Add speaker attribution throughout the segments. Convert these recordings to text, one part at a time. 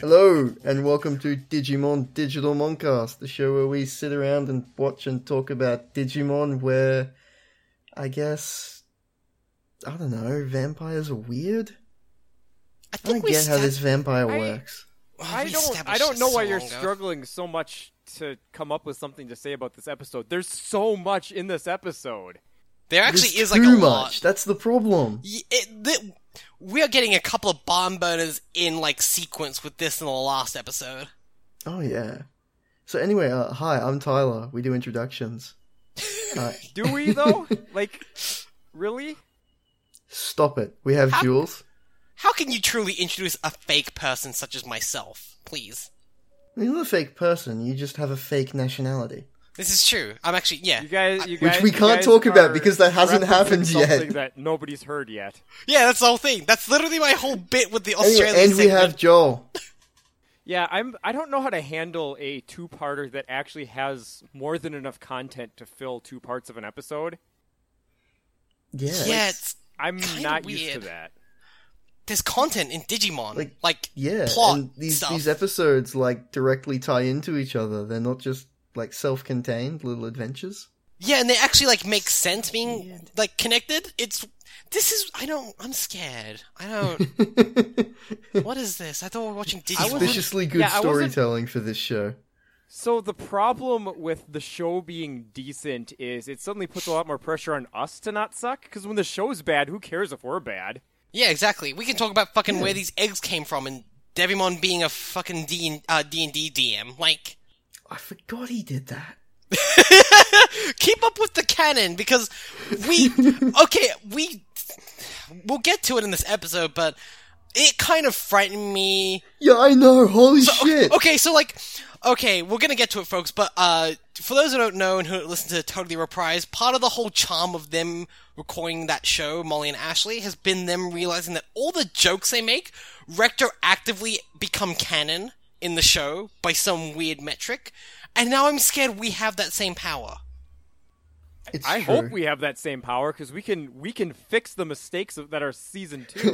Speaker 1: Hello and welcome to Digimon Digital Moncast, the show where we sit around and watch and talk about Digimon. Where I guess I don't know, vampires are weird.
Speaker 2: I
Speaker 1: I don't
Speaker 2: think we
Speaker 1: get how
Speaker 2: stab-
Speaker 1: this vampire
Speaker 3: I-
Speaker 1: works.
Speaker 2: well,
Speaker 3: I
Speaker 2: we
Speaker 3: don't. I
Speaker 2: established
Speaker 3: don't
Speaker 2: this
Speaker 3: know
Speaker 2: so
Speaker 3: why you're
Speaker 2: long ago.
Speaker 3: struggling so much to come up with something to say about this episode. There's so much in this episode.
Speaker 2: There
Speaker 1: There's
Speaker 2: actually is like
Speaker 1: too
Speaker 2: a
Speaker 1: much.
Speaker 2: lot.
Speaker 1: That's the problem.
Speaker 2: Y- it- th- we are getting a couple of bomb burners in like sequence with this in the last episode.
Speaker 1: Oh yeah. So anyway, uh, hi, I'm Tyler. We do introductions. Uh,
Speaker 3: Do we though? like, really?
Speaker 1: stop it. We have
Speaker 2: How-
Speaker 1: Jules.
Speaker 2: How can you truly introduce a fake person such as myself? Please,
Speaker 1: You're not a fake person. You just have a fake nationality.
Speaker 2: this is true. I'm actually yeah,
Speaker 3: You guys, you
Speaker 1: Which
Speaker 3: guys,
Speaker 1: we
Speaker 3: you
Speaker 1: can't
Speaker 3: guys
Speaker 1: talk about
Speaker 3: are
Speaker 1: because that hasn't
Speaker 3: referencing
Speaker 1: happened yet.
Speaker 3: Something that nobody's heard yet.
Speaker 2: yeah. That's the whole thing. That's literally my whole bit with the Australian
Speaker 1: Anyway, and we
Speaker 2: segment.
Speaker 1: have Joel.
Speaker 3: Yeah, I'm. I don't know how to handle a two-parter that actually has more than enough content to fill two parts of an episode.
Speaker 1: Yeah.
Speaker 2: yeah, it's,
Speaker 3: I'm
Speaker 2: Kinda
Speaker 3: not used to
Speaker 2: weird.
Speaker 3: that.
Speaker 2: there's content in Digimon,
Speaker 1: Like-
Speaker 2: like,
Speaker 1: Yeah,
Speaker 2: plot
Speaker 1: and these
Speaker 2: stuff.
Speaker 1: these episodes like directly tie into each other. They're not just like self-contained little adventures.
Speaker 2: yeah, and they actually like make sense being like connected. It's this is I don't. I'm scared. I don't. what is this? I thought we were watching Digimon.
Speaker 1: Viciously good
Speaker 3: yeah, I wasn't-
Speaker 1: storytelling for this show.
Speaker 3: So the problem with the show being decent is it suddenly puts a lot more pressure on us to not suck. Because when the show's bad, who cares if we're bad?
Speaker 2: Yeah, exactly. We can talk about fucking where these eggs came from and Devimon being a fucking D uh, D and D DM. Like,
Speaker 1: I forgot he did that.
Speaker 2: keep up with the canon because we okay we we'll get to it in this episode, but it kind of frightened me.
Speaker 1: Yeah, I know. Holy shit.
Speaker 2: Okay, so like, okay, we're gonna get to it, folks. But uh, for those who don't know and who listen to Totally Reprise, part of the whole charm of them recording that show, Molly and Ashley, has been them realizing that all the jokes they make retroactively become canon in the show by some weird metric. And now I'm scared we have that same power.
Speaker 1: It's
Speaker 3: I
Speaker 1: true.
Speaker 3: hope we have that same power because we can we can fix the mistakes of, that are season two.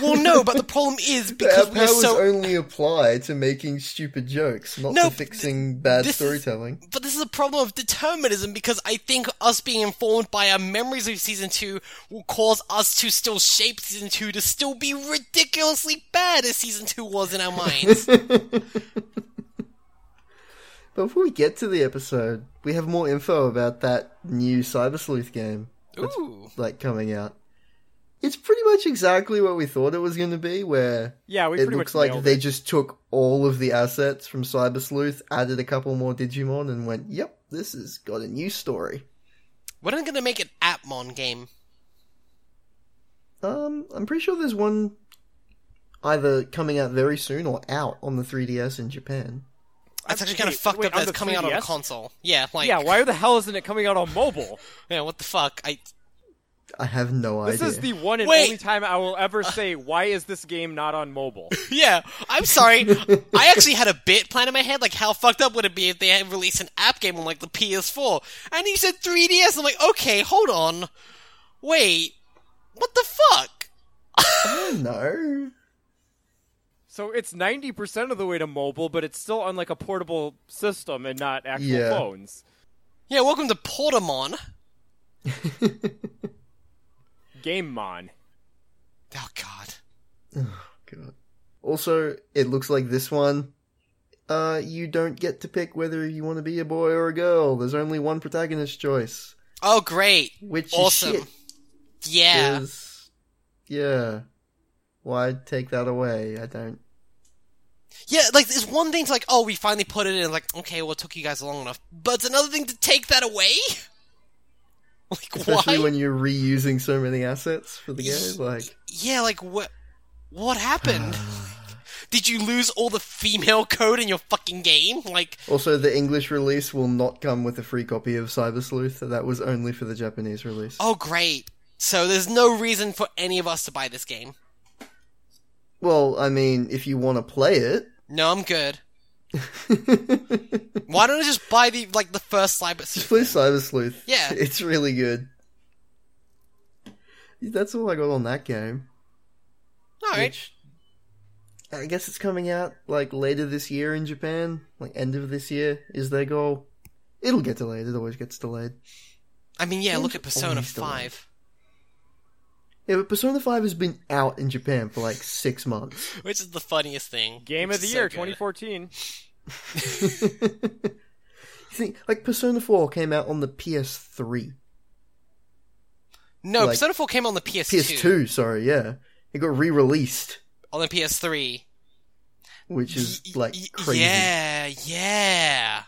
Speaker 2: Well, no, but the problem is
Speaker 1: Our
Speaker 2: because we're
Speaker 1: powers
Speaker 2: so
Speaker 1: only apply to making stupid jokes, not to
Speaker 2: No,
Speaker 1: fixing bad
Speaker 2: this is-
Speaker 1: storytelling.
Speaker 2: but this is a problem of determinism because I think us being informed by our memories of season two will cause us to still shape season two to still be ridiculously bad as season two was in our minds.
Speaker 1: But before we get to the episode, we have more info about that new Cyber Sleuth game. that's,
Speaker 2: Ooh.
Speaker 1: Like coming out. It's pretty much exactly what we thought it was going to be, where
Speaker 3: Yeah, we
Speaker 1: it
Speaker 3: pretty
Speaker 1: looks
Speaker 3: much
Speaker 1: like
Speaker 3: nailed
Speaker 1: they
Speaker 3: it.
Speaker 1: just took all of the assets from Cyber Sleuth, added a couple more Digimon, and went, yep, this has got a new story.
Speaker 2: We're not gonna make an Atmon game.
Speaker 1: Um, I'm pretty sure there's one either coming out very soon or out on the 3DS in Japan.
Speaker 2: That's
Speaker 3: I'm-
Speaker 2: actually kind of
Speaker 3: wait,
Speaker 2: fucked
Speaker 3: wait,
Speaker 2: up.
Speaker 3: on
Speaker 2: That's
Speaker 3: the
Speaker 2: coming out on a
Speaker 3: 3DS?
Speaker 2: console. Yeah, like
Speaker 3: yeah,
Speaker 2: yeah,
Speaker 3: why the hell isn't it coming out on mobile?
Speaker 2: what the fuck? I
Speaker 1: I have no
Speaker 3: This
Speaker 1: idea.
Speaker 3: is the one and
Speaker 2: Wait.
Speaker 3: only time I will ever say why is this game not on mobile?
Speaker 2: yeah. I'm sorry. I actually had a bit planned in my head, like how fucked up would it be if they had released an app game on like the PS4? And he said 3DS. I'm like, okay, hold on, wait, what the fuck?
Speaker 1: No.
Speaker 3: So it's ninety percent of the way to mobile, but it's still on like a portable system and not actual
Speaker 1: Yeah.
Speaker 3: phones.
Speaker 2: Yeah, welcome to Portamon.
Speaker 3: GameMon.
Speaker 2: Oh god.
Speaker 1: God. Also, it looks like this one, uh, you don't get to pick whether you want to be a boy or a girl. There's only one protagonist choice,
Speaker 2: Oh great.
Speaker 1: which
Speaker 2: Awesome.
Speaker 1: is shit.
Speaker 2: Yeah.
Speaker 1: 'cause- yeah. Why take that away? I don't.
Speaker 2: Yeah, like it's one thing to like, oh we finally put it in like, okay, well it took you guys long enough. But it's another thing to take that away? Like
Speaker 1: Especially
Speaker 2: why?
Speaker 1: when you're reusing so many assets for the game. Like,
Speaker 2: yeah, like what? What happened? Did you lose all the female code in your fucking game? Like,
Speaker 1: also the English release will not come with a free copy of Cyber Sleuth. That was only for the Japanese release.
Speaker 2: oh great. So there's no reason for any of us to buy this game.
Speaker 1: Well, I mean, if you want to play it,
Speaker 2: No, I'm good. Why don't I just buy the like the first Cyber
Speaker 1: just
Speaker 2: Sleuth?
Speaker 1: play Cyber Sleuth.
Speaker 2: Yeah.
Speaker 1: it's really good. That's all I got on that game.
Speaker 2: All right.
Speaker 1: which I guess it's coming out like later this year in Japan, like end of this year is their goal. It'll get delayed. It always gets delayed.
Speaker 2: I mean, yeah, look at
Speaker 1: Games
Speaker 2: Persona
Speaker 1: always delay.
Speaker 2: Five.
Speaker 1: Yeah, but Persona Five has been out in Japan for like six months.
Speaker 2: which is the funniest thing.
Speaker 3: Game
Speaker 2: Which
Speaker 3: of the
Speaker 2: is so
Speaker 3: year,
Speaker 2: good.
Speaker 3: 2014.
Speaker 1: You think like Persona Four came out on the PS3,
Speaker 2: No,
Speaker 1: like-
Speaker 2: Persona 4 came on the PS2,
Speaker 1: PS2. Sorry, yeah, it got re-released,
Speaker 2: on the PS3.
Speaker 1: which is
Speaker 2: Y-
Speaker 1: like
Speaker 2: y-
Speaker 1: crazy.
Speaker 2: Yeah, yeah.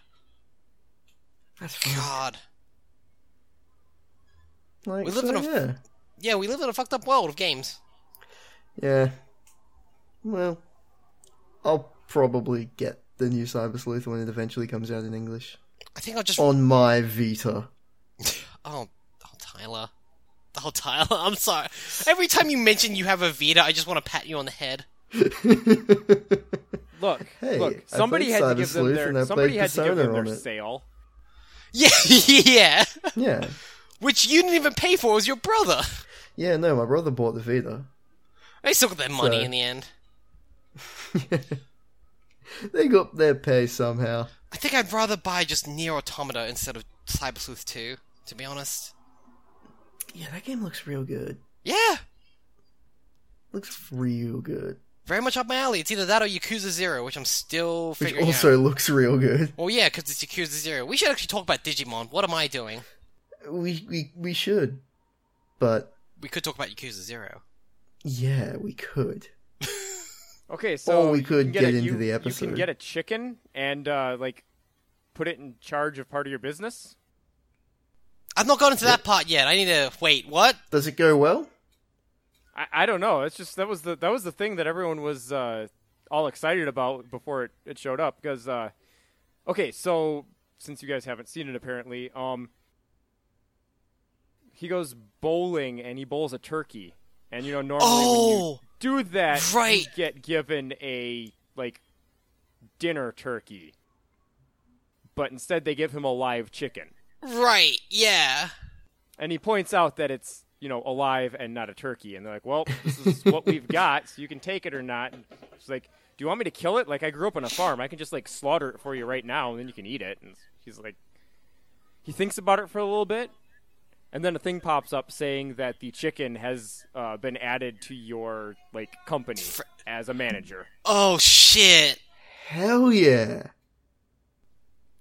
Speaker 1: That's
Speaker 2: God.
Speaker 1: Like,
Speaker 2: We live
Speaker 1: so,
Speaker 2: in a-
Speaker 1: yeah.
Speaker 2: Yeah, we live in a fucked up world of games.
Speaker 1: Yeah. Well, I'll probably get the new Cyber Sleuth when it eventually comes out in English
Speaker 2: I think I'll just oh,
Speaker 1: on my Vita.
Speaker 2: oh Tyler. Oh Tyler, I'm sorry. Every time you mention you have a Vita, I just want to pat you on the head.
Speaker 3: Look,
Speaker 1: Hey, I
Speaker 3: look, somebody
Speaker 1: played Cyber
Speaker 3: had to give them
Speaker 1: Sleuth and I
Speaker 3: their somebody
Speaker 1: played
Speaker 3: had to give them
Speaker 1: Persona
Speaker 3: their
Speaker 1: on it.
Speaker 3: sale.
Speaker 2: Yeah, yeah.
Speaker 1: yeah.
Speaker 2: Which you didn't even pay for it was your brother.
Speaker 1: Yeah, no, my brother bought the Vita.
Speaker 2: They still got their money
Speaker 1: So-
Speaker 2: in the end.
Speaker 1: They got their pay somehow.
Speaker 2: I think I'd rather buy just Near Automata instead of Cyber Sleuth 2, to be honest.
Speaker 1: Yeah, that game looks real good.
Speaker 2: Yeah.
Speaker 1: Looks real good.
Speaker 2: very much up my alley. It's either that or Yakuza Zero, which I'm still
Speaker 1: Which
Speaker 2: figuring
Speaker 1: also
Speaker 2: out.
Speaker 1: looks real good.
Speaker 2: Well, yeah, because it's Yakuza Zero. We should actually talk about Digimon. What am I doing?
Speaker 1: We we we should. But
Speaker 2: We could talk about Yakuza Zero.
Speaker 1: yeah, we could.
Speaker 3: Okay, so
Speaker 1: Or we
Speaker 3: you
Speaker 1: could
Speaker 3: can get,
Speaker 1: get
Speaker 3: a,
Speaker 1: into
Speaker 3: you,
Speaker 1: the
Speaker 3: You
Speaker 1: episode.
Speaker 3: can get a chicken and uh, like put it in charge of part of your business.
Speaker 2: I've not gone into that part yet. I need to wait. What?
Speaker 1: Does it go well?
Speaker 3: I, I don't know. It's just that was the that was the thing that everyone was uh, all excited about before it, it showed up because uh, okay, so since you guys haven't seen it apparently, um, he goes bowling and he bowls a turkey, and you know normally
Speaker 2: Oh,
Speaker 3: when you do that, you
Speaker 2: right.
Speaker 3: get given a like dinner turkey, but instead they give him a live chicken,
Speaker 2: right. Yeah.
Speaker 3: and he points out that it's you know alive and not a turkey and they're like well this is what we've got so you can take it or not and it's like do you want me to kill it like i grew up on a farm i can just like slaughter it for you right now and then you can eat it and he's like he thinks about it for a little bit and then a thing pops up saying that the chicken has uh, been added to your like company as a manager
Speaker 2: Oh shit.
Speaker 1: Hell yeah.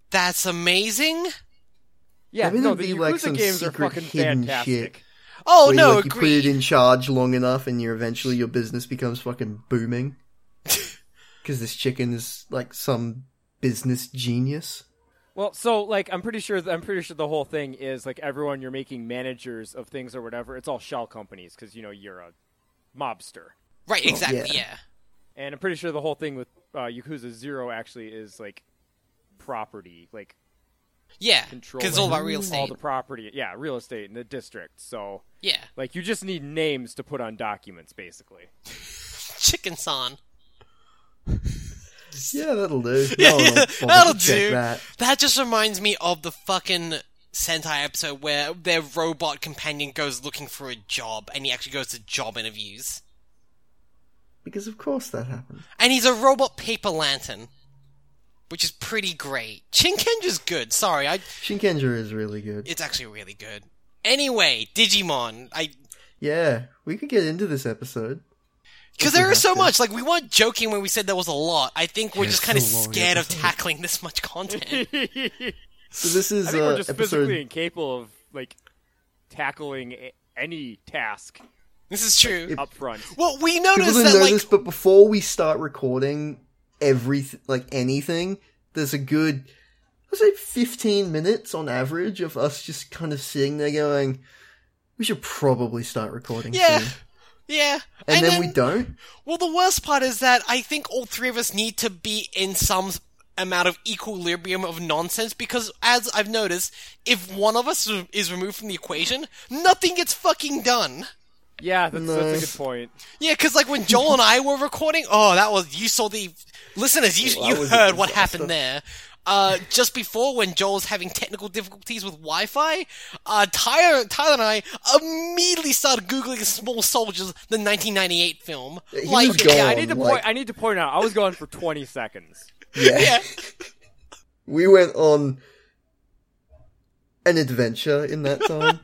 Speaker 2: That's amazing.
Speaker 3: yeah
Speaker 1: Maybe
Speaker 3: no
Speaker 1: there'd
Speaker 3: the
Speaker 1: be, like,
Speaker 3: Yakuza
Speaker 1: some
Speaker 3: games are
Speaker 1: secret
Speaker 3: fucking
Speaker 1: hidden
Speaker 3: fantastic
Speaker 1: shit.
Speaker 2: Oh
Speaker 1: Where you,
Speaker 2: no,
Speaker 1: like, you put it
Speaker 2: agreed.
Speaker 1: in charge long enough, and you're eventually your business becomes fucking booming. Because this chicken is like some business genius.
Speaker 3: Well, so like I'm pretty sure I'm pretty sure the whole thing is like everyone you're making managers of things or whatever. It's all shell companies because you know you're a mobster,
Speaker 2: right. Exactly.
Speaker 1: Oh, yeah.
Speaker 2: yeah.
Speaker 3: and I'm pretty sure the whole thing with uh, Yakuza Zero actually is like property, like
Speaker 2: Yeah.
Speaker 3: control.
Speaker 2: Because it's all about real estate.
Speaker 3: All the property, yeah, real estate in the district. So
Speaker 2: Yeah.
Speaker 3: like you just need names to put on documents, basically.
Speaker 2: Chicken san.
Speaker 1: Yeah, that'll do. No one will bother to
Speaker 2: That'll
Speaker 1: check
Speaker 2: do.
Speaker 1: That.
Speaker 2: That just reminds me of the fucking Sentai episode where their robot companion goes looking for a job and he actually goes to job interviews.
Speaker 1: Because of course that happened.
Speaker 2: And he's a robot paper lantern. Which is pretty great. Shinkenja's good, sorry, I
Speaker 1: Shinkenja is really good.
Speaker 2: it's actually really good. Anyway, Digimon. I
Speaker 1: Yeah, we could get into this episode.
Speaker 2: because there
Speaker 1: we
Speaker 2: is so
Speaker 1: have to.
Speaker 2: much. Like we weren't joking when we said there was a lot. I think we're
Speaker 1: Yeah,
Speaker 2: just
Speaker 1: it's
Speaker 2: kind of
Speaker 1: a long
Speaker 2: scared of
Speaker 1: episode.
Speaker 2: tackling this much content.
Speaker 3: I think
Speaker 1: So this is
Speaker 3: we're
Speaker 1: uh,
Speaker 3: just physically
Speaker 1: episode.
Speaker 3: incapable of like tackling a- any task
Speaker 2: this is true.
Speaker 1: It-
Speaker 3: up front.
Speaker 2: well, we
Speaker 1: People
Speaker 2: noticed
Speaker 1: didn't
Speaker 2: that
Speaker 1: know
Speaker 2: like
Speaker 1: this, but before we start recording everything, like anything, there's a good. I'd say 15 minutes on average of us just kind of sitting there going, we should probably start recording
Speaker 2: Yeah.
Speaker 1: soon.
Speaker 2: Yeah.
Speaker 1: And, then, we don't.
Speaker 2: Well, the worst part is that I think all three of us need to be in some amount of equilibrium of nonsense because, as I've noticed, if one of us is removed from the equation, nothing gets fucking done.
Speaker 3: Yeah, that's, that's a
Speaker 1: Nice.
Speaker 3: good point.
Speaker 2: Yeah, because like when Joel and I were recording, oh, that was you saw the listeners, you
Speaker 1: Well, that
Speaker 2: you
Speaker 1: was a
Speaker 2: heard what
Speaker 1: disaster.
Speaker 2: happened there. Uh, just before when Joel was having technical difficulties with Wi-Fi, uh, Tyler, Tyler and I immediately started googling Small Soldiers, the 1998 film.
Speaker 1: He
Speaker 2: like,
Speaker 1: was gone.
Speaker 2: yeah,
Speaker 3: I need to
Speaker 1: like-
Speaker 3: point. I need to point out. I was gone for 20 seconds.
Speaker 1: Yeah.
Speaker 2: yeah.
Speaker 1: We went on an adventure in that time.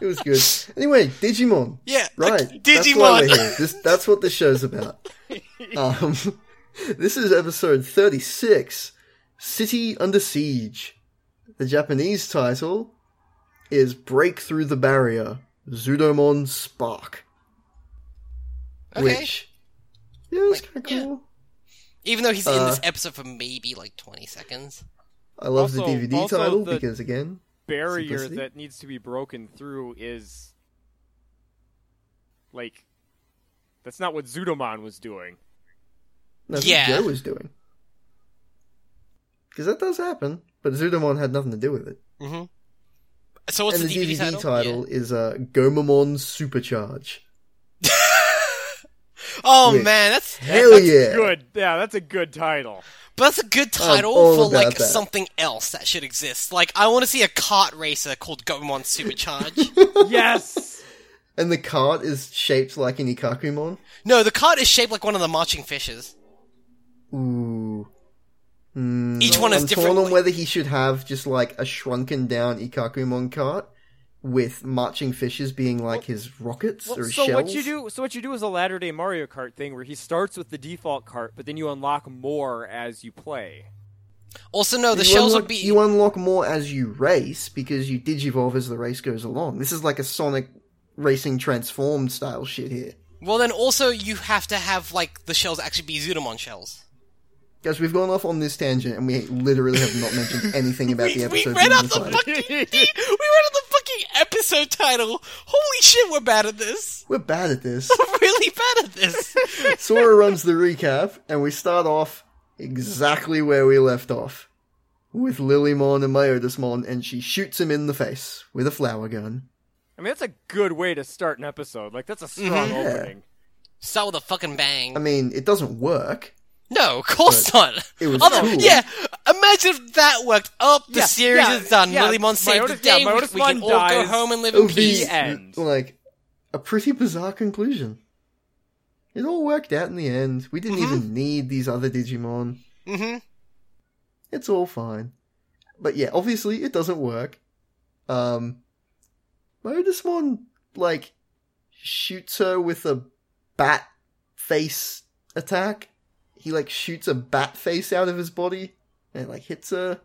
Speaker 1: it was good. Anyway, Digimon.
Speaker 2: Yeah,
Speaker 1: Right.
Speaker 2: like,
Speaker 1: That's why we're
Speaker 2: Digimon.
Speaker 1: here. This, that's what the show's about. Um, this is episode 36 City Under Siege. The Japanese title is Break Through the Barrier Zudomon Spark.
Speaker 2: Okay.
Speaker 1: Which. Yeah, it's
Speaker 2: Like,
Speaker 1: kind of
Speaker 2: yeah.
Speaker 1: cool.
Speaker 2: Even though he's in
Speaker 1: Uh,
Speaker 2: this episode for maybe like 20 seconds.
Speaker 1: I love the
Speaker 3: Also-
Speaker 1: DVD
Speaker 3: also
Speaker 1: title
Speaker 3: the-
Speaker 1: because, again,
Speaker 3: Barrier
Speaker 1: Simplicity?
Speaker 3: that needs to be broken through is like that's not what Zudomon was doing.
Speaker 1: that's
Speaker 2: Yeah.
Speaker 1: what Joe was doing. Because that does happen, but Zudomon had nothing to do with it.
Speaker 2: hmm So what's
Speaker 1: Mm-hmm. and
Speaker 2: the DVD, title?
Speaker 1: is uh, Gomamon Supercharge.
Speaker 2: Yeah. Oh
Speaker 1: Which-
Speaker 2: man, that's
Speaker 1: Hell
Speaker 3: that's
Speaker 1: yeah!
Speaker 3: Good. Yeah, that's a good title.
Speaker 2: but that's a good title
Speaker 1: all
Speaker 2: for
Speaker 1: about
Speaker 2: like
Speaker 1: that.
Speaker 2: something else that should exist. Like I want to see a kart racer called Gomon Supercharge.
Speaker 3: yes.
Speaker 1: And the cart is shaped like an Ikakumon.
Speaker 2: no, the cart is shaped like one of the marching fishes.
Speaker 1: Ooh. Hmm.
Speaker 2: Each one is
Speaker 1: I'm
Speaker 2: different.
Speaker 1: torn on whether he should have just like a shrunken down Ikakumon cart with marching fishes being like his rockets
Speaker 3: Well,
Speaker 1: or
Speaker 3: so
Speaker 1: his shells.
Speaker 3: what you do? So what you do is a latter day Mario Kart thing where he starts with the default cart, but then you unlock more as you play.
Speaker 2: Also, no, the
Speaker 1: You
Speaker 2: shells
Speaker 1: unlock,
Speaker 2: would be
Speaker 1: you unlock more as you race because you digivolve as the race goes along. This is like a Sonic racing transformed style shit here.
Speaker 2: well. Then also you have to have like the shells actually be Zudomon shells.
Speaker 1: Guys, we've gone off on this tangent and we literally have not mentioned anything about the
Speaker 2: we
Speaker 1: episode.
Speaker 2: read
Speaker 1: being
Speaker 2: out the
Speaker 1: decided.
Speaker 2: fucking we read out the fucking episode title. Holy shit, we're bad at this.
Speaker 1: We're bad at this.
Speaker 2: We're really bad at this.
Speaker 1: Sora runs the recap, and we start off exactly where we left off. With Lilymon and Myotismon, and she shoots him in the face with a flower gun.
Speaker 3: I mean, that's a good way to start an episode. Like that's a strong opening.
Speaker 2: Start with a fucking bang.
Speaker 1: I mean, it doesn't work.
Speaker 2: no, of course not.
Speaker 1: It was
Speaker 2: Other-
Speaker 1: cool.
Speaker 2: Oh, Yeah, imagine if that worked. Up, the
Speaker 3: Yeah,
Speaker 2: series
Speaker 3: yeah,
Speaker 2: is done.
Speaker 3: yeah,
Speaker 2: Lilymon saved the
Speaker 3: Myotis- yeah,
Speaker 2: day. we, we can
Speaker 3: Myotismon
Speaker 2: all go
Speaker 3: dies.
Speaker 2: home and live
Speaker 1: It
Speaker 2: in
Speaker 1: would be,
Speaker 2: peace.
Speaker 3: The end.
Speaker 1: like, a pretty bizarre conclusion. It all worked out in the end. We didn't even need these other Digimon.
Speaker 2: hmm
Speaker 3: Mm-hmm.
Speaker 1: It's all fine. But yeah, obviously it doesn't work. Um Modusmon like shoots her with a bat face attack. He like shoots a bat face out of his body and it, like hits her.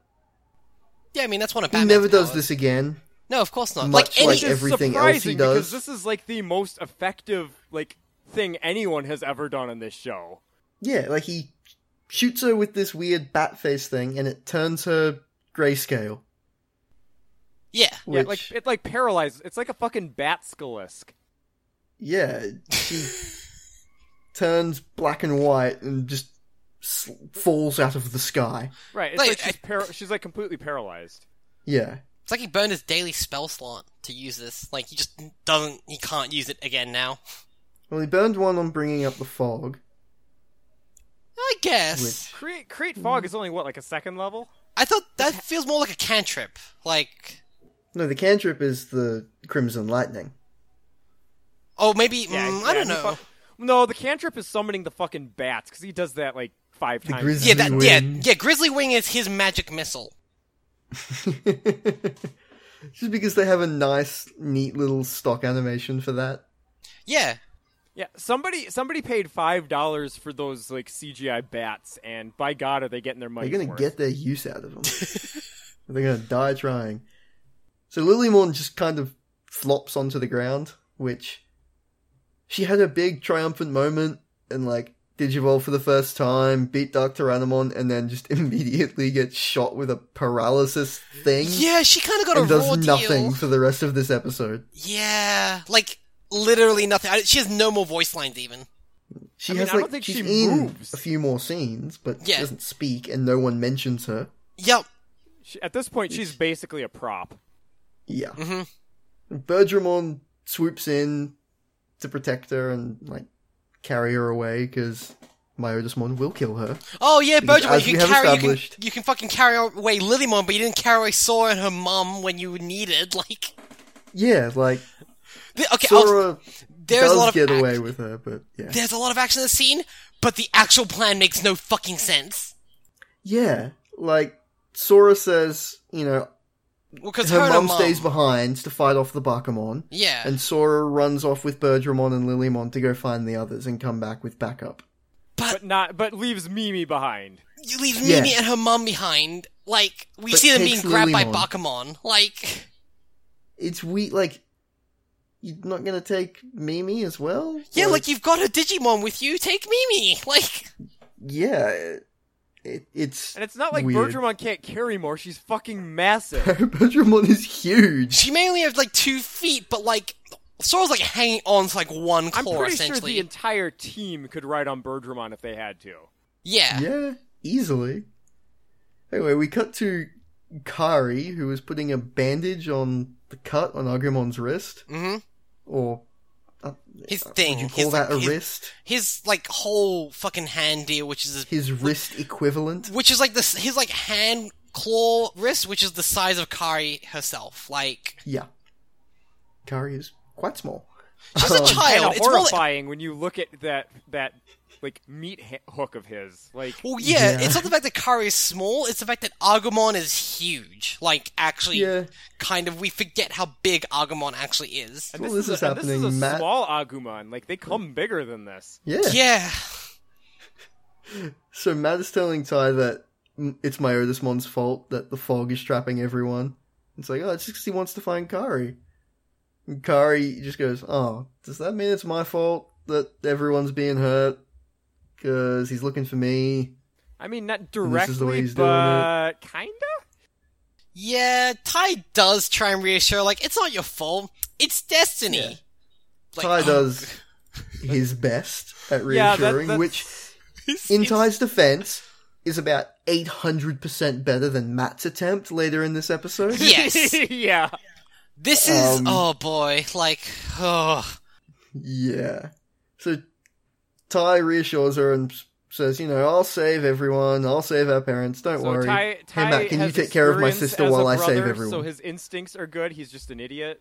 Speaker 2: Yeah, I mean that's one of
Speaker 1: he
Speaker 2: Batman's
Speaker 1: never does
Speaker 2: powers.
Speaker 1: this again.
Speaker 2: No, of course not.
Speaker 1: Much
Speaker 2: like any,
Speaker 1: like
Speaker 3: Which is
Speaker 1: everything else he
Speaker 3: surprising
Speaker 1: does.
Speaker 3: because this is like the most effective like thing anyone has ever done on this show.
Speaker 1: Yeah, like he shoots her with this weird bat face thing and it turns her grayscale.
Speaker 2: yeah,
Speaker 1: Which,
Speaker 3: Yeah, like it like paralyzes. It's like a fucking bat skalisk.
Speaker 1: Yeah, she turns black and white and just sl- falls out of the sky.
Speaker 3: Right. It's
Speaker 2: Like,
Speaker 3: like, she's, par- she's like completely paralyzed.
Speaker 1: Yeah,
Speaker 2: it's like he burned his daily spell slot to use this. Like he just doesn't. He can't use it again now.
Speaker 1: well, he burned one on bringing up the fog.
Speaker 2: I guess.
Speaker 1: Which-
Speaker 3: Create create
Speaker 1: Mm.
Speaker 3: fog is only what like a second level.
Speaker 2: I thought that feels more like a cantrip. Like,
Speaker 1: No, the cantrip is the crimson lightning.
Speaker 2: oh, maybe mm, I
Speaker 3: yeah,
Speaker 2: don't
Speaker 3: he
Speaker 2: know.
Speaker 3: fu- no, the cantrip is summoning the fucking bats because he does that like five times.
Speaker 1: grizzly-
Speaker 2: Yeah, that, yeah,
Speaker 1: Wing.
Speaker 2: yeah. Grizzly Wing is his magic missile.
Speaker 1: just because they have a nice, neat little stock animation for that.
Speaker 2: Yeah,
Speaker 3: yeah, somebody somebody paid five dollars for those like CGI bats, and by God, are they getting their money?
Speaker 1: They're gonna get their use out of them. They're gonna die trying. So Lilymon just kind of flops onto the ground, which she had a big triumphant moment and like Digivolve for the first time, beat Dark Tyrannomon, and then just immediately gets shot with a paralysis thing.
Speaker 2: Yeah, she kind of got
Speaker 1: And
Speaker 2: a raw
Speaker 1: does nothing
Speaker 2: deal.
Speaker 1: for the rest of this episode.
Speaker 2: Yeah, like literally nothing. I, she has no more voice lines even.
Speaker 1: She
Speaker 3: I mean,
Speaker 1: has
Speaker 3: I don't
Speaker 1: like
Speaker 3: think
Speaker 1: she's
Speaker 3: she
Speaker 1: in
Speaker 3: moves.
Speaker 1: a few more scenes, but
Speaker 2: Yeah.
Speaker 1: she doesn't speak, and no one mentions her.
Speaker 2: Yep.
Speaker 3: She, at this point, she's basically a prop.
Speaker 1: Yeah.
Speaker 2: Mhm.
Speaker 1: Bergramon swoops in to protect her and like carry her away because Myotismon will kill her.
Speaker 2: Oh yeah,
Speaker 1: Because
Speaker 2: Bergamon,
Speaker 1: as
Speaker 2: you
Speaker 1: we
Speaker 2: can
Speaker 1: have
Speaker 2: carry you
Speaker 1: established-
Speaker 2: can, you can fucking carry away Lilymon, but you didn't carry away Sora and her mum when you needed. Like,
Speaker 1: Yeah, like
Speaker 2: th- okay, I'll-
Speaker 1: Sora
Speaker 2: there's
Speaker 1: does
Speaker 2: oh, a lot of
Speaker 1: get
Speaker 2: ac-
Speaker 1: away with her, but yeah,
Speaker 2: there's a lot of action in the scene, but the actual plan makes no fucking sense.
Speaker 1: yeah, like Sora says, you know,
Speaker 2: Because
Speaker 1: her
Speaker 2: and
Speaker 1: mom stays behind to fight off the Bakamon,
Speaker 2: Yeah.
Speaker 1: and Sora runs off with Bergramon and Lilymon to go find the others and come back with backup.
Speaker 3: But not. But leaves Mimi behind.
Speaker 2: you leave
Speaker 1: Yeah.
Speaker 2: Mimi and her mum behind. Like we
Speaker 1: But
Speaker 2: see them being
Speaker 1: takes
Speaker 2: grabbed by
Speaker 1: Lilymon.
Speaker 2: Bakamon. Like
Speaker 1: It's we like you're not gonna take Mimi as well.
Speaker 2: yeah, like you've got a Digimon with you. Take Mimi. Like
Speaker 1: yeah, it, it, it's
Speaker 3: And it's not like
Speaker 1: weird.
Speaker 3: Bergramon can't carry more. She's fucking massive.
Speaker 1: Bergramon is huge.
Speaker 2: she may only have like two feet, but like Sora's like hanging on to like one
Speaker 3: I'm
Speaker 2: claw
Speaker 3: pretty sure
Speaker 2: essentially.
Speaker 3: the entire team could ride on Bergramon if they had to.
Speaker 2: yeah.
Speaker 1: Yeah, easily. Anyway, we cut to Kari, who is putting a bandage on the cut on Agrimon's wrist,
Speaker 2: hmm
Speaker 1: or uh,
Speaker 2: His
Speaker 1: would
Speaker 2: thing.
Speaker 1: you
Speaker 2: his,
Speaker 1: call that
Speaker 2: like,
Speaker 1: a
Speaker 2: his,
Speaker 1: wrist?
Speaker 2: his like whole fucking hand deal, which is his,
Speaker 1: His wrist equivalent.
Speaker 2: which is like this his like hand claw wrist, which is the size of Kari herself. Like
Speaker 1: Yeah, Kari is quite small.
Speaker 2: she's a
Speaker 1: Um,
Speaker 3: Kinda
Speaker 2: child. It's more like
Speaker 3: horrifying when you look at that that like meat ha- hook of his. Like
Speaker 2: Well, yeah,
Speaker 1: Yeah.
Speaker 2: it's not the fact that Kari is small, it's the fact that Agumon is huge. Like, actually,
Speaker 1: Yeah.
Speaker 2: kind of, we forget how big Agumon actually is.
Speaker 3: and
Speaker 1: Well,
Speaker 3: this,
Speaker 1: this is
Speaker 3: a, and this is a
Speaker 1: happening, Matt.
Speaker 3: small Agumon. Like they come bigger than this.
Speaker 1: Yeah.
Speaker 2: Yeah.
Speaker 1: So Matt is telling Ty that mm, it's Myotismon's fault that the fog is trapping everyone. It's like, oh, it's just 'cause he wants to find Kari. And Kari just goes, oh, does that mean it's my fault that everyone's being hurt? Because he's looking for me.
Speaker 3: I mean, not
Speaker 1: And this is the way
Speaker 3: directly,
Speaker 1: he's doing it.
Speaker 3: but kinda.
Speaker 2: Yeah, Tai does try and reassure, like, it's not your fault, it's destiny.
Speaker 1: Yeah.
Speaker 2: Like, um,
Speaker 1: Ty does his best at
Speaker 3: Yeah, that-
Speaker 1: reassuring,
Speaker 3: that's-
Speaker 1: which,
Speaker 2: it's-
Speaker 1: in
Speaker 2: it's-
Speaker 1: Ty's defense, is about 800% better than Matt's attempt later in this episode.
Speaker 2: Yes.
Speaker 3: yeah.
Speaker 2: This is,
Speaker 1: Um,
Speaker 2: oh boy, like, oh.
Speaker 1: Yeah. So Ty reassures her and s- says, you know, I'll save everyone. I'll save our parents. Don't
Speaker 3: So
Speaker 1: worry.
Speaker 3: Ty, Ty
Speaker 1: hey, Matt, can you
Speaker 3: has
Speaker 1: take care of my
Speaker 3: experience
Speaker 1: sister
Speaker 3: as a
Speaker 1: while I save
Speaker 3: brother,
Speaker 1: everyone?
Speaker 3: So his instincts are good. He's just an idiot.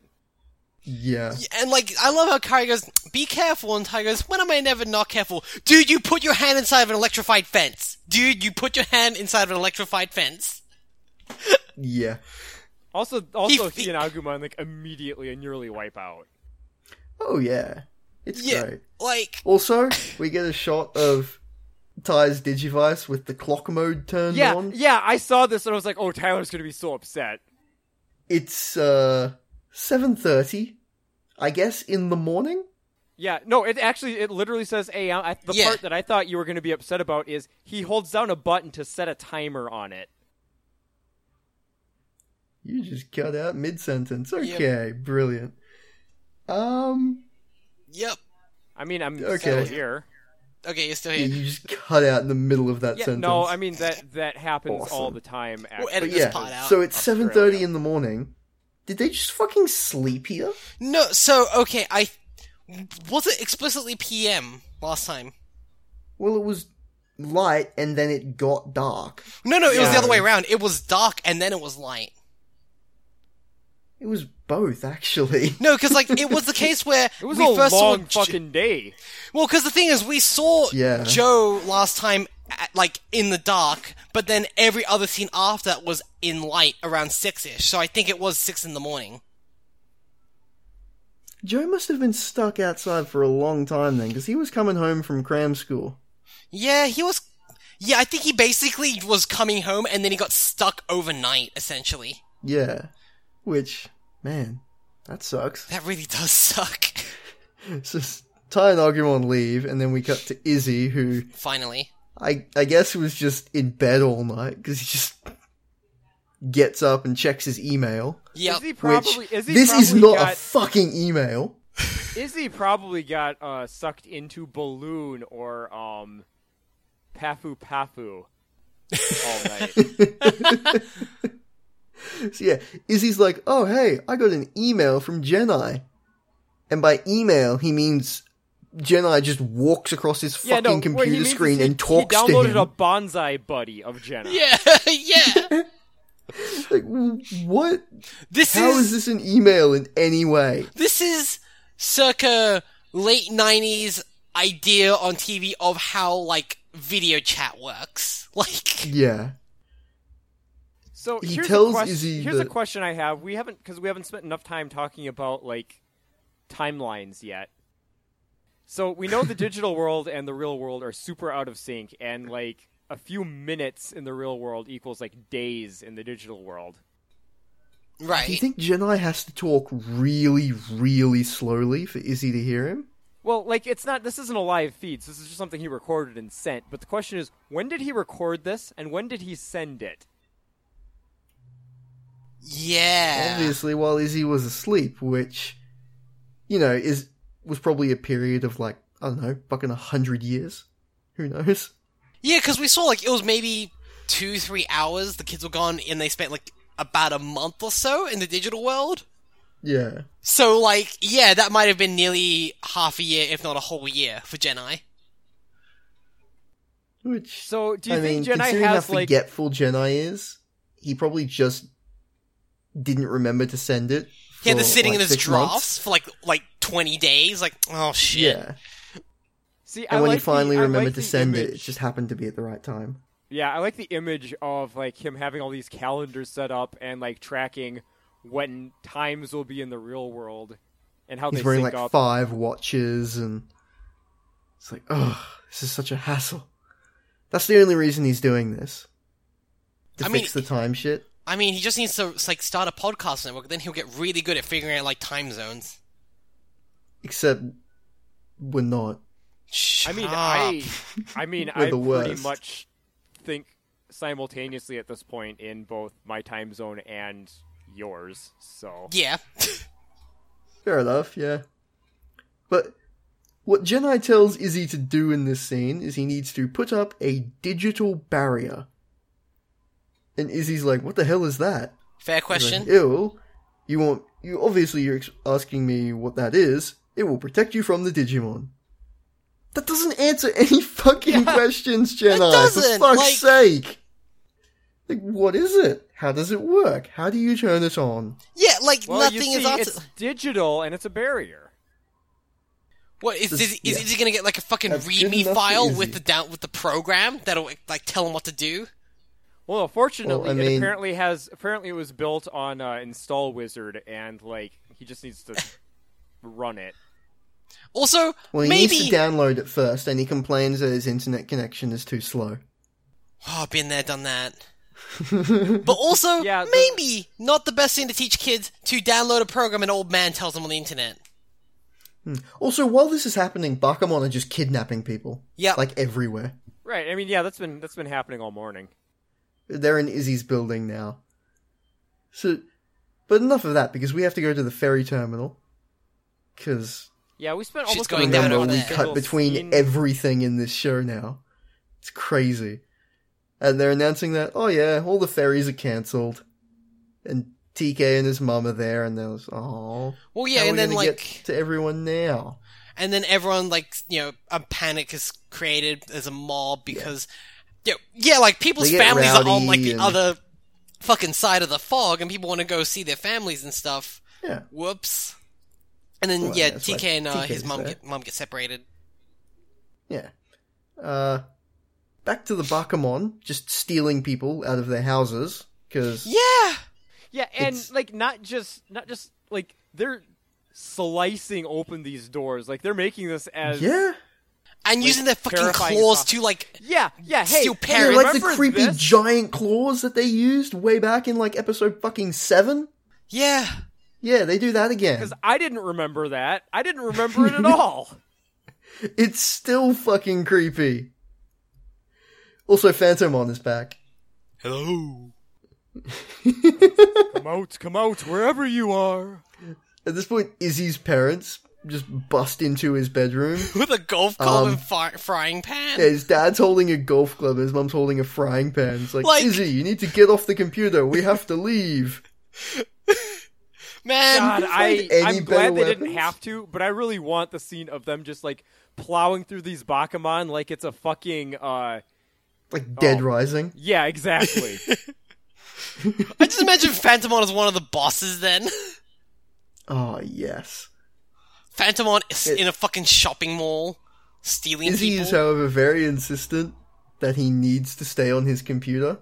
Speaker 1: yeah.
Speaker 2: And, like, I love how Kari goes, be careful, and Tai goes, when am I never not careful? Dude, you put your hand inside of an electrified fence. Dude, you put your hand inside of an electrified fence.
Speaker 1: Yeah.
Speaker 3: Also, also
Speaker 2: fe-
Speaker 3: he, and Agumon like immediately and nearly wipe out.
Speaker 1: Oh, yeah. It's
Speaker 2: Yeah.
Speaker 1: great.
Speaker 2: Like,
Speaker 1: Also, we get a shot of Ty's Digivice with the clock mode turned
Speaker 3: Yeah,
Speaker 1: on.
Speaker 3: yeah. I saw this and I was like, oh, Tyler's gonna be so upset.
Speaker 1: It's, uh, 7.30, I guess, in the morning?
Speaker 3: Yeah, no, it actually it literally says AM. I, the
Speaker 2: Yeah.
Speaker 3: part that I thought you were going to be upset about is he holds down a button to set a timer on it.
Speaker 1: You just cut out mid-sentence. Okay, brilliant. Um,
Speaker 2: yep.
Speaker 3: I mean, I'm
Speaker 1: Okay.
Speaker 3: still here.
Speaker 2: Okay, you're still
Speaker 1: yeah,
Speaker 2: here.
Speaker 1: you just cut out in the middle of that
Speaker 3: Yeah,
Speaker 1: sentence.
Speaker 3: no, I mean that that happens
Speaker 1: Awesome.
Speaker 3: all the time.
Speaker 2: We'll
Speaker 3: Actually.
Speaker 2: edit
Speaker 1: But
Speaker 2: this part out.
Speaker 1: So it's
Speaker 3: Australia.
Speaker 1: seven thirty in the morning. Did they just fucking sleep here?
Speaker 2: no, so okay, I was it explicitly PM last time.
Speaker 1: Well, it was light, and then it got dark.
Speaker 2: No, no, it was the
Speaker 1: Yeah.
Speaker 2: other way around. It was dark and then it was light.
Speaker 1: It was both, actually.
Speaker 2: No, because like it was the case where
Speaker 3: It was
Speaker 2: we
Speaker 3: a
Speaker 2: first
Speaker 3: long
Speaker 2: saw J-
Speaker 3: fucking day.
Speaker 2: well, because the thing is, we saw
Speaker 1: Yeah.
Speaker 2: Joe last time, at, like in the dark, but then every other scene after that was in light around six ish. So I think it was six in the morning.
Speaker 1: Joe must have been stuck outside for a long time then, because he was coming home from cram school.
Speaker 2: Yeah, he was. Yeah, I think he basically was coming home and then he got stuck overnight, essentially.
Speaker 1: Yeah, which man, that sucks.
Speaker 2: That really does suck.
Speaker 1: It's just Ty and Agumon leave, and then we cut to Izzy, who
Speaker 2: Finally.
Speaker 1: I I guess was just in bed all night because he just gets up and checks his email.
Speaker 2: Yep.
Speaker 3: Izzy probably
Speaker 1: which
Speaker 3: Izzy
Speaker 1: this
Speaker 3: probably
Speaker 1: is not
Speaker 3: got,
Speaker 1: a fucking email.
Speaker 3: Izzy probably got uh, sucked into balloon or um, pafu pafu all night.
Speaker 1: So yeah, Izzy's like, oh hey, I got an email from Jedi, and by email he means Jedi just walks across his
Speaker 3: yeah,
Speaker 1: fucking
Speaker 3: no, what he
Speaker 1: computer
Speaker 3: means is
Speaker 1: screen
Speaker 3: he,
Speaker 1: and talks
Speaker 3: he
Speaker 1: to
Speaker 3: downloaded
Speaker 1: him.
Speaker 3: a bonsai buddy of Jenna.
Speaker 2: Yeah, yeah.
Speaker 1: Like, w- what?
Speaker 2: This
Speaker 1: How
Speaker 2: is
Speaker 1: is this an email in any way?
Speaker 2: this is circa late 90s idea on TV of how like video chat works. Like
Speaker 1: Yeah.
Speaker 3: So
Speaker 1: He
Speaker 3: here's
Speaker 1: tells
Speaker 3: a question,
Speaker 1: Izzy
Speaker 3: here's a
Speaker 1: that-
Speaker 3: question I have. We haven't because we haven't spent enough time talking about like timelines yet. So we know the digital world and the real world are super out of sync, and like a few minutes in the real world equals like days in the digital world.
Speaker 1: Do you
Speaker 2: right.
Speaker 1: think Jedi has to talk really, really slowly for Izzy to hear him?
Speaker 3: Well, like it's not. This isn't a live feed. So this is just something he recorded and sent. But the question is, when did he record this, and when did he send it?
Speaker 2: Yeah.
Speaker 1: Obviously, while Izzy was asleep, which, you know, is was probably a period of like I don't know, fucking a hundred years. Who knows?
Speaker 2: Yeah, because we saw like it was maybe two, three hours. The kids were gone, and they spent like about a month or so in the digital world.
Speaker 1: Yeah.
Speaker 2: So like, yeah, that might have been nearly half a year, if not a whole year, for Jedi.
Speaker 1: Which
Speaker 3: So do you
Speaker 1: I mean,
Speaker 3: think Jedi
Speaker 1: considering
Speaker 3: has
Speaker 1: how
Speaker 3: like?
Speaker 1: forgetful Jedi is, he probably just didn't remember to send it.
Speaker 2: He had
Speaker 1: for,
Speaker 2: this sitting
Speaker 1: like,
Speaker 2: in his
Speaker 1: six
Speaker 2: drafts
Speaker 1: months.
Speaker 2: for like like twenty days. Like, oh shit.
Speaker 1: Yeah.
Speaker 3: See,
Speaker 1: And
Speaker 3: I
Speaker 1: when
Speaker 3: like
Speaker 1: he finally
Speaker 3: the, I
Speaker 1: remembered
Speaker 3: like
Speaker 1: to
Speaker 3: the
Speaker 1: send
Speaker 3: image.
Speaker 1: it, it just happened to be at the right time.
Speaker 3: Yeah, I like the image of like him having all these calendars set up and like tracking when times will be in the real world and how
Speaker 1: He's
Speaker 3: they
Speaker 1: wearing
Speaker 3: sync
Speaker 1: like
Speaker 3: up.
Speaker 1: five watches, and it's like, oh, this is such a hassle. That's the only reason he's doing this to
Speaker 2: I mean-
Speaker 1: fix the time shit.
Speaker 2: I mean, he just needs to like start a podcast network. Then he'll get really good at figuring out like time zones.
Speaker 1: Except we're not.
Speaker 3: I mean,
Speaker 2: Shut
Speaker 3: I,
Speaker 2: up.
Speaker 3: I mean,
Speaker 1: We're the
Speaker 3: I pretty
Speaker 1: worst.
Speaker 3: much think simultaneously at this point in both my time zone and yours. So
Speaker 2: yeah.
Speaker 1: Fair enough, yeah. But what Jedi tells Izzy to do in this scene is he needs to put up a digital barrier. And Izzy's like, what the hell is that?
Speaker 2: Fair
Speaker 1: He's like,
Speaker 2: question.
Speaker 1: Ew. You want you obviously you're ex- asking me what that is. It will protect you from the Digimon. That doesn't answer any fucking questions, Jedi. For
Speaker 2: doesn't,
Speaker 1: fuck's
Speaker 2: like-
Speaker 1: sake. Like, what is it? How does it work? How do you turn it on?
Speaker 2: Yeah, like
Speaker 3: well,
Speaker 2: nothing
Speaker 3: you see,
Speaker 2: is on.
Speaker 3: it's digital and it's a barrier.
Speaker 2: What is
Speaker 1: This-
Speaker 2: is, is,
Speaker 1: yeah.
Speaker 2: is he gonna get like a fucking
Speaker 1: That's good enough
Speaker 2: README
Speaker 1: for
Speaker 2: file
Speaker 1: Izzy.
Speaker 2: with the down with the program that'll like tell him what to do?
Speaker 3: Well, fortunately,
Speaker 1: Well, I
Speaker 3: it
Speaker 1: mean-
Speaker 3: apparently has. Apparently, it was built on uh, Install Wizard, and like he just needs to run it.
Speaker 2: Also,
Speaker 1: Well, he needs
Speaker 2: maybe
Speaker 1: to download it first, and he complains that his internet connection is too slow.
Speaker 2: oh, I've been there, done that. but also,
Speaker 3: Yeah, the-
Speaker 2: maybe not the best thing to teach kids to download a program an old man tells them on the internet.
Speaker 1: Also, while this is happening, Bakamon are just kidnapping people.
Speaker 2: Yep.
Speaker 1: Like everywhere.
Speaker 3: Right. I mean, yeah, that's been that's been happening all morning.
Speaker 1: They're in Izzy's building now. So, but enough of that because we have to go to the ferry terminal. Because
Speaker 3: Yeah, we spent
Speaker 2: She's
Speaker 3: almost
Speaker 2: going
Speaker 3: an hour
Speaker 2: down
Speaker 1: remember,
Speaker 2: over
Speaker 3: on
Speaker 1: we
Speaker 2: there.
Speaker 3: that
Speaker 1: cut
Speaker 3: single
Speaker 1: between
Speaker 3: scene.
Speaker 1: everything in this show now. It's crazy. And they're announcing that, oh yeah, all the ferries are cancelled. And TK and his mum are there, and they're like, oh.
Speaker 2: Well, yeah,
Speaker 1: how are
Speaker 2: and
Speaker 1: we
Speaker 2: then
Speaker 1: gonna
Speaker 2: like,
Speaker 1: get to everyone now.
Speaker 2: and then everyone like, you know, a panic is created as a mob because, yeah, yeah, like people's
Speaker 1: They get
Speaker 2: families are on
Speaker 1: rowdy
Speaker 2: like the
Speaker 1: and-
Speaker 2: other fucking side of the fog, and people want to go see their families and stuff.
Speaker 1: Yeah.
Speaker 2: Whoops. And then
Speaker 1: Well,
Speaker 2: yeah,
Speaker 1: yeah, it's
Speaker 2: TK
Speaker 1: like
Speaker 2: and uh,
Speaker 1: TK
Speaker 2: his
Speaker 1: is
Speaker 2: mom
Speaker 1: there.
Speaker 2: get mom get separated.
Speaker 1: Yeah. Uh, back to the Bakamon, just stealing people out of their houses because
Speaker 2: Yeah.
Speaker 3: Yeah, and
Speaker 1: It's-
Speaker 3: like not just not just like they're slicing open these doors. Like they're making this as
Speaker 1: yeah,
Speaker 2: And using their fucking
Speaker 3: terrifying
Speaker 2: claws
Speaker 3: stuff.
Speaker 2: to like
Speaker 3: yeah, yeah, Hey,
Speaker 2: Steal
Speaker 3: hey,
Speaker 1: yeah,
Speaker 2: parents.
Speaker 1: like the
Speaker 3: remember
Speaker 1: creepy
Speaker 3: this?
Speaker 1: giant claws that they used way back in like episode fucking seven.
Speaker 2: yeah.
Speaker 1: Yeah, they do that again.
Speaker 3: Because I didn't remember that. I didn't remember it at all.
Speaker 1: It's still fucking creepy. Also, Phantomon is back.
Speaker 2: Hello.
Speaker 3: Come out, come out, wherever you are.
Speaker 1: At this point, Izzy's parents just bust into his bedroom.
Speaker 2: With a golf club and fi- frying pan.
Speaker 1: Um, Yeah, his dad's holding a golf club and his mum's holding a frying pan. It's like,
Speaker 2: Like-
Speaker 1: Izzy, you need to get off the computer. We have to leave.
Speaker 2: Man,
Speaker 3: God, I,
Speaker 1: find any better
Speaker 3: I'm glad they didn't
Speaker 1: weapons?
Speaker 3: have to, but I really want the scene of them just like plowing through these Bakuman like it's a fucking uh
Speaker 1: Like Dead Rising.
Speaker 3: yeah, exactly.
Speaker 2: I just imagine Phantomon is one of the bosses then.
Speaker 1: Oh yes.
Speaker 2: Phantomon is in a fucking shopping mall, stealing
Speaker 1: Izzy
Speaker 2: people.
Speaker 1: is, however, very insistent that he needs to stay on his computer.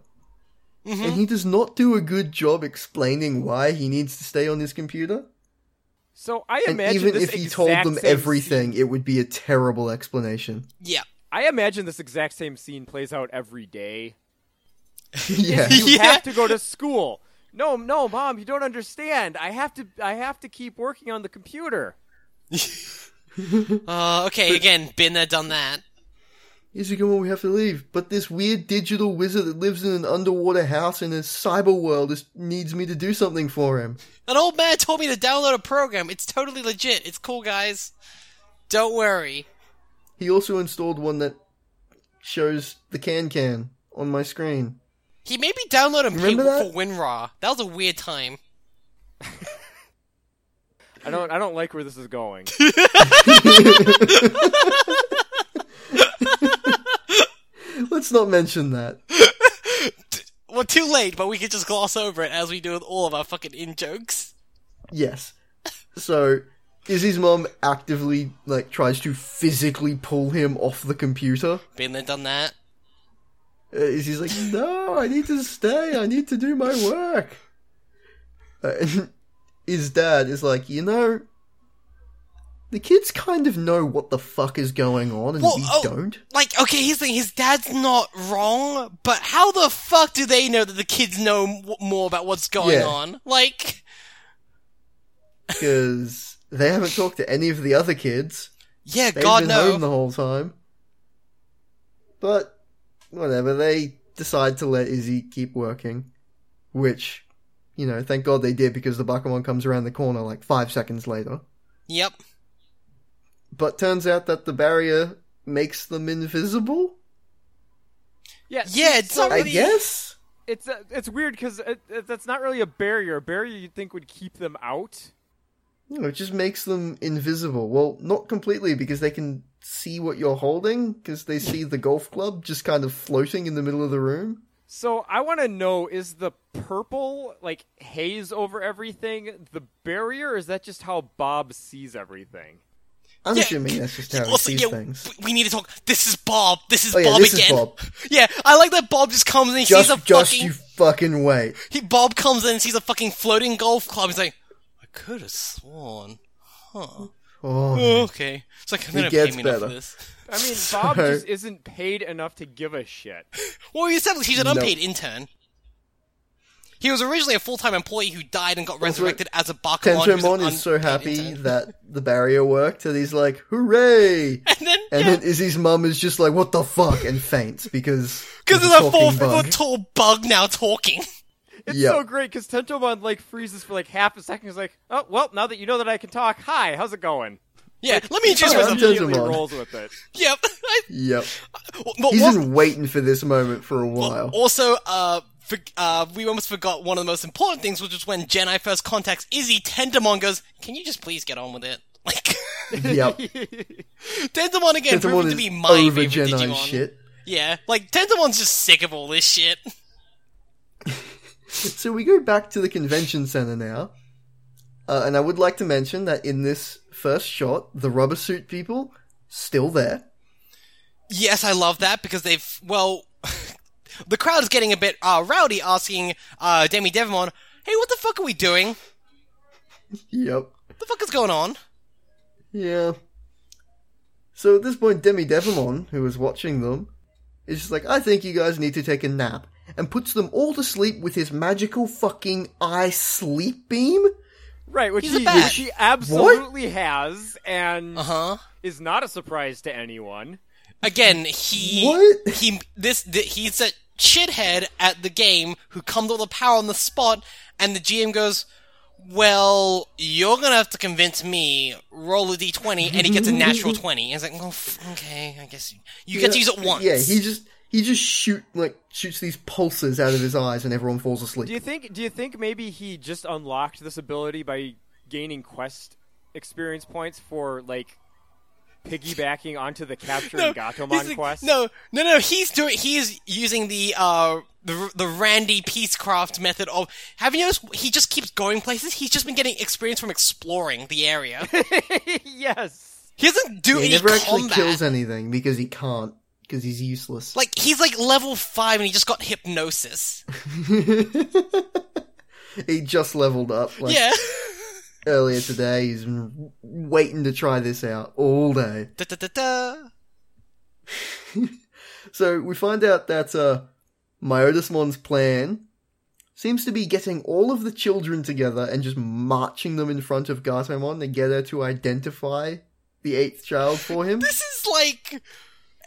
Speaker 3: Mm-hmm.
Speaker 1: And he does not do a good job explaining why he needs to stay on his computer.
Speaker 3: so I
Speaker 1: And
Speaker 3: imagine
Speaker 1: even
Speaker 3: this
Speaker 1: if he
Speaker 3: exact
Speaker 1: told them
Speaker 3: same scene-
Speaker 1: everything, it would be a terrible explanation.
Speaker 2: yeah.
Speaker 3: I imagine this exact same scene plays out every day.
Speaker 1: yeah.
Speaker 3: You
Speaker 2: Yeah.
Speaker 3: have to go to school. No, no, mom, you don't understand. I have to I have to keep working on the computer.
Speaker 2: Uh, okay, again, been there, done that.
Speaker 1: Izzy, come on, we have to leave. But this weird digital wizard that lives in an underwater house in a cyber world is, needs me to do something for him.
Speaker 2: An old man told me to download a program. It's totally legit. It's cool, guys. Don't worry.
Speaker 1: He also installed one that shows the can can on my screen.
Speaker 2: He made me download and pay
Speaker 1: Remember that?
Speaker 2: for WinRAR. That was a weird time.
Speaker 3: I don't I don't like where this is going.
Speaker 1: Let's not mention that.
Speaker 2: Well, too late, but we could just gloss over it as we do with all of our fucking in jokes.
Speaker 1: Yes. So Izzy's mom actively like tries to physically pull him off the computer.
Speaker 2: Been there, done that.
Speaker 1: Uh, Izzy's like, "No, I need to stay. I need to do my work." Uh, and his dad is like, "You know, the kids kind of know what the fuck is going on, and
Speaker 2: Well,
Speaker 1: we
Speaker 2: oh,
Speaker 1: don't."
Speaker 2: Like, okay, here's the thing. His dad's not wrong, but how the fuck do they know that the kids know m- more about what's going
Speaker 1: Yeah.
Speaker 2: on? Like,
Speaker 1: because they haven't talked to any of the other kids.
Speaker 2: yeah,
Speaker 1: They've
Speaker 2: God
Speaker 1: been
Speaker 2: no.
Speaker 1: home the whole time. But whatever, they decide to let Izzy keep working, which you know, thank God they did because the Bakuman comes around the corner like five seconds later.
Speaker 2: Yep.
Speaker 1: But turns out that the barrier makes them invisible.
Speaker 3: Yeah,
Speaker 2: Yeah, it's not
Speaker 1: I
Speaker 2: really-
Speaker 1: guess.
Speaker 3: it's uh, it's weird because it, it, that's not really a barrier. A barrier you'd think would keep them out.
Speaker 1: You know, it just makes them invisible. Well, not completely because they can see what you're holding because they see the golf club just kind of floating in the middle of the room.
Speaker 3: So I want to know: is the purple like haze over everything the barrier? Or is that just how Bob sees everything?
Speaker 1: I'm
Speaker 2: Yeah.
Speaker 1: assuming that's just how he
Speaker 2: Also,
Speaker 1: sees
Speaker 2: yeah,
Speaker 1: things.
Speaker 2: we- we need to talk. This is Bob. This is
Speaker 1: Oh yeah,
Speaker 2: Bob
Speaker 1: this
Speaker 2: again.
Speaker 1: is Bob.
Speaker 2: Yeah, I like that Bob just comes and he sees a
Speaker 1: Just, just
Speaker 2: fucking.
Speaker 1: you fucking wait.
Speaker 2: He Bob comes in and sees a fucking floating golf club. He's like, I could have sworn.
Speaker 1: Oh,
Speaker 2: Okay. It's like, they don't pay
Speaker 1: gets
Speaker 2: me enough for
Speaker 1: better.
Speaker 2: this.
Speaker 3: I mean, Bob
Speaker 1: So-
Speaker 3: just isn't paid enough to give a shit.
Speaker 2: Well, we established he's an unpaid intern. He was originally a full-time employee who died and got resurrected as a Bakuman. who's an
Speaker 1: Tentomon is so
Speaker 2: unpaid
Speaker 1: happy
Speaker 2: intern.
Speaker 1: that the barrier worked, and he's like, "Hooray!"
Speaker 2: And then,
Speaker 1: And
Speaker 2: yeah,
Speaker 1: then Izzy's mum is just like, "What the fuck?" and faints because
Speaker 2: because
Speaker 1: of
Speaker 2: there's
Speaker 1: the
Speaker 2: a four
Speaker 1: talking
Speaker 2: foot
Speaker 1: bug.
Speaker 2: tall bug now talking.
Speaker 3: It's
Speaker 1: Yep.
Speaker 3: so great because Tentomon like freezes for like half a second. He's like, "Oh well, now that you know that I can talk, hi, how's it going?"
Speaker 2: Yeah, let me introduce
Speaker 1: Yeah, I'm
Speaker 2: myself.
Speaker 1: just-
Speaker 3: Immediately
Speaker 1: Tentomon.
Speaker 3: rolls with it.
Speaker 2: Yep. I,
Speaker 1: Yep,
Speaker 2: well, well,
Speaker 1: he's
Speaker 2: one-
Speaker 1: been waiting for this moment for a while.
Speaker 2: Also, uh, for, uh, we almost forgot one of the most important things, which is when Jedi first contacts Izzy, Tentamon goes, Can you just please get on with it? Like,
Speaker 1: Yep,
Speaker 2: Tentamon
Speaker 1: Tentomon
Speaker 2: again proving
Speaker 1: is
Speaker 2: to be my
Speaker 1: over
Speaker 2: favorite
Speaker 1: Jedi
Speaker 2: Digimon.
Speaker 1: shit.
Speaker 2: Yeah, like, Tentamon's just sick of all this shit.
Speaker 1: So we go back to the convention center now, uh, and I would like to mention that in this first shot, the rubber suit people still there.
Speaker 2: Yes, I love that because they've, well, the crowd is getting a bit uh, rowdy asking uh, Demi Devimon, Hey, what the fuck are we doing?
Speaker 1: Yep.
Speaker 2: What the fuck is going on?
Speaker 1: Yeah. So at this point, Demi Devimon, who was watching them, is just like, I think you guys need to take a nap, and puts them all to sleep with his magical fucking eye sleep beam,
Speaker 3: Right, which
Speaker 2: He's a
Speaker 3: he,
Speaker 2: bat.
Speaker 3: which he absolutely has, and
Speaker 2: Uh huh.
Speaker 3: is not a surprise to anyone.
Speaker 2: Again, he
Speaker 1: What?
Speaker 2: he this th- he's a shithead at the game who comes with all the power on the spot, and the GM goes, "Well, you're gonna have to convince me." Roll a d20, and he gets a natural twenty. And it's like, well, f- okay, I guess you, you get to use it once.
Speaker 1: Yeah, he just he just shoot like shoots these pulses out of his eyes and everyone falls asleep.
Speaker 3: Do you think? Do you think maybe he just unlocked this ability by gaining quest experience points for like piggybacking onto the capture and
Speaker 2: he's
Speaker 3: Gatomon
Speaker 2: like-
Speaker 3: quest?
Speaker 2: No, no, no. He's doing. He is using the uh the the Randy Peacecraft method of. Have you noticed? He just keeps going places. He's just been getting experience from exploring the area.
Speaker 3: yes.
Speaker 2: he doesn't do
Speaker 1: Yeah, he
Speaker 2: any
Speaker 1: never actually
Speaker 2: combat.
Speaker 1: kills anything because he can't because he's useless.
Speaker 2: like he's like level five and he just got hypnosis.
Speaker 1: he just leveled up like
Speaker 2: Yeah.
Speaker 1: earlier today. He's been waiting to try this out all day.
Speaker 2: da, da, da, da.
Speaker 1: So we find out that uh, Myotismon's plan seems to be getting all of the children together and just marching them in front of Gatomon to get her to identify the eighth child for him.
Speaker 2: This is like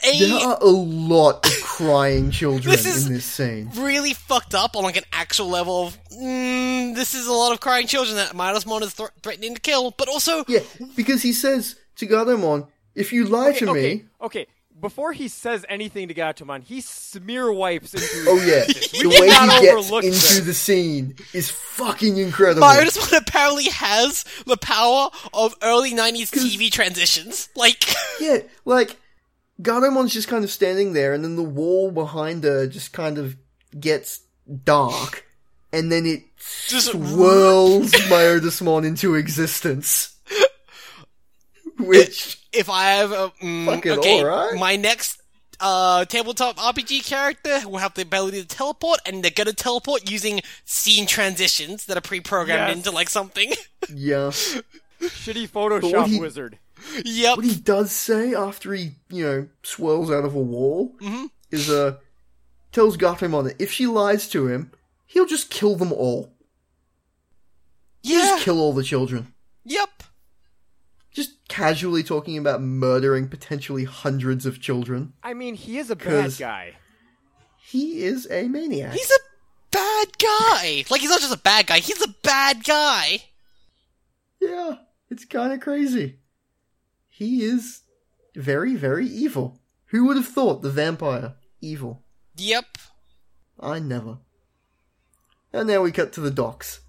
Speaker 2: a
Speaker 1: There are a lot of crying children
Speaker 2: This is-
Speaker 1: in this scene.
Speaker 2: really fucked up on like an actual level of mm, this is a lot of crying children that Miles Mon is thr threatening to kill, but also
Speaker 1: Yeah, because he says to Gatomon, if you lie to
Speaker 3: okay,
Speaker 1: me,
Speaker 3: okay. Before he says anything to Gatomon, he smear wipes into. his
Speaker 1: oh yeah,
Speaker 3: existence.
Speaker 1: the
Speaker 3: we
Speaker 1: way
Speaker 3: cannot
Speaker 1: he gets
Speaker 3: overlook
Speaker 1: into
Speaker 3: this.
Speaker 1: the scene is fucking incredible.
Speaker 2: Miles Mon apparently has the power of early '90s TV transitions. Like,
Speaker 1: Yeah, like Gatomon's just kind of standing there, and then the wall behind her just kind of gets dark, and then it
Speaker 2: Just-
Speaker 1: swirls Myodismon into existence. Which
Speaker 2: if I have a mm,
Speaker 1: Fucking
Speaker 2: okay,
Speaker 1: alright.
Speaker 2: my next uh, tabletop RPG character will have the ability to teleport, and they're gonna teleport using scene transitions that are pre-programmed
Speaker 3: Yes.
Speaker 2: into like something.
Speaker 1: yeah,
Speaker 3: Shitty
Speaker 1: what
Speaker 3: Photoshop
Speaker 1: he-
Speaker 3: wizard.
Speaker 2: yep.
Speaker 1: what he does say after he you know swirls out of a wall is uh tells Gatomon that if she lies to him, he'll just kill them all.
Speaker 2: Yeah.
Speaker 1: Just kill all the children.
Speaker 2: Yep.
Speaker 1: just casually talking about murdering potentially hundreds of children.
Speaker 3: I mean, he is a bad
Speaker 1: 'Cause-
Speaker 3: guy.
Speaker 1: He is a maniac.
Speaker 2: He's a bad guy. Like he's not just a bad guy. He's a bad guy.
Speaker 1: yeah, it's kind of crazy. He is very, very evil. Who would have thought the vampire evil?
Speaker 2: Yep.
Speaker 1: I never. And now we cut to the docks,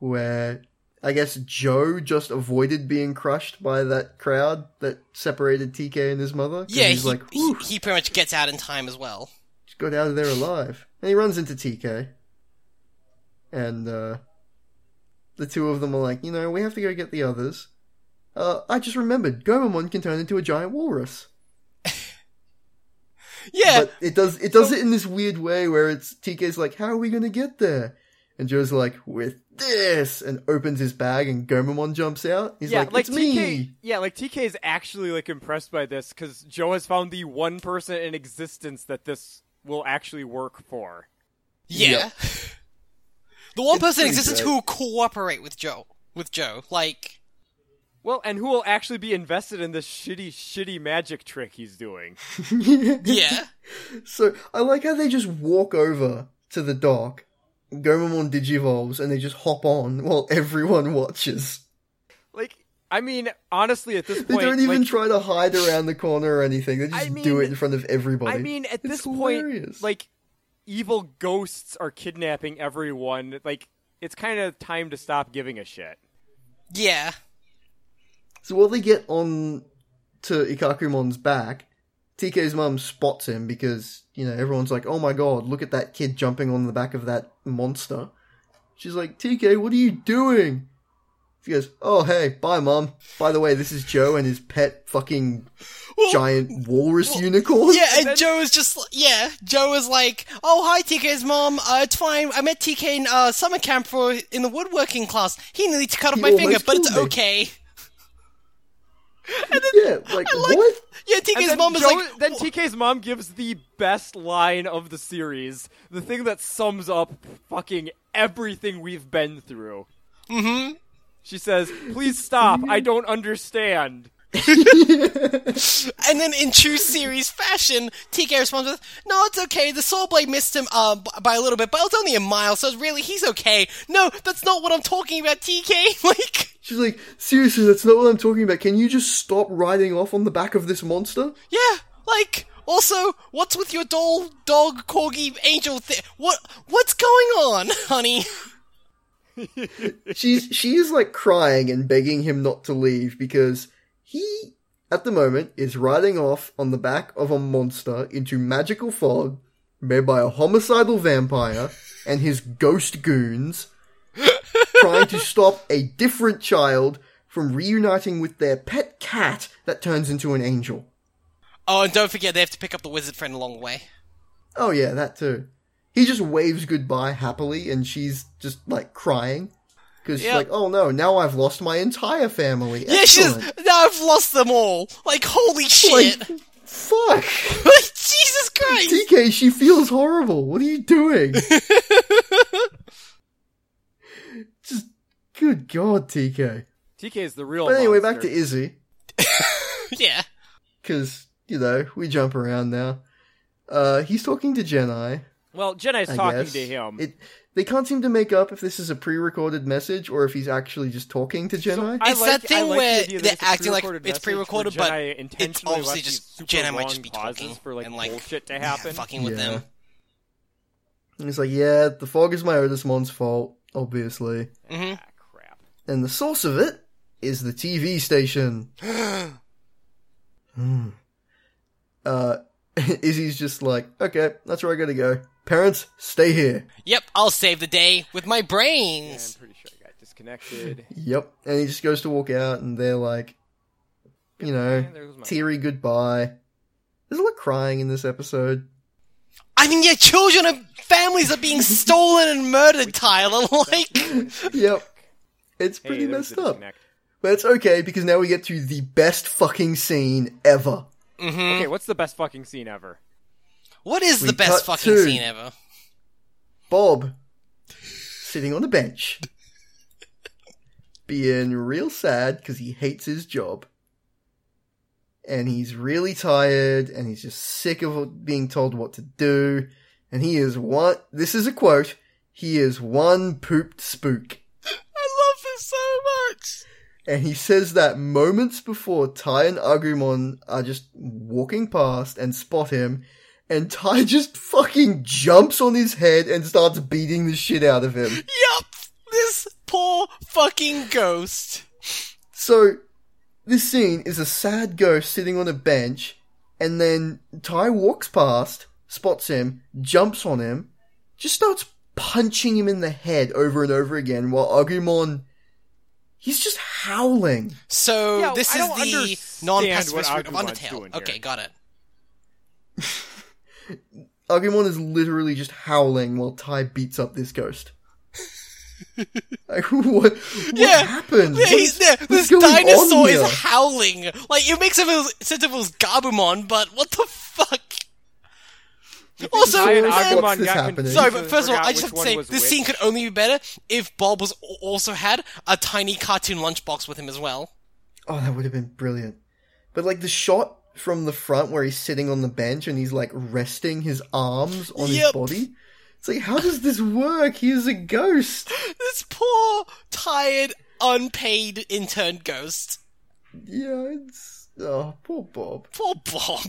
Speaker 1: where I guess Joe just avoided being crushed by that crowd that separated TK and his mother. 'cause
Speaker 2: Yeah.
Speaker 1: he's
Speaker 2: He,
Speaker 1: like,
Speaker 2: he, he pretty much gets out in time as well.
Speaker 1: just got out of there alive. And he runs into TK. And uh, the two of them are like, you know, we have to go get the others. Uh, I just remembered, Gomamon can turn into a giant walrus.
Speaker 2: Yeah.
Speaker 1: But it does it does it in this weird way where it's TK's like, How are we gonna get there? And Joe's like, with this and opens his bag and Gomamon jumps out. He's
Speaker 3: yeah,
Speaker 1: like, It's
Speaker 3: TK.
Speaker 1: me.
Speaker 3: Yeah, like TK is actually like impressed by this because Joe has found the one person in existence that this will actually work for.
Speaker 2: yeah.
Speaker 1: Yep.
Speaker 2: The one
Speaker 1: It's
Speaker 2: person in
Speaker 1: pretty
Speaker 2: existence
Speaker 1: great.
Speaker 2: who will cooperate with Joe. With Joe, like.
Speaker 3: Well, and who will actually be invested in this shitty, shitty magic trick he's doing?
Speaker 2: Yeah.
Speaker 1: So I like how they just walk over to the dock, Gomamon digivolves, and they just hop on while everyone watches.
Speaker 3: Like, I mean, honestly, at this
Speaker 1: They
Speaker 3: point,
Speaker 1: don't even
Speaker 3: like,
Speaker 1: try to hide around the corner or anything. They just
Speaker 3: I
Speaker 1: do it
Speaker 3: mean-
Speaker 1: in front of everybody.
Speaker 3: I mean, at
Speaker 1: It's
Speaker 3: this
Speaker 1: hilarious.
Speaker 3: point, like, evil ghosts are kidnapping everyone. Like, it's kind of time to stop giving a shit.
Speaker 2: Yeah.
Speaker 1: so while they get on to Ikakumon's back, TK's mum spots him because you know everyone's like, "Oh my god, look at that kid jumping on the back of that monster." She's like, "TK, what are you doing?" She goes, "Oh hey, bye mum. By the way, this is Joe and his pet fucking
Speaker 2: Well,
Speaker 1: giant walrus unicorn."
Speaker 2: Yeah, and
Speaker 3: Then-
Speaker 2: Joe is just li- yeah. Joe is like, "Oh, hi, TK's mom. Uh, it's fine. I met TK in uh, summer camp for in the woodworking class. He nearly cut off
Speaker 1: He
Speaker 2: my
Speaker 1: almost
Speaker 2: finger, but it's
Speaker 1: killed me."
Speaker 2: okay."
Speaker 1: Yeah, like, what?
Speaker 2: Yeah, TK's
Speaker 3: then
Speaker 2: mom is
Speaker 3: Joe-
Speaker 2: like,
Speaker 3: then
Speaker 2: "Wh-
Speaker 3: TK's mom gives the best line of the series, the thing that sums up fucking everything we've been through.
Speaker 2: Mm-hmm.
Speaker 3: She says, "Please stop. I don't understand."
Speaker 2: And then, in true series fashion, TK responds with, "No, it's okay. The Soul Blade missed him uh, b- by a little bit, but it was only a mile, so it's really he's okay. No, that's not what I'm talking about, TK. like,
Speaker 1: She's like, seriously, that's not what I'm talking about. Can you just stop riding off on the back of this monster?
Speaker 2: yeah, like." Also, what's with your doll, dog, corgi, angel thing? What, what's going on, honey?
Speaker 1: She's she is like crying and begging him not to leave because he at the moment is riding off on the back of a monster into magical fog made by a homicidal vampire and his ghost goons trying to stop a different child from reuniting with their pet cat that turns into an angel.
Speaker 2: Oh, and don't forget they have to pick up the wizard friend along the way.
Speaker 1: Oh yeah, that too. He just waves goodbye happily, and she's just like crying because she's
Speaker 2: Yeah.
Speaker 1: like, "Oh no, now I've lost my entire family."
Speaker 2: Yeah, she's
Speaker 1: Excellent.
Speaker 2: now I've lost them all. Like holy shit!
Speaker 1: like, fuck,
Speaker 2: Jesus Christ!
Speaker 1: TK. She feels horrible. What are you doing? just good god, TK.
Speaker 3: TK is the real.
Speaker 1: But anyway, back to
Speaker 3: monster.
Speaker 1: Izzy.
Speaker 2: yeah.
Speaker 1: because you know we jump around now. Uh, he's talking to Jedi.
Speaker 3: well, Jenna's
Speaker 1: I
Speaker 3: talking
Speaker 1: guess.
Speaker 3: to him.
Speaker 1: It, they can't seem to make up if this is a pre-recorded message or if he's actually just talking to Jedi.
Speaker 3: I
Speaker 2: It's
Speaker 3: like-
Speaker 2: that thing
Speaker 3: I like
Speaker 2: where
Speaker 3: the idea that
Speaker 2: they're
Speaker 3: it's a
Speaker 2: acting like
Speaker 3: pre-recorded
Speaker 2: it's
Speaker 3: message where
Speaker 2: pre-recorded, but
Speaker 3: Jedi
Speaker 2: it's
Speaker 3: intentionally
Speaker 2: obviously
Speaker 3: left
Speaker 2: just-
Speaker 3: these super
Speaker 2: Jedi might just
Speaker 3: long
Speaker 2: be
Speaker 3: pauses
Speaker 2: talking
Speaker 3: for like,
Speaker 2: and, like,
Speaker 3: bullshit to
Speaker 2: Yeah,
Speaker 3: happen.
Speaker 2: fucking with
Speaker 1: Yeah.
Speaker 2: them.
Speaker 1: And he's like, "Yeah, the fog is my Otis Mon's fault, obviously,
Speaker 3: Ah, crap.
Speaker 1: and the source of it is the TV station." Hmm. Uh, Izzy's just like, "Okay, that's where I gotta go. Parents, stay here."
Speaker 2: Yep, I'll save the day with my
Speaker 3: Yeah, I'm
Speaker 2: brains.
Speaker 3: pretty sure I got disconnected.
Speaker 1: Yep, and he just goes to walk out, and they're like, you know,
Speaker 3: Man, there goes my-
Speaker 1: teary goodbye. There's a lot of crying in this episode.
Speaker 2: I mean, yeah, children and families are being stolen and murdered, Tyler. Like,
Speaker 1: Yep. It's
Speaker 3: Hey,
Speaker 1: pretty
Speaker 3: there was
Speaker 1: messed
Speaker 3: the
Speaker 1: up.
Speaker 3: disconnect.
Speaker 1: But it's okay because now we get to the best fucking scene ever.
Speaker 2: mhm.
Speaker 3: Okay, what's the best fucking scene ever?
Speaker 2: what is
Speaker 1: We
Speaker 2: the best
Speaker 1: cut
Speaker 2: fucking
Speaker 1: to-
Speaker 2: scene ever?
Speaker 1: Bob sitting on a bench being real sad because he hates his job. And he's really tired and he's just sick of being told what to do. And he is one, this is a quote, he is one pooped spook.
Speaker 2: I love this so much.
Speaker 1: And he says that moments before Ty and Agumon are just walking past and spot him, and Ty just fucking jumps on his head and starts beating the shit out of him.
Speaker 2: Yup, this poor fucking ghost.
Speaker 1: So, this scene is a sad ghost sitting on a bench, and then Ty walks past, spots him, jumps on him, just starts punching him in the head over and over again while Agumon. He's just howling.
Speaker 2: So
Speaker 3: Yeah,
Speaker 2: this
Speaker 3: I don't
Speaker 2: is the
Speaker 3: understand
Speaker 2: non-pacifist
Speaker 3: what
Speaker 2: route of
Speaker 3: Agumon's
Speaker 2: Undertale.
Speaker 3: doing
Speaker 2: Okay,
Speaker 3: here.
Speaker 2: got it.
Speaker 1: Agumon is literally just howling while Ty beats up this ghost. like, what, what
Speaker 2: Yeah.
Speaker 1: happened?
Speaker 2: Yeah,
Speaker 1: What
Speaker 2: he's
Speaker 1: is-
Speaker 2: there.
Speaker 1: what's
Speaker 2: This
Speaker 1: going on
Speaker 2: dinosaur
Speaker 1: here?
Speaker 2: is howling. Like it makes him feel- sense if it was Gabumon, but what the fuck? Also,
Speaker 3: Ryan
Speaker 1: What's
Speaker 2: and-
Speaker 3: Agumon
Speaker 1: this
Speaker 3: got
Speaker 1: happening?
Speaker 3: confused
Speaker 2: sorry,
Speaker 3: and
Speaker 2: but first of all,
Speaker 3: forgot
Speaker 2: I just have
Speaker 3: which
Speaker 2: to
Speaker 3: one
Speaker 2: say
Speaker 3: was
Speaker 2: this scene
Speaker 3: which.
Speaker 2: could only be better if Bob was al- also had a tiny cartoon lunchbox with him as well.
Speaker 1: Oh, that would have been brilliant. But like the shot from the front where he's sitting on the bench and he's like resting his arms on his
Speaker 2: Yep.
Speaker 1: body. It's like, how does this work? He is a ghost.
Speaker 2: This poor, tired, unpaid intern ghost.
Speaker 1: Yeah, it's oh, poor Bob.
Speaker 2: Poor Bob.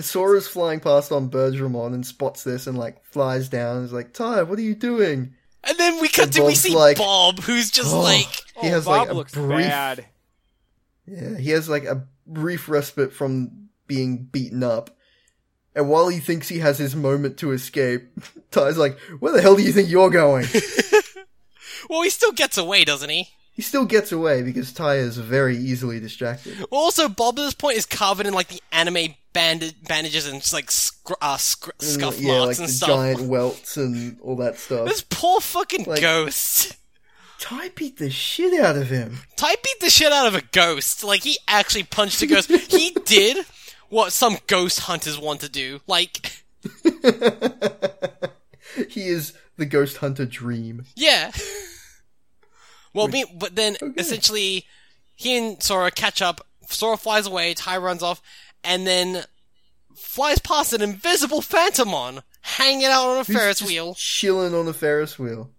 Speaker 1: Sora's flying past on Bergeramon and spots this and like flies down and is like, Ty, what are you doing?
Speaker 2: And then we cut
Speaker 1: And
Speaker 2: to we
Speaker 1: Bob's
Speaker 2: see
Speaker 1: like,
Speaker 2: Bob, who's just
Speaker 1: Oh,
Speaker 2: like,
Speaker 3: Oh,
Speaker 1: he has
Speaker 3: Bob
Speaker 1: like a
Speaker 3: looks
Speaker 1: brief
Speaker 3: bad.
Speaker 1: yeah he has like a brief respite from being beaten up and while he thinks he has his moment to escape ty's like where the hell do you think you're going
Speaker 2: well, he still gets away, doesn't he?
Speaker 1: he still gets away because ty is very easily distracted
Speaker 2: Well, also Bob at this point is covered in like the anime bandage bandages and just, like scr- uh, scr- scuff
Speaker 1: Mm, yeah like
Speaker 2: marks
Speaker 1: the
Speaker 2: and stuff.
Speaker 1: giant welts and all that stuff
Speaker 2: This poor fucking
Speaker 1: Like-
Speaker 2: ghost.
Speaker 1: ty beat the shit out of him
Speaker 2: Ty beat the shit out of a ghost. Like he actually punched a ghost. he did what some ghost hunters want to do. Like,
Speaker 1: he is the ghost hunter dream
Speaker 2: yeah. Well, me, but then essentially, he and Sora catch up. Sora flies away. Ty runs off, and then flies past an invisible Phantomon hanging out on a
Speaker 1: Who's
Speaker 2: Ferris
Speaker 1: just
Speaker 2: wheel.
Speaker 1: Chilling on a Ferris wheel.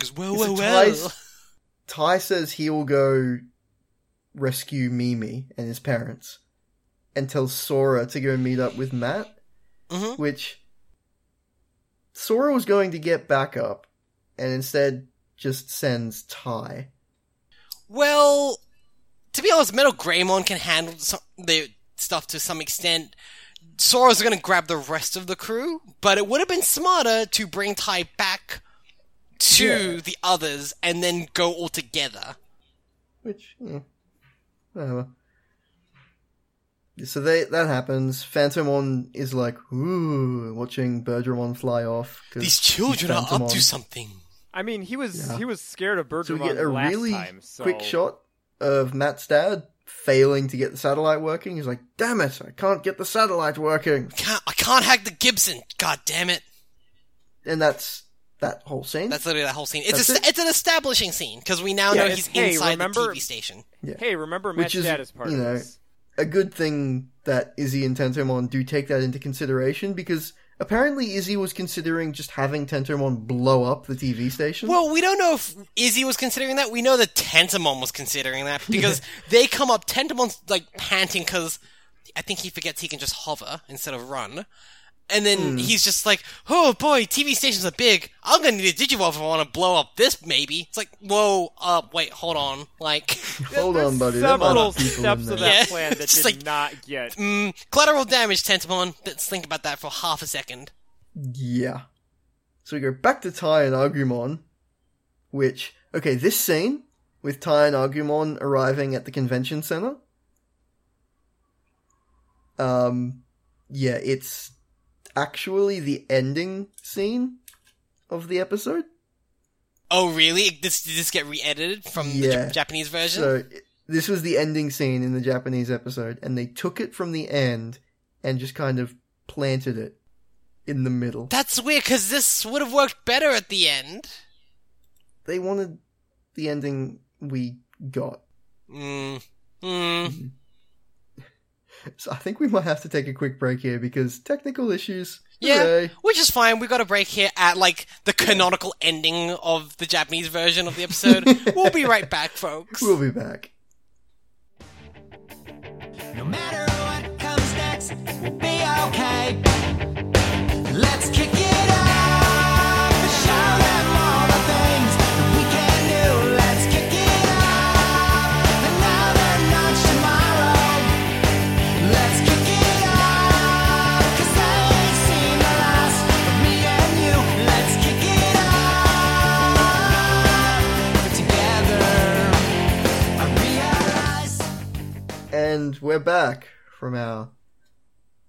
Speaker 2: Goes, Whoa,
Speaker 1: Is
Speaker 2: whoa,
Speaker 1: it
Speaker 2: whoa!
Speaker 1: Ty's- Ty says he will go rescue Mimi and his parents and tells Sora to go meet up with Matt,
Speaker 2: Mhm.
Speaker 1: which Sora was going to get back up and instead just sends Ty.
Speaker 2: Well, to be honest, Metal Greymon can handle some, the stuff to some extent. Sora's going to grab the rest of the crew, but it would have been smarter to bring Ty back to
Speaker 1: Yeah.
Speaker 2: the others and then go all together.
Speaker 1: Which, yeah, whatever. So they, that happens. Phantomon is like, ooh, watching Bergeron fly off. 'cause
Speaker 2: These children are up to
Speaker 1: Phantomon.
Speaker 2: something.
Speaker 3: I mean, he was
Speaker 1: Yeah.
Speaker 3: he was scared of
Speaker 1: So we
Speaker 3: Bergermon
Speaker 1: get a
Speaker 3: last
Speaker 1: really
Speaker 3: time. So
Speaker 1: quick shot of Matt's dad failing to get the satellite working. He's like, damn it, I can't get the satellite working.
Speaker 2: Can't, I can't hack the Gibson. God damn it.
Speaker 1: And that's that whole scene.
Speaker 2: That's literally that whole scene. It's,
Speaker 1: That's
Speaker 2: a,
Speaker 1: it.
Speaker 2: it's an establishing scene because we now
Speaker 3: Yeah,
Speaker 2: know
Speaker 3: it's,
Speaker 2: he's
Speaker 3: hey,
Speaker 2: inside
Speaker 3: remember-
Speaker 2: the TV station.
Speaker 3: Hey, remember
Speaker 1: Which
Speaker 3: Matt's
Speaker 1: is,
Speaker 3: dad is part
Speaker 1: you know,
Speaker 3: of this.
Speaker 1: a good thing that Izzy and Tentomon do take that into consideration because apparently Izzy was considering just having Tentomon blow up the TV station.
Speaker 2: Well, we don't know if Izzy was considering that. We know that Tentamon was considering that because they come up. Tentamon's like panting because I think he forgets he can just hover instead of run. And then
Speaker 1: Hmm.
Speaker 2: he's just like, "Oh boy, TV stations are big. I'm gonna need a Digivolve if I want to blow up this. Maybe it's like, whoa, up, wait, hold on. Like,
Speaker 1: Hold on, buddy. there might
Speaker 3: Several
Speaker 1: be people in
Speaker 3: steps of
Speaker 1: there.
Speaker 2: Yeah.
Speaker 3: that plan that
Speaker 2: It's
Speaker 3: did
Speaker 2: like-
Speaker 3: not get.
Speaker 2: mm, collateral damage, Tentamon. Let's think about that for half a second.
Speaker 1: Yeah. So we go back to Ty and Agumon, which, okay, this scene with Ty and Agumon arriving at the convention center. Um, yeah, it's actually the ending scene of the episode.
Speaker 2: Oh, really? This did this get re-edited from the
Speaker 1: Yeah.
Speaker 2: J- Japanese version?
Speaker 1: So it- this was the ending scene in the Japanese episode, and they took it from the end and just kind of planted it in the middle.
Speaker 2: That's weird because this would have worked better at the end.
Speaker 1: They wanted the ending we got.
Speaker 2: Mm. Mm.
Speaker 1: So I think we might have to take a quick break here because technical issues.
Speaker 2: Yeah,
Speaker 1: Hooray.
Speaker 2: which is fine. We got a break here at like the canonical ending of the Japanese version of the episode. we'll be right back, folks.
Speaker 1: We'll be back.
Speaker 4: No matter what comes next, we'll be okay. Let's kick it up and show them all the things that we can do. Let's kick it up another notch tomorrow. Let's kick it up, 'cause they ain't seen the last of me and you. Let's kick it up together. I realize.
Speaker 1: And we're back from our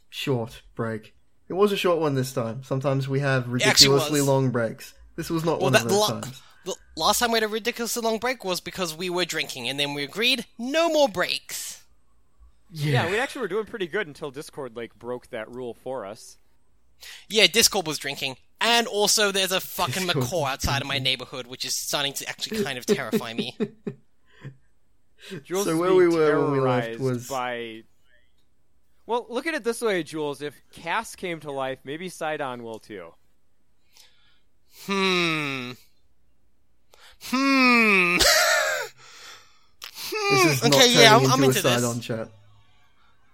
Speaker 1: short break. It was a short one this time. Sometimes we have
Speaker 2: actually was.
Speaker 1: ridiculously long breaks. This was not
Speaker 2: well,
Speaker 1: one of
Speaker 2: that
Speaker 1: those
Speaker 2: lo-
Speaker 1: times.
Speaker 2: the last time we had a ridiculously long break was because we were drinking, and then we agreed no more breaks.
Speaker 3: Yeah, we actually were doing pretty good until Discord like broke that rule for us.
Speaker 2: Yeah, Discord was drinking, and also there's a fucking macaw outside of my neighborhood, which is starting to actually kind of terrify me.
Speaker 3: Jules
Speaker 1: So
Speaker 3: is
Speaker 1: where
Speaker 3: being
Speaker 1: we were when we left
Speaker 3: terrorized
Speaker 1: was-
Speaker 3: by. Well, look at it this way, Jules. If Cass came to life, maybe Sidon will too.
Speaker 2: Hmm. Hmm.
Speaker 1: This is not
Speaker 2: Mm, okay,
Speaker 1: turning
Speaker 2: yeah, I'm-
Speaker 1: into
Speaker 2: I'm
Speaker 1: a
Speaker 2: into this.
Speaker 1: side-on chat.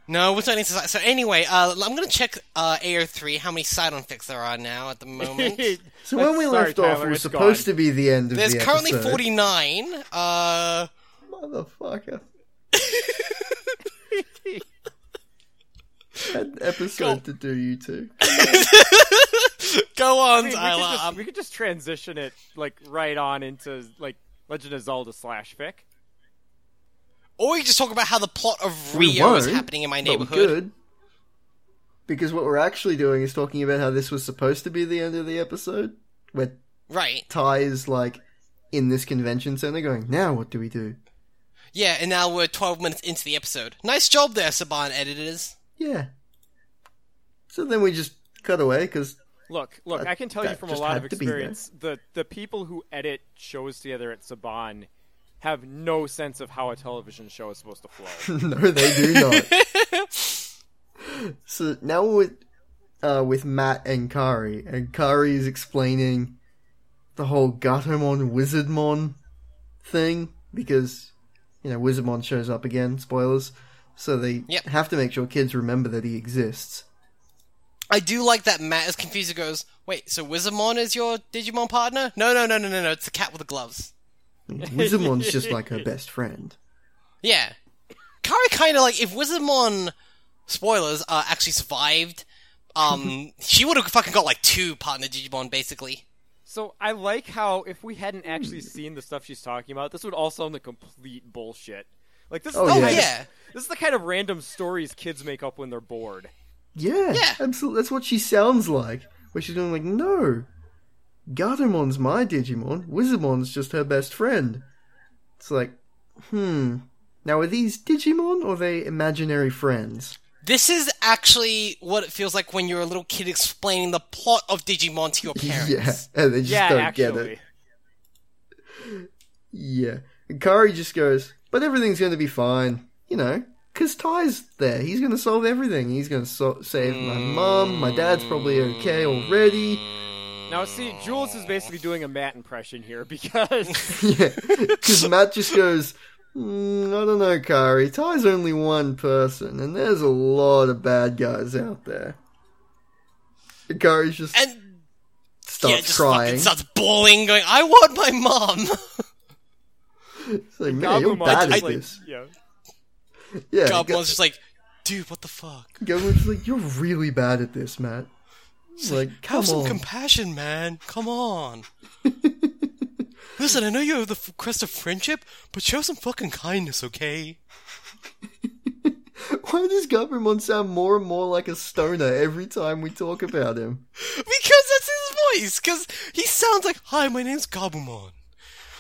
Speaker 2: No, we're turning to side. So anyway, uh, I'm gonna check uh, AO3 how many side on fix there are now at the moment.
Speaker 1: So when we
Speaker 3: Sorry,
Speaker 1: left off,
Speaker 3: Tyler,
Speaker 1: it was
Speaker 3: it's
Speaker 1: supposed to
Speaker 3: gone.
Speaker 1: be the end of
Speaker 2: There's
Speaker 1: the
Speaker 2: currently
Speaker 1: episode.
Speaker 2: 49. Uh,
Speaker 1: Motherfucker. Had an episode to do, you two.
Speaker 2: go on,
Speaker 3: I mean, we, could
Speaker 2: Tyler.
Speaker 3: just,
Speaker 2: Um,
Speaker 3: we could just transition it like right on into like Legend of Zelda slash fic.
Speaker 2: or we could just talk about how the plot of
Speaker 1: We
Speaker 2: Rio is
Speaker 1: won't,
Speaker 2: happening in my
Speaker 1: but we
Speaker 2: neighborhood.
Speaker 1: could, because what we're actually doing is talking about how this was supposed to be the end of the episode, where
Speaker 2: Right.
Speaker 1: Ty is like in this convention center going, now what do we do?
Speaker 2: Yeah, and now we're 12 minutes into the episode. Nice job there, Saban editors.
Speaker 1: Yeah. So then we just cut away because
Speaker 3: Look, look,
Speaker 1: That-
Speaker 3: I can tell
Speaker 1: that
Speaker 3: you from a
Speaker 1: just
Speaker 3: lot
Speaker 1: had
Speaker 3: of
Speaker 1: to be there.
Speaker 3: experience, the the people who edit shows together at Saban have no sense of how a television show is supposed to flow.
Speaker 1: no, they do not. so now with uh, with Matt and Kari, and Kari is explaining the whole Gatomon Wizardmon thing because you know Wizardmon shows up again. Spoilers. So they
Speaker 2: Yep.
Speaker 1: have to make sure kids remember that he exists.
Speaker 2: I do like that Matt is confused and goes, Wait, so Wizardmon is your Digimon partner? No, no, no, no, no, no, it's the cat with the gloves.
Speaker 1: Wizardmon's just like her best friend.
Speaker 2: Yeah. Kari kind of like, if Wizardmon, spoilers, uh, actually survived, um, she would have fucking got like two partner Digimon basically.
Speaker 3: so I like how if we hadn't actually seen the stuff she's talking about, this would all sound like complete bullshit. Like this.
Speaker 1: Oh,
Speaker 3: is the
Speaker 1: yeah.
Speaker 3: kind of-
Speaker 2: Yeah.
Speaker 3: this is the kind of random stories kids make up when they're bored.
Speaker 1: Yeah,
Speaker 2: Yeah.
Speaker 1: absolutely. That's what she sounds like. Where she's going like, no, Gardemont's my Digimon. Wizardmon's just her best friend. It's like, hmm. Now are these Digimon or are they imaginary friends?
Speaker 2: This is actually what it feels like when you're a little kid explaining the plot of Digimon to your parents.
Speaker 1: Yeah, and they just
Speaker 3: yeah,
Speaker 1: don't
Speaker 3: actually.
Speaker 1: get it. Yeah, and Kari just goes, but everything's going to be fine, you know, because Ty's there. He's going to solve everything. He's going to so- save my mum. My dad's probably okay already.
Speaker 3: Now, see, Jules is basically doing a Matt impression here because
Speaker 1: Yeah, because Matt just goes, mm, I don't know, Kari. Ty's only one person, and there's a lot of bad guys out there. And Kari just
Speaker 2: And
Speaker 1: starts
Speaker 2: yeah, just
Speaker 1: crying.
Speaker 2: fucking starts bawling, going, I want my mom!
Speaker 1: It's like, man, you're
Speaker 3: Gabumon
Speaker 1: bad
Speaker 3: just
Speaker 1: at
Speaker 3: like,
Speaker 1: this.
Speaker 3: yeah.
Speaker 1: Yeah,
Speaker 2: Gobblemon's just like, dude, what the fuck?
Speaker 1: Goblins like, you're really bad at this, Matt. It's like, come
Speaker 2: Have some
Speaker 1: on.
Speaker 2: compassion, man. Come on. Listen, I know you have the f- crest of friendship, but show some fucking kindness, okay?
Speaker 1: Why does Gabumon sound more and more like a stoner every time we talk about him?
Speaker 2: Because that's his voice. Because he sounds like, "Hi, my name's Gabumon."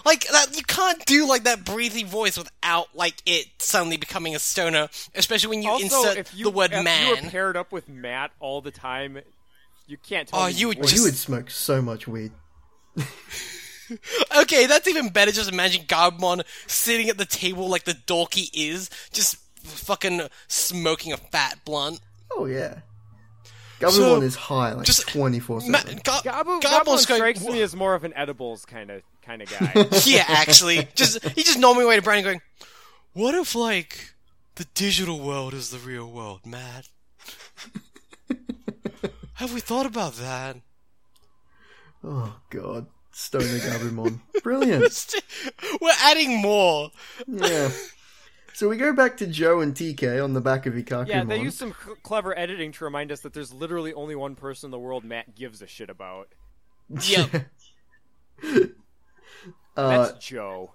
Speaker 2: Like that, you can't do like that breathy voice without like it suddenly becoming a stoner, especially when you
Speaker 3: also,
Speaker 2: insert
Speaker 3: if you,
Speaker 2: the word
Speaker 3: if you were
Speaker 2: "man."
Speaker 3: paired up with Matt all the time, you can't tell
Speaker 2: Oh,
Speaker 3: me
Speaker 2: you would
Speaker 1: Well,
Speaker 2: just
Speaker 1: you would smoke so much weed.
Speaker 2: okay. That's even better. Just imagine Gabumon sitting at the table like the dork he is, just fucking smoking a fat blunt.
Speaker 1: Oh, yeah. Gabumon
Speaker 2: So,
Speaker 1: is high, like
Speaker 2: just-
Speaker 1: 24
Speaker 2: Ma-
Speaker 1: 7.
Speaker 2: Ga-
Speaker 3: Gabu, Gabu
Speaker 2: Gabumon's going,
Speaker 3: strikes
Speaker 2: "Wha-
Speaker 3: me as more of an edibles kind of kind of guy.
Speaker 2: yeah, actually, just he just normally way to Brian going, "What if like the digital world is the real world, Matt? Have we thought about that?"
Speaker 1: Oh god, Stoner Gabumon. Brilliant.
Speaker 2: We're adding more.
Speaker 1: Yeah. So we go back to Joe and TK on the back of Ikakumon.
Speaker 3: yeah, they use some cl- clever editing to remind us that there's literally only one person in the world Matt gives a shit about.
Speaker 2: Yep.
Speaker 1: uh,
Speaker 3: That's Joe.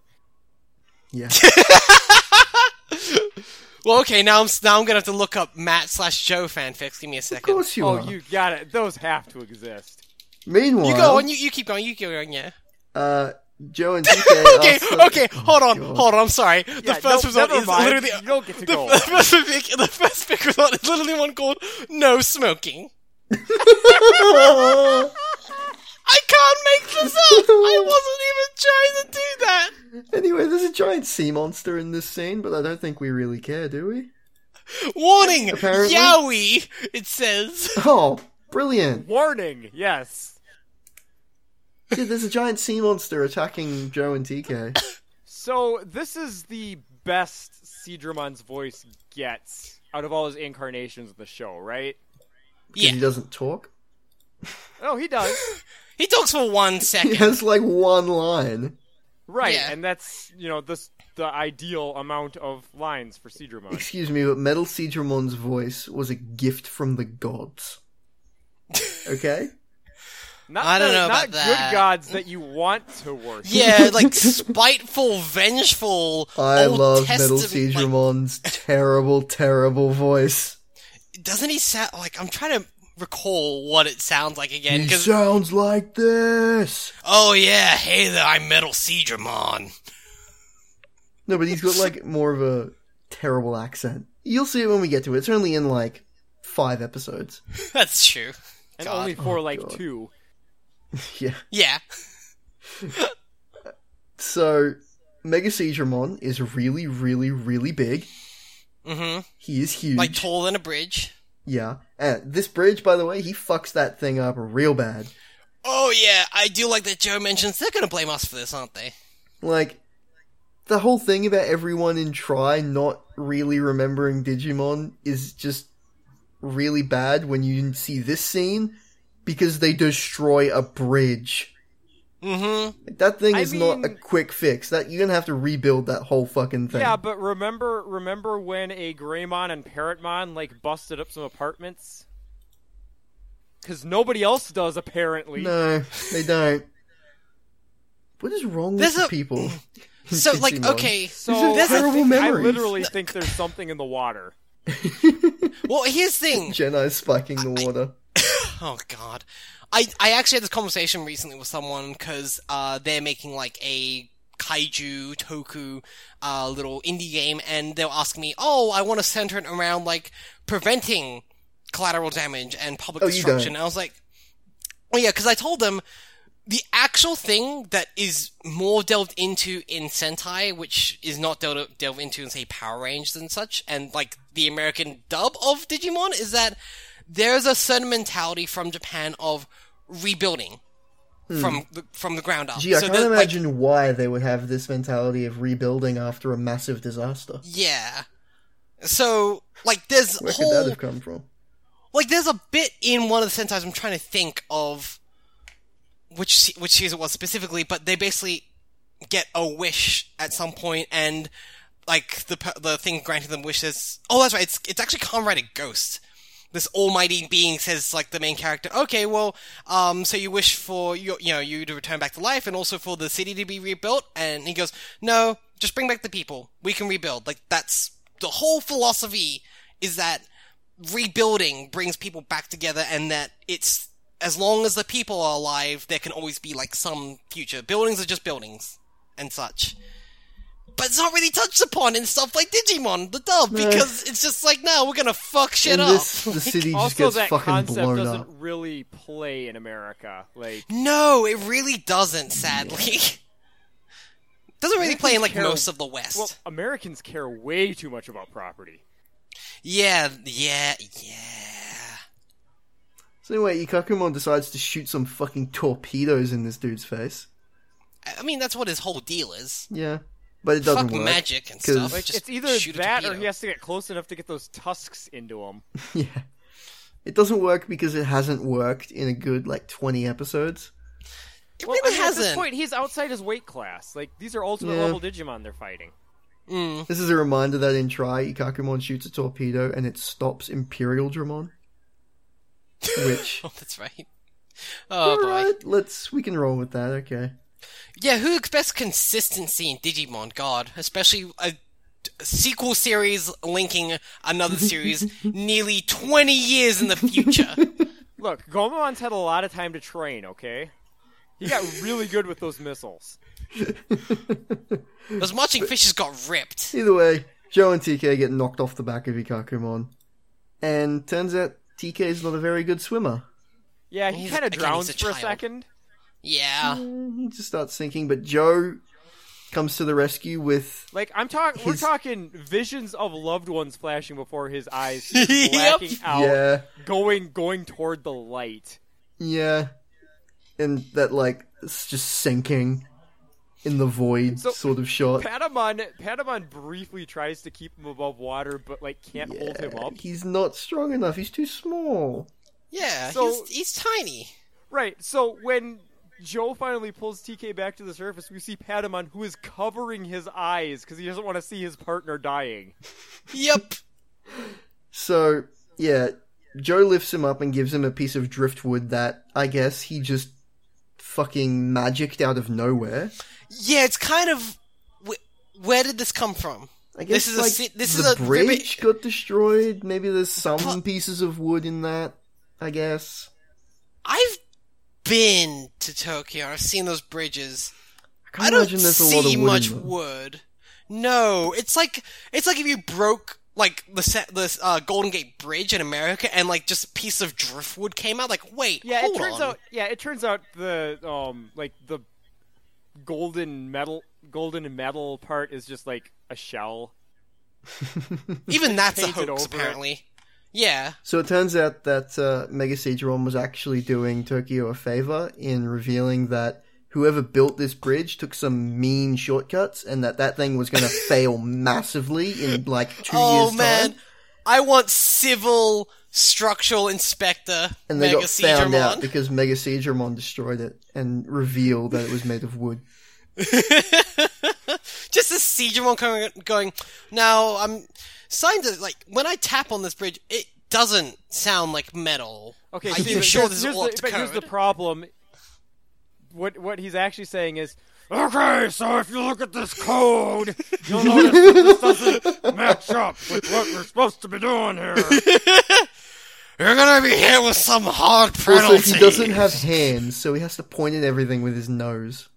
Speaker 1: yeah.
Speaker 2: Well, okay, now I'm s- now I'm gonna have to look up Matt slash Joe fanfics. Give me a
Speaker 1: Of
Speaker 2: second.
Speaker 1: course you
Speaker 3: Oh,
Speaker 1: are.
Speaker 3: you got it. Those have to exist.
Speaker 1: Meanwhile,
Speaker 2: You go on. You, you keep going. You keep going. Yeah.
Speaker 1: uh, Joe and TK.
Speaker 2: Okay.
Speaker 1: ask for-
Speaker 2: Okay. Hold on. Hold on. I'm sorry. The
Speaker 3: Yeah,
Speaker 2: first
Speaker 3: no,
Speaker 2: result
Speaker 3: never
Speaker 2: is
Speaker 3: mind.
Speaker 2: literally
Speaker 3: you don't get to
Speaker 2: the,
Speaker 3: go.
Speaker 2: the first pick. The first pick result is literally one called "No Smoking." I can't make this up. I wasn't even trying to do that.
Speaker 1: anyway, there's a giant sea monster in this scene, but I don't think we really care, do we?
Speaker 2: Warning,
Speaker 1: Apparently.
Speaker 2: Yowie. It says.
Speaker 1: Oh, brilliant!
Speaker 3: Warning. Yes.
Speaker 1: Dude, there's a giant sea monster attacking Joe and TK.
Speaker 3: So this is the best Seedramon's voice gets out of all his incarnations of the show, right?
Speaker 1: Yeah.
Speaker 2: Yeah.
Speaker 1: He doesn't talk.
Speaker 3: Oh, he does.
Speaker 2: He talks for one
Speaker 1: He
Speaker 2: second.
Speaker 1: has like one line.
Speaker 3: Right,
Speaker 2: Yeah.
Speaker 3: and that's you know this the ideal amount of lines for Seedramon.
Speaker 1: Excuse me, but Metal Seedramon's voice was a gift from the gods. Okay?
Speaker 3: Not
Speaker 2: I don't
Speaker 3: the-
Speaker 2: know
Speaker 3: not
Speaker 2: about
Speaker 3: good
Speaker 2: that.
Speaker 3: gods that you want to worship.
Speaker 2: Yeah, like spiteful, vengeful.
Speaker 1: I
Speaker 2: Old
Speaker 1: love Metal
Speaker 2: Testament, like,
Speaker 1: Seedramon's terrible, terrible voice.
Speaker 2: doesn't he sound like I'm trying to recall what it sounds like again?
Speaker 1: He
Speaker 2: Because
Speaker 1: sounds like this.
Speaker 2: oh yeah, hey there, I'm Metal Seedramon.
Speaker 1: No, but he's got like more of a terrible accent. You'll see it when we get to it. It's only in like five episodes.
Speaker 2: That's true.
Speaker 3: and
Speaker 2: God.
Speaker 3: only for like
Speaker 1: God.
Speaker 3: two.
Speaker 1: yeah.
Speaker 2: Yeah.
Speaker 1: So, Mega Seedramon is really, really, really big.
Speaker 2: Mm-hmm.
Speaker 1: He is huge.
Speaker 2: Like taller than a bridge.
Speaker 1: yeah. And this bridge, by the way, he fucks that thing up real bad.
Speaker 2: Oh yeah, I do like that Joe mentions they're gonna blame us for this, aren't they?
Speaker 1: Like, the whole thing about everyone in Try not really remembering Digimon is just really bad when you see this scene because they destroy a bridge.
Speaker 2: Mm-hmm.
Speaker 1: Like, that thing
Speaker 3: I
Speaker 1: is
Speaker 3: mean-
Speaker 1: not a quick fix. That you're gonna have to rebuild that whole fucking thing.
Speaker 3: Yeah, but remember, remember when a Greymon and Parrotmon like busted up some apartments? Because nobody else does apparently.
Speaker 1: No, they don't. What is wrong
Speaker 2: There's
Speaker 1: with
Speaker 2: a-
Speaker 1: the people? in
Speaker 2: So like,
Speaker 1: Digimon?
Speaker 2: okay.
Speaker 3: So
Speaker 1: These are
Speaker 3: I
Speaker 1: terrible
Speaker 3: think- I
Speaker 1: memories.
Speaker 3: literally think there's something in the water.
Speaker 2: Well, here's the thing.
Speaker 1: Jedi's spiking the water.
Speaker 2: Oh God, I I actually had this conversation recently with someone because uh, they're making like a kaiju toku uh, little indie game, and they were asking me, "Oh, I want to center it around like preventing collateral damage and public
Speaker 1: Oh, you
Speaker 2: destruction."
Speaker 1: don't.
Speaker 2: And I was like, "Oh yeah," because I told them the actual thing that is more delved into in Sentai, which is not delved, delved into in, say, Power Rangers and such, and like the American dub of Digimon, is that there's a certain mentality from Japan of rebuilding from the, from the ground up.
Speaker 1: Hmm. Gee, I
Speaker 2: So
Speaker 1: can't
Speaker 2: that, like,
Speaker 1: imagine why they would have this mentality of rebuilding after a massive disaster.
Speaker 2: yeah. So like there's
Speaker 1: Where could that
Speaker 2: whole
Speaker 1: have come from?
Speaker 2: like there's a bit in one of the Sentai's I'm trying to think of which se- which series it was specifically, but they basically get a wish at some point and like the pe- the thing granting them wishes. Oh, that's right. It's it's actually Comrade and Ghost. This almighty being says like the main character, "Okay, well, um so you wish for your you know, you to return back to life and also for the city to be rebuilt." And he goes, "No, just bring back the people. We can rebuild." Like that's the whole philosophy is that rebuilding brings people back together and that it's as long as the people are alive there can always be like some future buildings are just buildings and such but it's not really touched upon in stuff like digimon the dub because it's just like no we're gonna fuck shit
Speaker 1: And
Speaker 2: up
Speaker 1: this, the city just
Speaker 3: Also,
Speaker 1: gets
Speaker 3: that
Speaker 1: fucking
Speaker 3: concept
Speaker 1: blown
Speaker 3: doesn't
Speaker 1: up.
Speaker 3: really play in America. Like,
Speaker 2: no it really doesn't sadly doesn't really play in like
Speaker 3: Terrible.
Speaker 2: most of the west
Speaker 3: well, Americans care way too much about property.
Speaker 2: yeah yeah yeah
Speaker 1: So anyway, Ikakumon decides to shoot some fucking torpedoes in this dude's face.
Speaker 2: I- i mean that's what his whole deal is
Speaker 1: Yeah, but it doesn't
Speaker 2: Fuck
Speaker 1: work.
Speaker 2: magic and
Speaker 1: 'cause-
Speaker 2: stuff.
Speaker 3: Like,
Speaker 2: Just
Speaker 3: it's either
Speaker 2: shoot a
Speaker 3: that or
Speaker 2: torpedo.
Speaker 3: he has to get close enough to get those tusks into him.
Speaker 1: Yeah, it doesn't work because it hasn't worked in a good like twenty episodes.
Speaker 2: it
Speaker 3: Well, I
Speaker 2: really
Speaker 3: mean, At this
Speaker 2: hasn't
Speaker 3: point, he's outside his weight class. Like, these are ultimate
Speaker 1: Yeah.
Speaker 3: level Digimon they're fighting.
Speaker 2: Mm.
Speaker 1: This is a reminder that in Try, Ikakumon shoots a torpedo and it stops Imperial Dramon. Which,
Speaker 2: Oh, that's right. Oh boy.
Speaker 1: alright, let's, we can roll with that, okay.
Speaker 2: Yeah, who expects consistency in Digimon? God, especially a sequel series linking another series nearly 20 years in the future.
Speaker 3: Look, Gomamon's had a lot of time to train, okay? He got really good with those missiles.
Speaker 2: Those marching fishes got ripped.
Speaker 1: Either way, Joe and TK get knocked off the back of Ikakumon. And turns out TK is not a very good swimmer.
Speaker 3: Yeah, he
Speaker 2: He's-
Speaker 3: kind of
Speaker 2: again,
Speaker 3: drowns
Speaker 2: he's a
Speaker 3: for a
Speaker 2: child.
Speaker 3: second.
Speaker 2: Yeah.
Speaker 3: Mm.
Speaker 1: He just starts sinking, but Joe comes to the rescue with,
Speaker 3: Like I'm talking, we're
Speaker 1: He's-
Speaker 3: talking visions of loved ones flashing before his eyes, blacking out,
Speaker 1: yeah,
Speaker 3: going going toward the light.
Speaker 1: yeah. And that, like, it's just sinking in the void
Speaker 3: So-
Speaker 1: sort of shot.
Speaker 3: Patamon, Patamon briefly tries to keep him above water, but like can't hold him
Speaker 1: Yeah,
Speaker 2: oh.
Speaker 3: up.
Speaker 1: He's not strong enough. He's too small.
Speaker 2: Yeah,
Speaker 3: So-
Speaker 2: he's, he's tiny.
Speaker 3: Right. So when Joe finally pulls TK back to the surface, we see Patamon who is covering his eyes because he doesn't want to see his partner dying.
Speaker 2: Yep.
Speaker 1: So yeah, Joe lifts him up and gives him a piece of driftwood that I guess he just fucking magicked out of nowhere.
Speaker 2: Yeah, it's kind of. wh- Where did this come from?
Speaker 1: I guess
Speaker 2: This is a
Speaker 1: like,
Speaker 2: si- this
Speaker 1: the
Speaker 2: is a
Speaker 1: bridge
Speaker 2: ribbit-
Speaker 1: got destroyed. Maybe there's some
Speaker 2: Pu-
Speaker 1: pieces of wood in that. I guess
Speaker 2: I've been to Tokyo. I've seen those bridges.
Speaker 1: I can't
Speaker 2: I don't
Speaker 1: imagine there's a
Speaker 2: see
Speaker 1: lot of wood.
Speaker 2: much
Speaker 1: in them.
Speaker 2: wood. No, it's like it's like if you broke like the set, this uh, Golden Gate Bridge in America, and like just a piece of driftwood came out. Like, wait,
Speaker 3: Yeah,
Speaker 2: hold
Speaker 3: it turns
Speaker 2: on.
Speaker 3: out. Yeah, it turns out the um like the golden metal, golden and metal part is just like a shell.
Speaker 2: even that's a
Speaker 3: painted
Speaker 2: hoax
Speaker 3: over it.
Speaker 2: apparently. Yeah,
Speaker 1: So it turns out that uh, Mega Seedron was actually doing Tokyo a favor in revealing that whoever built this bridge took some mean shortcuts and that that thing was going to fail massively in like two
Speaker 2: Oh
Speaker 1: years'
Speaker 2: man,
Speaker 1: time.
Speaker 2: I want civil structural inspector
Speaker 1: And they
Speaker 2: Mega
Speaker 1: got found
Speaker 2: Seedramon.
Speaker 1: out because Mega Seedramon destroyed it and revealed that it was made of wood.
Speaker 2: Just this Seedramon coming going. Now I'm starting to like when I tap on this bridge, it doesn't sound like metal.
Speaker 3: Okay,
Speaker 2: I'm
Speaker 3: see, but
Speaker 2: sure
Speaker 3: here's-
Speaker 2: this is
Speaker 3: here's
Speaker 2: all up
Speaker 3: the,
Speaker 2: to
Speaker 3: but here's the
Speaker 2: code.
Speaker 3: problem. What what he's actually saying is, okay, so if you look at this code, you'll notice that this doesn't match up with what we're supposed to be doing here.
Speaker 2: You're gonna be hit with some hard penalty.
Speaker 1: Also, he doesn't have hands, so he has to point at everything with his nose.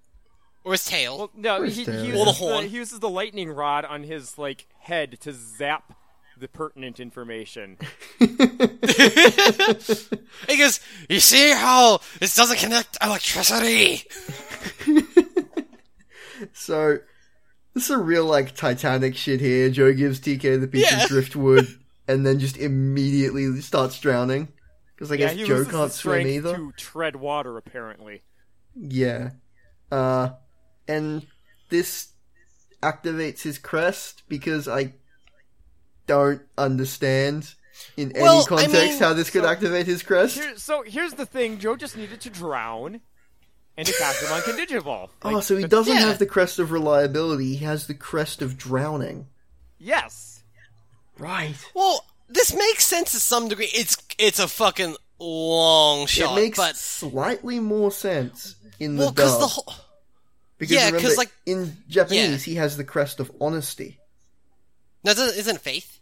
Speaker 2: or his tail.
Speaker 3: Well, no, he, he,
Speaker 1: Or the
Speaker 3: uses
Speaker 2: horn.
Speaker 3: the, he uses the lightning rod on his like head to zap the pertinent information.
Speaker 2: he goes, "You see how this doesn't connect electricity?"
Speaker 1: So this is a real like Titanic shit here. Joe gives TK the piece
Speaker 2: Yeah.
Speaker 1: of driftwood and then just immediately starts drowning because I
Speaker 3: yeah,
Speaker 1: guess
Speaker 3: he
Speaker 1: Joe
Speaker 3: loses
Speaker 1: can't
Speaker 3: his
Speaker 1: swim
Speaker 3: strength
Speaker 1: either.
Speaker 3: to tread water apparently.
Speaker 1: Yeah, uh, and this activates his crest because I don't understand in
Speaker 2: Well,
Speaker 1: any
Speaker 2: I
Speaker 1: context
Speaker 2: mean-
Speaker 1: how this could activate his crest.
Speaker 3: Here, so here's the thing: Joe just needed to drown, and his Pokemon can digivolve.
Speaker 1: oh, so he doesn't
Speaker 2: yeah.
Speaker 1: have the crest of reliability. He has the crest of drowning.
Speaker 3: Yes.
Speaker 1: Right.
Speaker 2: Well, this makes sense to some degree. It's it's a fucking long shot,
Speaker 1: it makes
Speaker 2: but
Speaker 1: slightly more sense in the
Speaker 2: well,
Speaker 1: dub.
Speaker 2: because the whole
Speaker 1: Because
Speaker 2: Yeah,
Speaker 1: remember,
Speaker 2: 'cause, like-
Speaker 1: in Japanese, he has the crest of honesty.
Speaker 2: no, doesn't- isn't faith.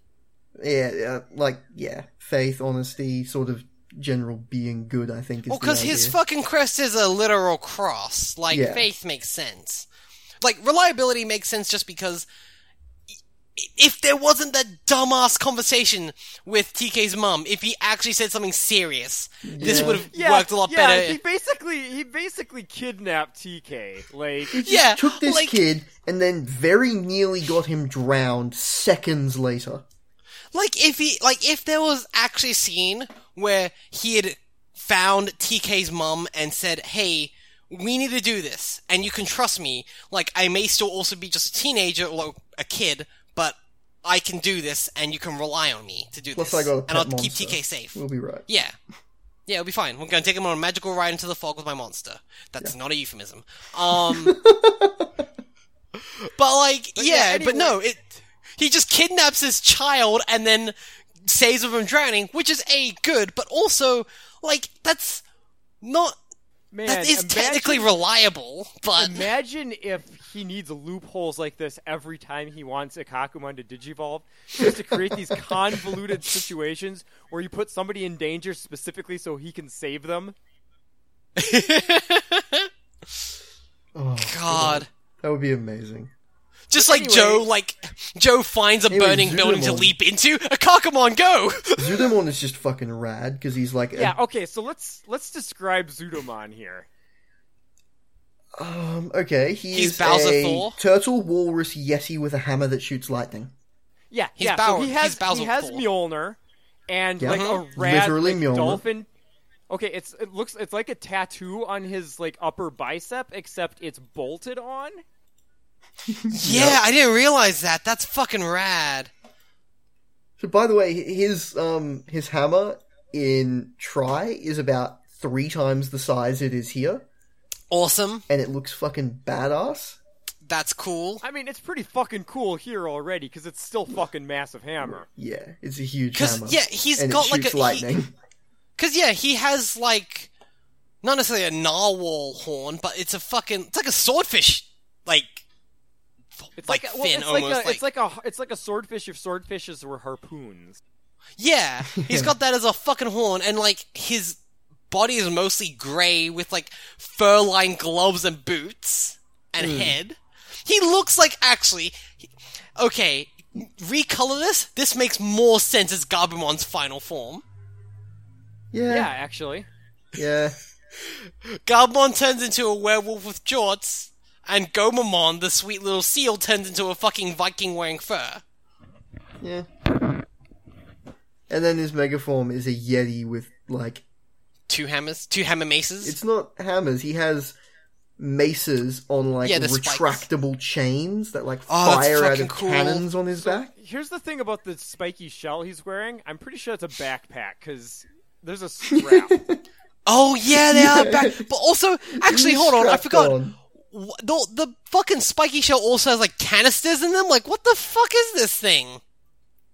Speaker 1: Yeah, yeah, like yeah, faith, honesty, sort of general being good. I think. Is
Speaker 2: Well,
Speaker 1: the
Speaker 2: because his
Speaker 1: idea.
Speaker 2: fucking crest is a literal cross. Like
Speaker 1: Yeah.
Speaker 2: faith makes sense. Like reliability makes sense just because i- if there wasn't that dumbass conversation with TK's mum, if he actually said something serious, this
Speaker 1: Yeah.
Speaker 2: would have
Speaker 3: Yeah,
Speaker 2: worked a lot
Speaker 3: yeah,
Speaker 2: better.
Speaker 3: He basically he basically kidnapped TK. Like
Speaker 1: He
Speaker 2: yeah,
Speaker 1: took this
Speaker 2: like-
Speaker 1: kid and then very nearly got him drowned seconds later.
Speaker 2: Like if he like if there was actually a scene where he had found TK's mum and said, "Hey, we need to do this, and you can trust me. Like I may still also be just a teenager or like, a kid, but I can do this, and you can rely on me to do
Speaker 1: Plus,
Speaker 2: this,
Speaker 1: I got a pet
Speaker 2: and I'll
Speaker 1: monster.
Speaker 2: keep TK safe."
Speaker 1: We'll be right.
Speaker 2: Yeah. Yeah, it'll be fine. We're gonna take him on a magical ride into the fog with my monster. That's not a euphemism. Um But like yeah, but no, it he just kidnaps his child and then saves him from drowning, which is a good, but also like that's not
Speaker 3: man,
Speaker 2: that is
Speaker 3: imagine,
Speaker 2: technically reliable, but
Speaker 3: imagine if he needs loopholes like this every time he wants a Kakumon to digivolve, just to create these convoluted situations where you put somebody in danger specifically so he can save them.
Speaker 1: Oh,
Speaker 2: God.
Speaker 1: that would be amazing.
Speaker 2: Just like
Speaker 3: anyway-
Speaker 2: Joe, like Joe finds a
Speaker 1: Anyway,
Speaker 2: burning building to
Speaker 1: Zoomon.
Speaker 2: leap into. A Kakamon, go!
Speaker 1: Zudomon is just fucking rad because he's like, a-
Speaker 3: Yeah. Okay. So let's let's describe Zudomon here.
Speaker 1: um, okay, he
Speaker 2: He's
Speaker 1: is
Speaker 2: Bowser
Speaker 1: a
Speaker 2: Thor.
Speaker 1: turtle walrus yeti with a hammer that shoots lightning.
Speaker 3: Yeah,
Speaker 2: He's
Speaker 3: yeah.
Speaker 2: Bauer-
Speaker 3: so
Speaker 2: he's
Speaker 3: he
Speaker 2: Mm-hmm.
Speaker 3: has
Speaker 2: Bowser
Speaker 3: he has
Speaker 2: Cole.
Speaker 3: Mjolnir and
Speaker 1: Yeah.
Speaker 3: like a
Speaker 1: Mhm.
Speaker 3: rad
Speaker 1: Literally
Speaker 3: like,
Speaker 1: Mjolnir.
Speaker 3: dolphin. Okay, it's it looks it's like a tattoo on his like upper bicep, except it's bolted on.
Speaker 2: Yeah, I didn't realize that. That's fucking rad.
Speaker 1: So, by the way, his um his hammer in Try is about three times the size it is here,
Speaker 2: Awesome.
Speaker 1: and it looks fucking badass.
Speaker 2: That's cool.
Speaker 3: I mean, it's pretty fucking cool here already because it's still fucking massive hammer.
Speaker 1: Yeah, it's a huge
Speaker 2: 'Cause,
Speaker 1: hammer.
Speaker 2: yeah, he's
Speaker 1: and
Speaker 2: got,
Speaker 1: it
Speaker 2: like,
Speaker 1: shoots
Speaker 2: a- he-
Speaker 1: lightning.
Speaker 2: Cause yeah, he has like not necessarily a narwhal horn, but it's a fucking it's like a swordfish like f-
Speaker 3: It's
Speaker 2: like,
Speaker 3: like, a- well,
Speaker 2: fin
Speaker 3: it's
Speaker 2: almost like,
Speaker 3: like, a, it's like a it's like a swordfish if swordfishes were harpoons.
Speaker 2: yeah. He's got that as a fucking horn, and like his body is mostly gray with like fur-lined gloves and boots and head. He looks like actually he- okay. recolor this, this makes more sense as Garbomon's final form.
Speaker 1: Yeah.
Speaker 3: Yeah,
Speaker 1: Yeah.
Speaker 3: actually.
Speaker 2: Garbon turns into a werewolf with jorts, and Gomamon, the sweet little seal, turns into a fucking Viking wearing fur.
Speaker 1: Yeah. And then his mega form is a yeti with like
Speaker 2: Two hammers, two hammer maces.
Speaker 1: it's not hammers. He has maces on like
Speaker 2: Yeah, the spikes.
Speaker 1: retractable chains that like
Speaker 2: Oh, that's
Speaker 1: fire out
Speaker 2: fucking
Speaker 1: of
Speaker 2: cool.
Speaker 1: cannons on his back.
Speaker 3: Here's the thing about the spiky shell he's wearing. I'm pretty sure it's a backpack because there's a strap.
Speaker 2: oh yeah, they are back. But also, actually, hold on, I
Speaker 1: Strapped
Speaker 2: forgot.
Speaker 1: on.
Speaker 2: Wh- The, the fucking spiky shell also has like canisters in them. Like, what the fuck is this thing?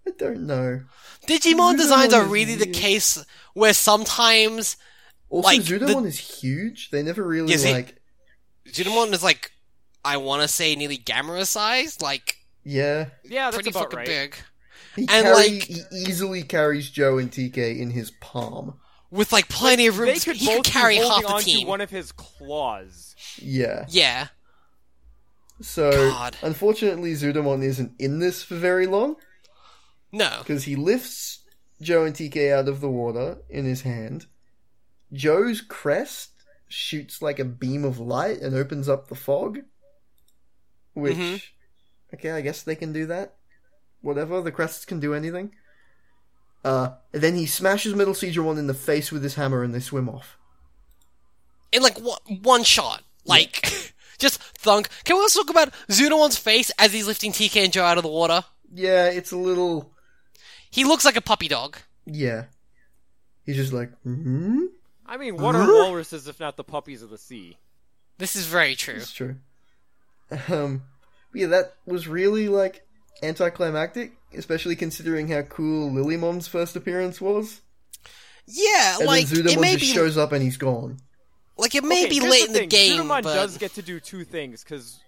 Speaker 1: I don't know.
Speaker 2: Digimon designs
Speaker 1: one
Speaker 2: are
Speaker 1: is
Speaker 2: really the
Speaker 1: weird.
Speaker 2: case where sometimes
Speaker 1: Also,
Speaker 2: Like, the-
Speaker 1: Zudomon is huge. They never really
Speaker 2: Yes, it-
Speaker 1: like.
Speaker 2: Digimon is like, I want to say nearly Gamera sized, like
Speaker 1: Yeah,
Speaker 3: yeah, that's
Speaker 2: pretty
Speaker 3: about
Speaker 2: fucking
Speaker 3: right.
Speaker 2: big,
Speaker 1: he
Speaker 2: And,
Speaker 1: carry,
Speaker 2: like-
Speaker 1: he easily carries Joe and TK in his palm.
Speaker 2: with like plenty of room.
Speaker 3: They
Speaker 2: to-
Speaker 3: could
Speaker 2: he
Speaker 3: both
Speaker 2: could carry
Speaker 3: be
Speaker 2: half
Speaker 3: holding
Speaker 2: the
Speaker 3: onto
Speaker 2: team.
Speaker 3: one of his claws.
Speaker 1: Yeah.
Speaker 2: yeah.
Speaker 1: So
Speaker 2: God.
Speaker 1: unfortunately, Zudomon isn't in this for very long
Speaker 2: No.
Speaker 1: because he lifts Joe and TK out of the water in his hand. Joe's crest shoots like a beam of light and opens up the fog. Which,
Speaker 2: Mhm.
Speaker 1: okay, I guess they can do that. Whatever, the crests can do anything. Uh, and then he smashes Metal Seedramon in the face with his hammer and they swim off.
Speaker 2: in like one, one shot. Like, just thunk. Can we also talk about Zunowan's face as he's lifting TK and Joe out of the water?
Speaker 1: Yeah, it's a little.
Speaker 2: He looks like a puppy dog.
Speaker 1: Yeah. He's just like, hmm?
Speaker 3: I mean, what are walruses if not the puppies of the sea?
Speaker 2: This is very true.
Speaker 1: It's true. Um, but yeah, that was really, like, anticlimactic, especially considering how cool Lilymon's first appearance was.
Speaker 2: Yeah,
Speaker 1: And
Speaker 2: like
Speaker 1: then
Speaker 2: it
Speaker 1: Zudamon
Speaker 2: may
Speaker 1: just
Speaker 2: be
Speaker 1: shows up and he's gone.
Speaker 2: like it may
Speaker 3: Okay,
Speaker 2: be
Speaker 3: here's
Speaker 2: late in the
Speaker 3: thing.
Speaker 2: game,
Speaker 3: Zudamon
Speaker 2: but
Speaker 3: does get to do two things because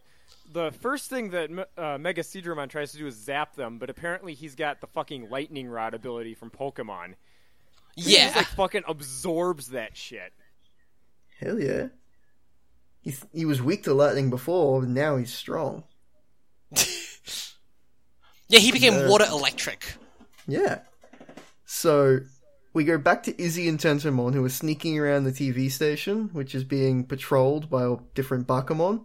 Speaker 3: the first thing that Me- uh, Mega Seedramon tries to do is zap them, but apparently he's got the fucking lightning rod ability from Pokemon. He
Speaker 2: yeah,
Speaker 3: just, like fucking absorbs that shit.
Speaker 1: Hell yeah. He, he was weak to lightning before, and now he's strong.
Speaker 2: yeah, he became
Speaker 1: Yeah.
Speaker 2: water electric.
Speaker 1: Yeah. So we go back to Izzy and Tentomon, who are sneaking around the TV station, which is being patrolled by all different Bakamon.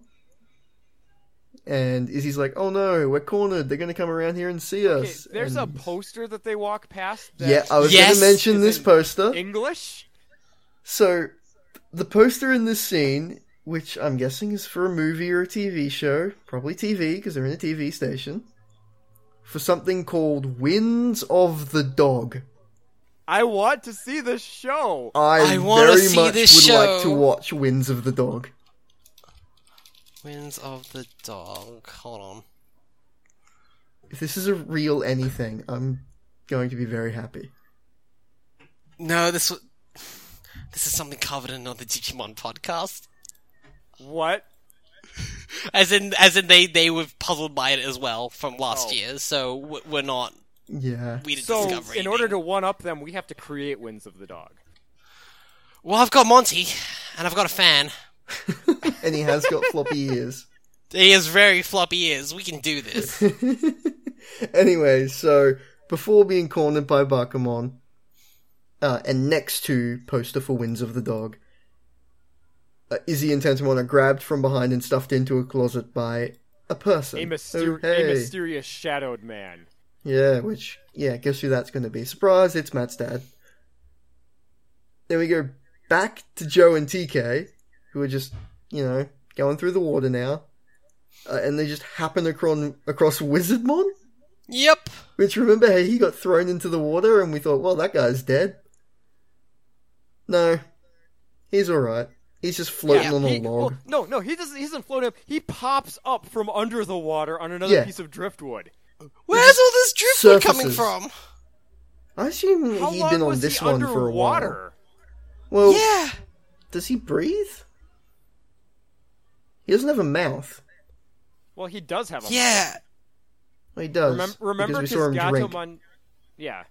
Speaker 1: And Izzy's like, "Oh no, we're cornered. They're gonna come around here and see
Speaker 3: Okay,
Speaker 1: us."
Speaker 3: there's a
Speaker 1: And-
Speaker 3: poster that they walk past. That
Speaker 1: yeah. I was
Speaker 2: Yes!
Speaker 1: gonna mention
Speaker 3: Is
Speaker 1: this
Speaker 3: in
Speaker 1: poster.
Speaker 3: English.
Speaker 1: So the poster in this scene, which I'm guessing is for a movie or a TV show, probably TV because they're in a TV station, for something called "Winds of the Dog."
Speaker 3: I want to see this show.
Speaker 1: I,
Speaker 2: I wanna
Speaker 1: very
Speaker 2: see
Speaker 1: much
Speaker 2: this
Speaker 1: would like to
Speaker 2: show.
Speaker 1: watch Winds of the Dog.
Speaker 2: Winds of the dog. Hold on.
Speaker 1: If this is a real anything, I'm going to be very happy.
Speaker 2: No, this was this is something covered in another Digimon podcast.
Speaker 3: What?
Speaker 2: As in, as in, they they were puzzled by it as well from last year. So w- we're not
Speaker 1: Yeah.
Speaker 2: we didn't
Speaker 3: So,
Speaker 2: discover.
Speaker 3: in order
Speaker 2: anything.
Speaker 3: to one up them, we have to create Winds of the Dog.
Speaker 2: Well, I've got Monty, and I've got a fan.
Speaker 1: And he has got floppy ears.
Speaker 2: He has very floppy ears. We can do this.
Speaker 1: Anyway, so before being cornered by Bakamon, uh, and next to poster for Winds of the Dog, uh, Izzy and Tantamon are grabbed from behind and stuffed into a closet by a person.
Speaker 3: A,
Speaker 1: Oh,
Speaker 3: myster-
Speaker 1: hey.
Speaker 3: a mysterious shadowed man.
Speaker 1: Yeah, which yeah, guess who that's going to be? Surprise! It's Matt's dad. Then we go back to Joe and TK, who are just you know going through the water now, uh, and they just happen across across Wizardmon,
Speaker 2: yep.
Speaker 1: which remember how he got thrown into the water, and we thought, well, that guy's dead. No, he's all right. He's just floating on a
Speaker 3: He-
Speaker 1: log.
Speaker 3: well, no, no, he doesn't. He doesn't float up. He pops up from under the water on another
Speaker 1: Yeah.
Speaker 3: piece of driftwood.
Speaker 2: Where's all this driftwood coming
Speaker 1: surfaces.
Speaker 2: from?
Speaker 1: I assume
Speaker 3: How
Speaker 1: he'd
Speaker 3: long
Speaker 1: been on
Speaker 3: was
Speaker 1: this
Speaker 3: he
Speaker 1: one for a while.
Speaker 3: underwater?
Speaker 1: Well,
Speaker 2: Yeah.
Speaker 1: does he breathe? He doesn't have a mouth.
Speaker 3: Well, he does have a.
Speaker 2: Yeah.
Speaker 1: He does.
Speaker 3: Remem- remember,
Speaker 1: because we saw him drink.
Speaker 3: Pisgatomon- Yeah.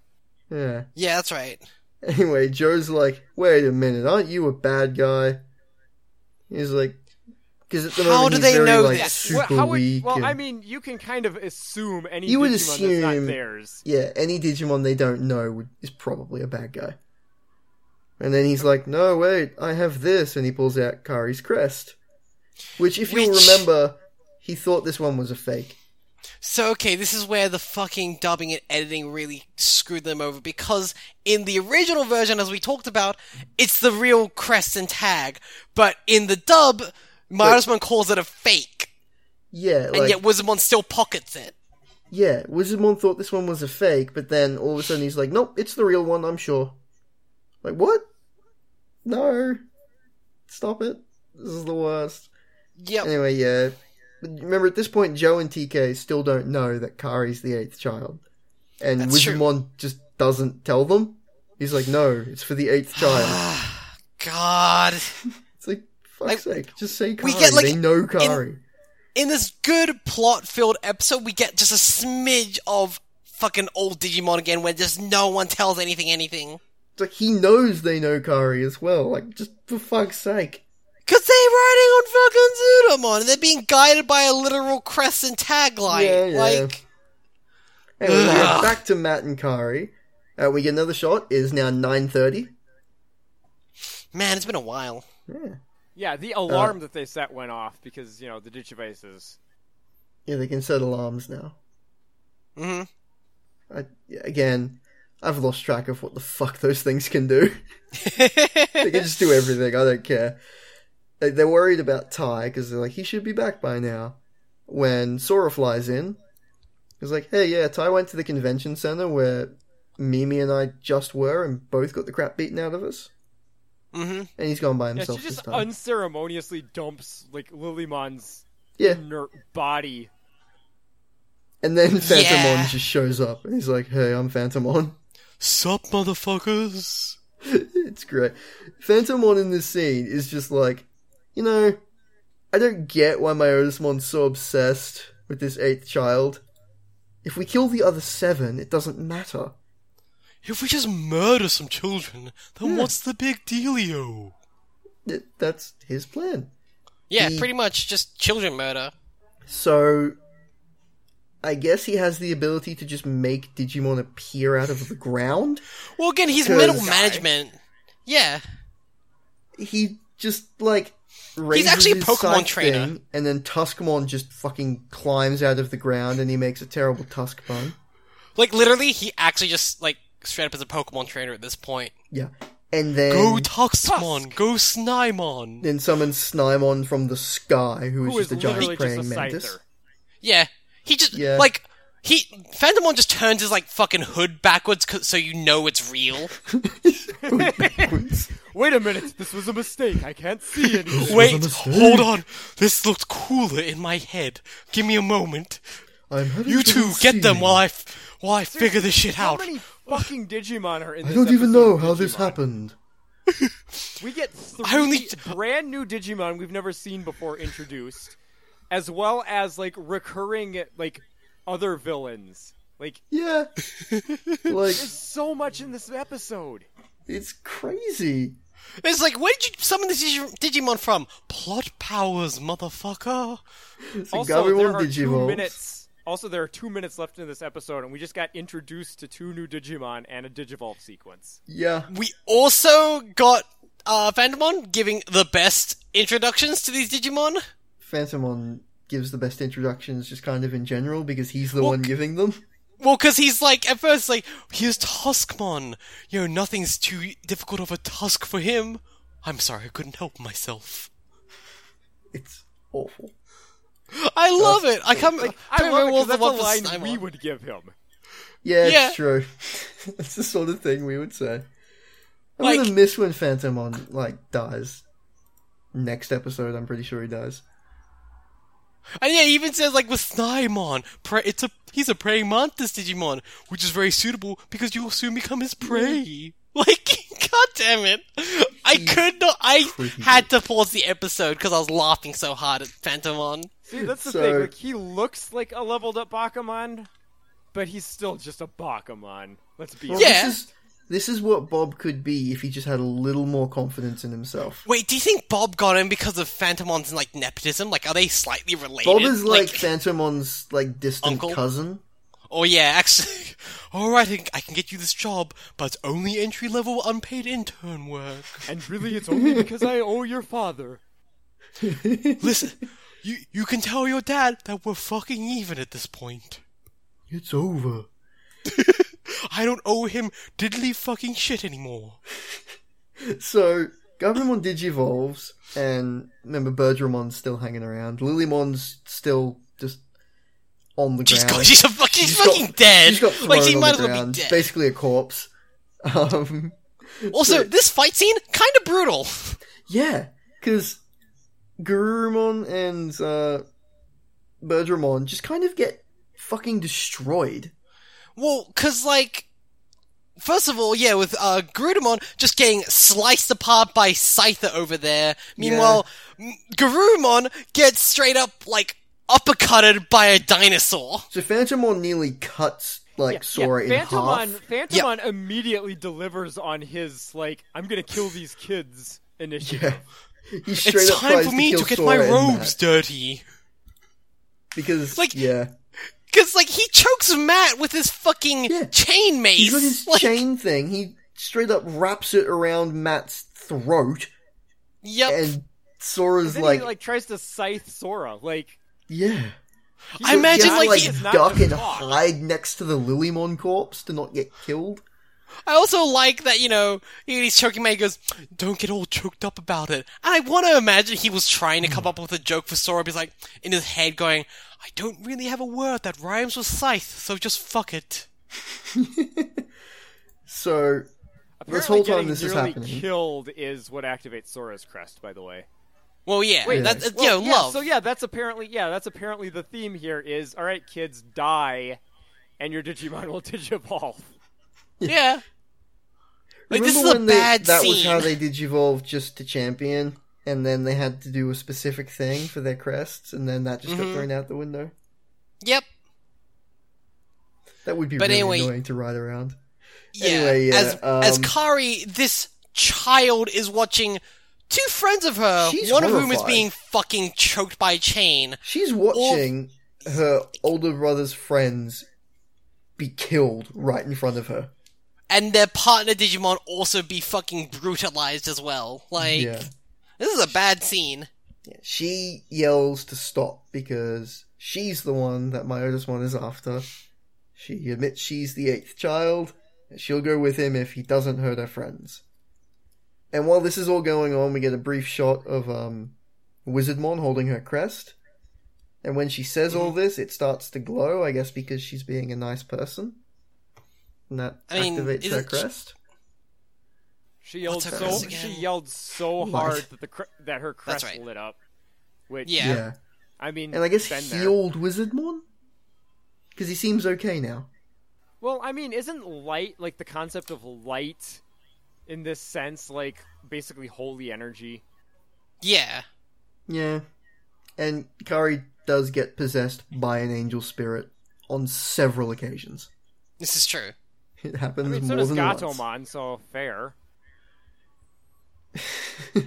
Speaker 1: Yeah.
Speaker 2: Yeah, that's right.
Speaker 1: Anyway, Joe's like, "Wait a minute, aren't you a bad guy?" He's like, Because at the
Speaker 2: How
Speaker 1: moment
Speaker 2: do
Speaker 1: he's
Speaker 2: they
Speaker 1: very,
Speaker 2: know
Speaker 1: like,
Speaker 2: this?
Speaker 1: super
Speaker 3: well, how would-
Speaker 1: weak.
Speaker 3: well,
Speaker 1: and-
Speaker 3: I mean, you can kind of assume any
Speaker 1: You would
Speaker 3: Digimon that's
Speaker 1: assume-
Speaker 3: not theirs.
Speaker 1: yeah, any Digimon they don't know would, is probably a bad guy. And then he's like, "No, wait, I have this," and he pulls out Kari's crest, which, if you'll
Speaker 2: Which-
Speaker 1: remember, he thought this one was a fake.
Speaker 2: So okay, this is where the fucking dubbing and editing really screwed them over because in the original version, as we talked about, it's the real crest and tag, but in the dub, Miresman calls it a fake,
Speaker 1: Yeah,
Speaker 2: and
Speaker 1: like
Speaker 2: yet Wizardmon still pockets it.
Speaker 1: yeah, Wizardmon thought this one was a fake, but then all of a sudden he's like, "Nope, it's the real one. I'm sure." Like what? No, stop it! This is the worst.
Speaker 2: Yep.
Speaker 1: Anyway, yeah. Remember, at this point, Joe and TK still don't know that Kari's the eighth child. And
Speaker 2: That's true.
Speaker 1: Wizardmon just doesn't tell them. He's like, no, it's for the eighth child.
Speaker 2: God.
Speaker 1: It's like, fuck's sake, just say Kari.
Speaker 2: we get, like,
Speaker 1: they know Kari.
Speaker 2: In this good plot-filled episode, we get just a smidge of fucking old Digimon again, where just no one tells anything anything.
Speaker 1: It's like, he knows they know Kari as well. Like, just for fuck's sake.
Speaker 2: Cause they're riding on fucking Zudomon and they're being guided by a literal crest and tagline.
Speaker 1: Yeah, yeah.
Speaker 2: Like,
Speaker 1: Anyway, we get
Speaker 2: Ugh.
Speaker 1: back to Matt and Kari. Uh, we get another shot. It is now 9.30.
Speaker 2: man, it's been a while.
Speaker 1: Yeah.
Speaker 3: Yeah, the
Speaker 1: Uh,
Speaker 3: alarm that they set went off because you know the Digivices.
Speaker 1: Yeah, they can set alarms now.
Speaker 2: hmm
Speaker 1: I, again, I've lost track of what the fuck those things can do. they can just do everything. I don't care. They- They're worried about Ty because they're like, he should be back by now. When Sora flies in, he's like, hey, yeah, Ty went to the convention center where Mimi and I just were and both got the crap beaten out of us.
Speaker 2: hmm
Speaker 1: And he's gone by
Speaker 3: Yeah,
Speaker 1: himself
Speaker 3: she
Speaker 1: this
Speaker 3: just
Speaker 1: time.
Speaker 3: unceremoniously dumps like Lilymon's
Speaker 1: yeah.
Speaker 3: inert body.
Speaker 1: And then Phantomon
Speaker 2: Yeah.
Speaker 1: just shows up and he's like, hey, I'm Phantomon.
Speaker 2: Sup, motherfuckers?
Speaker 1: it's great. Phantom One in this scene is just like, you know, I don't get why my Otismon's so obsessed with this eighth child. If we kill the other seven, it doesn't matter.
Speaker 2: If we just murder some children, then what's the big dealio?
Speaker 1: Th- That's his plan.
Speaker 2: Yeah,
Speaker 1: He-
Speaker 2: pretty much just children murder.
Speaker 1: So, I guess he has the ability to just make Digimon appear out of the ground.
Speaker 2: Well, again, he's
Speaker 1: Good
Speaker 2: middle
Speaker 1: guy.
Speaker 2: management. Yeah.
Speaker 1: He just like raises
Speaker 2: actually a
Speaker 1: his
Speaker 2: Pokemon
Speaker 1: scythe
Speaker 2: trainer.
Speaker 1: thing, and then Tuskmon just fucking climbs out of the ground, and he makes a terrible tusk bun.
Speaker 2: Like, literally, he actually just, like, straight up as a Pokemon trainer at this point.
Speaker 1: Yeah. And then
Speaker 2: Go Tuxmon! Go Snymon!
Speaker 1: then summons Snymon from the sky, who is
Speaker 3: Who is
Speaker 1: just a giant
Speaker 3: literally just a
Speaker 1: praying mantis.
Speaker 3: scyther?
Speaker 2: Yeah. He just,
Speaker 1: Yeah.
Speaker 2: like, he, Phantomon just turns his, like, fucking hood backwards c- so you know it's real.
Speaker 3: Wait a minute, this was a mistake. I can't see anything.
Speaker 2: Wait,
Speaker 1: was a mistake.
Speaker 2: hold on. This looked cooler in my head. Give me a moment.
Speaker 1: I'm having
Speaker 2: You
Speaker 1: trouble
Speaker 2: two, get them
Speaker 1: seeing.
Speaker 2: while I, f- while I figure this shit
Speaker 3: How
Speaker 2: out.
Speaker 3: many fucking Digimon are in
Speaker 1: I
Speaker 3: this?
Speaker 1: don't even
Speaker 3: episode
Speaker 1: know
Speaker 3: of
Speaker 1: how this
Speaker 3: Digimon?
Speaker 1: happened.
Speaker 3: We get three
Speaker 2: I only-
Speaker 3: brand new Digimon we've never seen before introduced, as well as like recurring like other villains. Like
Speaker 1: Yeah. like,
Speaker 3: so much in this episode.
Speaker 1: it's crazy.
Speaker 2: It's like, where did you summon this Digi- Digimon from? Plot powers, motherfucker.
Speaker 1: It's a
Speaker 3: Also, there
Speaker 1: Gabumon
Speaker 3: are two
Speaker 1: Digivolve.
Speaker 3: minutes. Also, there are two minutes left in this episode, and we just got introduced to two new Digimon and a Digivolve sequence.
Speaker 1: Yeah.
Speaker 2: We also got uh, Phantomon giving the best introductions to these Digimon.
Speaker 1: Phantomon gives the best introductions just kind of in general because he's the one giving them.
Speaker 2: Well, because he's like, at first, like, here's Tuskmon. You know, nothing's too difficult of a task for him. I'm sorry, I couldn't help myself.
Speaker 1: It's awful.
Speaker 2: I love it. I can't.
Speaker 3: I
Speaker 2: can't
Speaker 3: love
Speaker 2: remember
Speaker 3: it 'cause
Speaker 2: what the one
Speaker 3: that's
Speaker 2: for
Speaker 3: a line we
Speaker 2: Snymon.
Speaker 3: would give him.
Speaker 1: Yeah,
Speaker 2: Yeah.
Speaker 1: it's true. That's the sort of thing we would say. I'm
Speaker 2: Like-
Speaker 1: gonna miss when Phantomon like dies. Next episode, I'm pretty sure he dies.
Speaker 2: And yeah, he even says like with Snymon, pre- it's a he's a praying mantis Digimon, which is very suitable because you will soon become his
Speaker 3: Mm.
Speaker 2: prey. Like, god damn it! I could not. I
Speaker 1: Creepy.
Speaker 2: had to pause the episode because I was laughing so hard at Phantomon.
Speaker 3: See, that's the
Speaker 1: So-
Speaker 3: thing. Like, he looks like a leveled up Bakamon, but he's still just a Bakamon. Let's be
Speaker 1: Well,
Speaker 3: honest.
Speaker 2: Yeah.
Speaker 1: This is, This is what Bob could be if he just had a little more confidence in himself.
Speaker 2: Wait, do you think Bob got in because of Phantomons and like nepotism? Like, are they slightly related?
Speaker 1: Bob is like, Phantomon's like distant
Speaker 2: Uncle?
Speaker 1: cousin.
Speaker 2: oh yeah, actually, all right, I can, I can get you this job, but it's only entry level unpaid intern work.
Speaker 3: And really, it's only because I owe your father.
Speaker 2: Listen, you you can tell your dad that we're fucking even at this point.
Speaker 1: It's over.
Speaker 2: I don't owe him diddly fucking shit anymore.
Speaker 1: So Government digivolves, and remember Bergeramon's still hanging around. Lilymon's still just on the
Speaker 2: She's
Speaker 1: ground.
Speaker 2: got, she's a fucking, she's
Speaker 1: She's got-
Speaker 2: fucking dead.
Speaker 1: She's got thrown
Speaker 2: like she
Speaker 1: on
Speaker 2: might as
Speaker 1: the
Speaker 2: well
Speaker 1: ground,
Speaker 2: be dead.
Speaker 1: basically a corpse. Um,
Speaker 2: Also, this fight scene kind of brutal.
Speaker 1: yeah, because Garurumon and uh, Bergeramon just kind of get fucking destroyed.
Speaker 2: Well, because, like, first of all, yeah, with uh, Garudamon just getting sliced apart by Scyther over there. Meanwhile, yeah. Garurumon gets straight up, like, uppercutted by a dinosaur.
Speaker 1: So Phantomon nearly cuts like Sora in
Speaker 3: Phantomon,
Speaker 1: half.
Speaker 2: Yeah.
Speaker 3: Phantomon immediately delivers on his like I'm gonna kill these kids initiative.
Speaker 1: Yeah. He straight
Speaker 2: it's
Speaker 1: up
Speaker 2: time
Speaker 1: tries
Speaker 2: for
Speaker 1: to
Speaker 2: me
Speaker 1: kill
Speaker 2: to get
Speaker 1: Sora
Speaker 2: my
Speaker 1: in
Speaker 2: robes
Speaker 1: that,
Speaker 2: dirty.
Speaker 1: because
Speaker 2: Like-
Speaker 1: yeah,
Speaker 2: Because, like, he chokes Matt with his fucking
Speaker 1: Yeah.
Speaker 2: chain mace.
Speaker 1: he got his
Speaker 2: like,
Speaker 1: chain thing. He straight up wraps it around Matt's throat,
Speaker 2: Yep.
Speaker 1: and Sora's
Speaker 3: Then
Speaker 1: like,
Speaker 3: he like tries to scythe Sora. Like
Speaker 1: yeah.
Speaker 2: I imagine,
Speaker 1: yeah,
Speaker 2: like,
Speaker 1: like
Speaker 2: he-
Speaker 3: does not
Speaker 1: duck
Speaker 3: just
Speaker 1: and
Speaker 3: talk.
Speaker 1: hide next to the Lilymon corpse to not get killed.
Speaker 2: I also like that, you know, he's choking me, he goes, don't get all choked up about it. And I want to imagine he was trying to come up with a joke for Sora, but he's like, in his head going, I don't really have a word that rhymes with scythe, so just fuck it.
Speaker 1: So this
Speaker 3: apparently
Speaker 1: whole time
Speaker 3: getting
Speaker 1: this is
Speaker 3: nearly
Speaker 1: happening.
Speaker 3: Killed is what activates Sora's crest. By the way.
Speaker 2: Well, yeah,
Speaker 3: Wait,
Speaker 2: that, that-
Speaker 3: Well,
Speaker 2: you know,
Speaker 3: yeah,
Speaker 2: love.
Speaker 3: So yeah, that's apparently yeah, that's apparently the theme here is all right, kids die, and your Digimon will digivolve.
Speaker 2: yeah. Like, this is
Speaker 1: Remember
Speaker 2: a
Speaker 1: when they-
Speaker 2: bad
Speaker 1: that was
Speaker 2: scene.
Speaker 1: how they digivolved just to champion, and then they had to do a specific thing for their crests, and then that just
Speaker 2: Mm-hmm.
Speaker 1: got thrown out the window.
Speaker 2: Yep.
Speaker 1: That would be
Speaker 2: But
Speaker 1: really
Speaker 2: anyway-
Speaker 1: annoying to ride around.
Speaker 2: Yeah.
Speaker 1: Anyway, yeah,
Speaker 2: as, as
Speaker 1: um,
Speaker 2: Kari, this child is watching two friends of her,
Speaker 1: She's
Speaker 2: one of whom is
Speaker 1: horrified.
Speaker 2: being fucking choked by a chain.
Speaker 1: She's watching her older brother's friends be killed right in front of her.
Speaker 2: and their partner Digimon also be fucking brutalized as well. Like,
Speaker 1: Yeah.
Speaker 2: this is a bad scene.
Speaker 1: She yells to stop because she's the one that my oldest one is after. She admits she's the eighth child, and she'll go with him if he doesn't hurt her friends. And while this is all going on, we get a brief shot of um, Wizardmon holding her crest. And when she says all this, it starts to glow, I guess because she's being a nice person. And that
Speaker 2: I mean,
Speaker 1: activates her
Speaker 2: isn't-
Speaker 1: crest.
Speaker 3: She yelled
Speaker 2: What's her
Speaker 3: so
Speaker 2: crest
Speaker 3: she
Speaker 2: again?
Speaker 3: yelled so
Speaker 1: What?
Speaker 3: hard that the cre- that her crest
Speaker 2: right.
Speaker 3: lit up. Which
Speaker 2: Yeah.
Speaker 1: yeah.
Speaker 3: I mean,
Speaker 1: And I guess
Speaker 3: been there.
Speaker 1: healed Wizardmon? Because he seems okay now.
Speaker 3: Well, I mean, isn't light like the concept of light in this sense like basically holy energy?
Speaker 2: Yeah.
Speaker 1: Yeah. And Kari does get possessed by an angel spirit on several occasions.
Speaker 2: This is true.
Speaker 1: It happens
Speaker 3: I mean, so
Speaker 1: more
Speaker 3: does
Speaker 1: than
Speaker 3: Gatomon, so fair.
Speaker 1: once.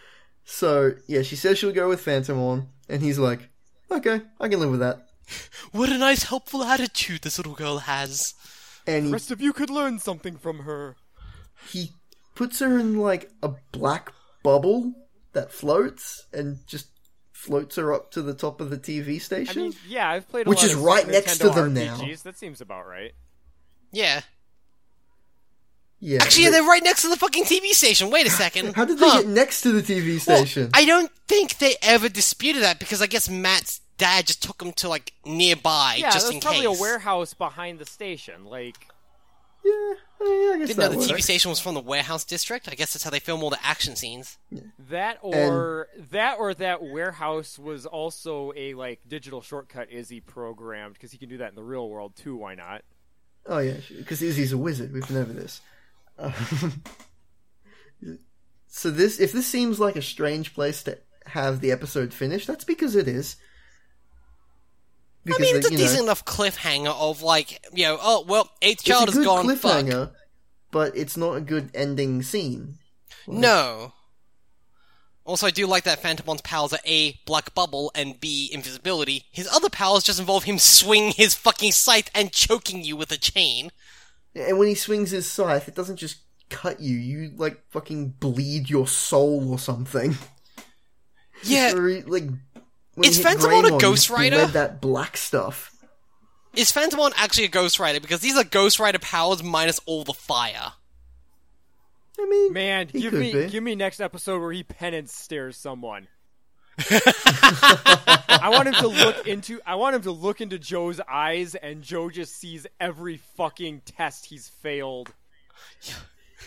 Speaker 1: so, yeah, she says she'll go with Phantomon, and he's like, okay, I can live with that.
Speaker 2: What a nice, helpful attitude this little girl has.
Speaker 1: And he,
Speaker 3: of you could learn something from her.
Speaker 1: he puts her in, like, a black bubble that floats and just floats her up to the top of the TV
Speaker 3: I
Speaker 1: station.
Speaker 3: mean, yeah, I've played a
Speaker 1: Which
Speaker 3: lot
Speaker 1: is
Speaker 3: of
Speaker 1: right
Speaker 3: Nintendo
Speaker 1: next to them now.
Speaker 3: RPGs. That seems about right.
Speaker 2: Yeah.
Speaker 1: yeah.
Speaker 2: Actually, yeah,
Speaker 1: but-
Speaker 2: they're right next to the fucking TV station. Wait a second.
Speaker 1: How did they
Speaker 2: Huh.
Speaker 1: get next to the TV
Speaker 2: Well,
Speaker 1: station?
Speaker 2: I don't think they ever disputed that because I guess Matt's dad just took him to, like, nearby
Speaker 3: Yeah,
Speaker 2: just
Speaker 3: there's
Speaker 2: in
Speaker 3: probably
Speaker 2: case.
Speaker 3: a warehouse behind the station. Like,
Speaker 1: Yeah, I, mean, I guess
Speaker 2: Didn't
Speaker 1: that
Speaker 2: know the
Speaker 1: works.
Speaker 2: TV station was from the warehouse district. I guess that's how they film all the action scenes.
Speaker 3: That or that or that warehouse was also a like digital shortcut Izzy programmed because he can do that in the real world too. Why not?
Speaker 1: Oh yeah, because Izzy's a wizard. We've been over this. Um, so this, if this seems like a strange place to have the episode finish, that's because it is. Because
Speaker 2: I mean, it's
Speaker 1: they-
Speaker 2: a
Speaker 1: you
Speaker 2: decent
Speaker 1: know,
Speaker 2: enough cliffhanger of, like, you know, oh, well, eighth
Speaker 1: it's
Speaker 2: child
Speaker 1: a
Speaker 2: is
Speaker 1: good
Speaker 2: gone. Fuck.
Speaker 1: cliffhanger, but it's not a good ending scene.
Speaker 2: No. Also, I do like that Phantomon's powers are A, black bubble, and B, invisibility. His other powers just involve him swinging his fucking scythe and choking you with a chain.
Speaker 1: And when he swings his scythe, it doesn't just cut you, you like fucking bleed your soul or something.
Speaker 2: Yeah,
Speaker 1: Or, like when
Speaker 2: Uh, Is
Speaker 1: he hit
Speaker 2: Phantom on a
Speaker 1: Greymon,
Speaker 2: Ghost
Speaker 1: he
Speaker 2: Rider?
Speaker 1: bled that black stuff.
Speaker 2: is Phantomon actually a Ghost Rider? Because these are Ghost Rider powers minus all the fire.
Speaker 1: I mean,
Speaker 3: Man,
Speaker 1: he
Speaker 3: give
Speaker 1: could
Speaker 3: me
Speaker 1: be.
Speaker 3: give me next episode where he penance stares someone. I want him to look into I want him to look into Joe's eyes and Joe just sees every fucking test he's failed.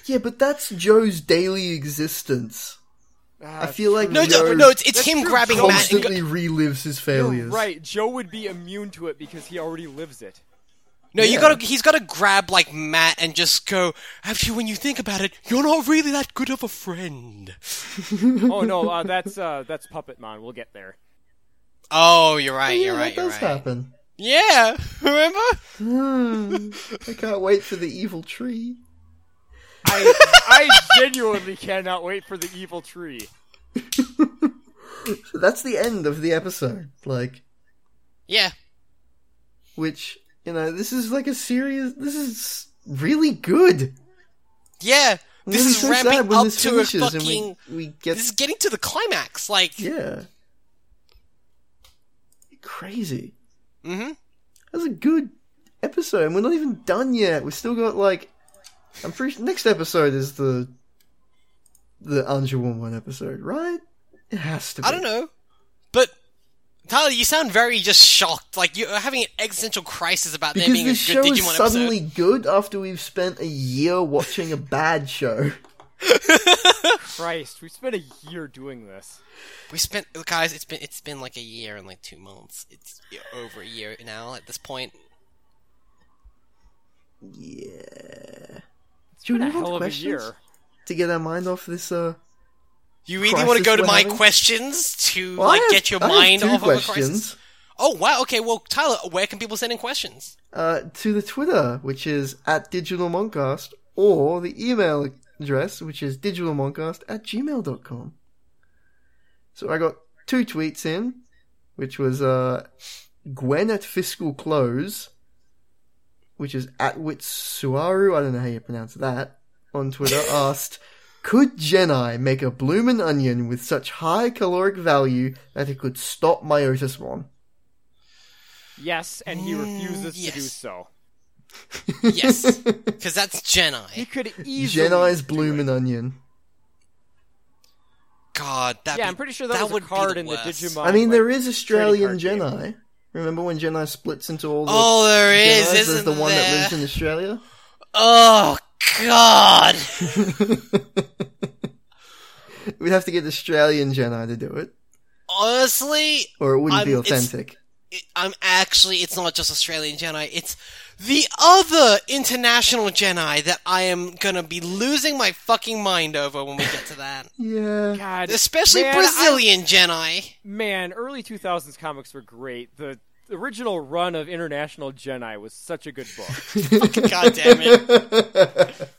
Speaker 1: yeah, but that's Joe's daily existence. I feel like
Speaker 2: Ah, No,
Speaker 1: Joe
Speaker 2: no, no it's, it's
Speaker 3: That's
Speaker 2: him
Speaker 3: true,
Speaker 2: grabbing Matt and go-
Speaker 1: constantly relives his
Speaker 3: You're
Speaker 1: failures.
Speaker 3: right, Joe would be immune to it because he already lives it.
Speaker 2: No, you
Speaker 1: Yeah.
Speaker 2: gotta. He's gotta grab like Matt and just go. Actually, when you think about it, you're not really that good of a friend.
Speaker 3: Oh no, uh, that's uh, that's Puppet Mon. We'll get there.
Speaker 2: Oh, you're right.
Speaker 1: Yeah,
Speaker 2: you're right.
Speaker 1: that
Speaker 2: You're
Speaker 1: does
Speaker 2: right.
Speaker 1: happen.
Speaker 2: Yeah, remember?
Speaker 1: Hmm, I can't wait for the evil tree.
Speaker 3: I I genuinely cannot wait for the evil tree.
Speaker 1: So that's the end of the episode. Like,
Speaker 2: Yeah.
Speaker 1: which you know, this is like a serious. This is really good.
Speaker 2: Yeah,
Speaker 1: I'm
Speaker 2: this
Speaker 1: really
Speaker 2: is
Speaker 1: so sad
Speaker 2: ramping
Speaker 1: when
Speaker 2: up
Speaker 1: this
Speaker 2: to a
Speaker 1: finishes
Speaker 2: fucking.
Speaker 1: and we, we get
Speaker 2: This is getting to the climax. Like,
Speaker 1: yeah, crazy.
Speaker 2: Mhm.
Speaker 1: That's a good episode, and we're not even done yet. We still got like, I'm pretty. sure Next episode is the the Anjouan one episode, right? It has to. be.
Speaker 2: I don't know, but Tyler, you sound very just shocked. Like you're having an existential crisis about there
Speaker 1: because
Speaker 2: being a good
Speaker 1: this show
Speaker 2: Digimon
Speaker 1: is suddenly
Speaker 2: episode.
Speaker 1: good after we've spent a year watching a bad show.
Speaker 3: Christ, we spent a year doing this.
Speaker 2: We spent, guys. It's been it's been like a year and like two months. It's over a year now at this point.
Speaker 1: Yeah.
Speaker 3: It's
Speaker 1: Do you
Speaker 3: been a
Speaker 1: have
Speaker 3: hell of a
Speaker 1: questions?
Speaker 3: year.
Speaker 1: to get our mind off this. Uh,
Speaker 2: You really want to
Speaker 1: crisis
Speaker 2: go to
Speaker 1: we're
Speaker 2: my
Speaker 1: having?
Speaker 2: questions to
Speaker 1: well, I
Speaker 2: like
Speaker 1: have-
Speaker 2: get your
Speaker 1: I have
Speaker 2: mind
Speaker 1: two
Speaker 2: off of a crisis?
Speaker 1: questions
Speaker 2: Oh wow, okay. Well, Tyler, where can people send in questions?
Speaker 1: uh, to the Twitter, which is at digitalmoncast, or the email address, which is digitalmoncast at gmail.com. So I got two tweets in, which was uh, Gwen at Fiscal Close, which is at Witsuaru, I don't know how you pronounce that, on Twitter, asked, Could Jedi make a bloomin' onion with such high caloric value that it could stop my Otismon?
Speaker 3: Yes, and he refuses
Speaker 2: Uh, yes.
Speaker 3: to do so.
Speaker 2: Yes, because that's
Speaker 3: He
Speaker 2: Jedi.
Speaker 3: could easily.
Speaker 1: Jedi's
Speaker 3: do
Speaker 1: bloomin'
Speaker 3: it.
Speaker 1: onion.
Speaker 2: God, that
Speaker 3: Yeah, I'm pretty sure that, was
Speaker 2: would
Speaker 3: a
Speaker 2: be
Speaker 3: card
Speaker 2: the
Speaker 3: in the
Speaker 2: worst.
Speaker 3: Digimon.
Speaker 1: I mean,
Speaker 3: like,
Speaker 1: there is Australian
Speaker 3: trading card
Speaker 1: Jedi. Remember when Jedi splits into all the
Speaker 2: Oh, there
Speaker 1: Jedis?
Speaker 2: is,
Speaker 1: There's
Speaker 2: isn't
Speaker 1: the one
Speaker 2: there?
Speaker 1: that lives in Australia.
Speaker 2: Oh God.
Speaker 1: We'd have to get Australian Jedi to do it,
Speaker 2: Honestly,
Speaker 1: or it wouldn't be
Speaker 2: I'm- Um, it's-
Speaker 1: authentic.
Speaker 2: it, I'm actually. It's not just Australian Jedi. It's the other international Jedi that I am gonna be losing my fucking mind over when we get to that.
Speaker 1: Yeah,
Speaker 3: God,
Speaker 2: Especially
Speaker 3: man, I-
Speaker 2: Brazilian Jedi.
Speaker 3: man, early 2000s comics were great. The original run of International Jedi was such a good book.
Speaker 2: God damn it.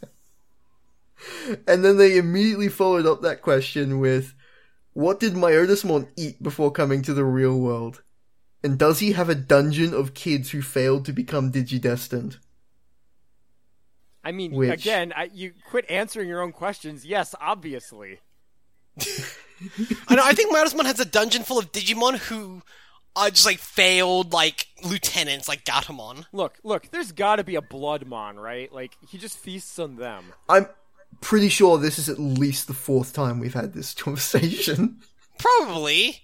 Speaker 1: and then they immediately followed up that question with, "What did Myotismon eat before coming to the real world?" And does he have a dungeon of kids who failed to become digidestined?
Speaker 3: I mean,
Speaker 1: Which-
Speaker 3: again, I, you quit answering your own questions. Yes, obviously.
Speaker 2: I know. I think Myotismon has a dungeon full of Digimon who are just like failed like lieutenants, like Gatomon.
Speaker 3: Look, look, there's got to be a Bloodmon, right? Like he just feasts on them.
Speaker 1: I'm pretty sure this is at least the fourth time we've had this conversation.
Speaker 2: Probably.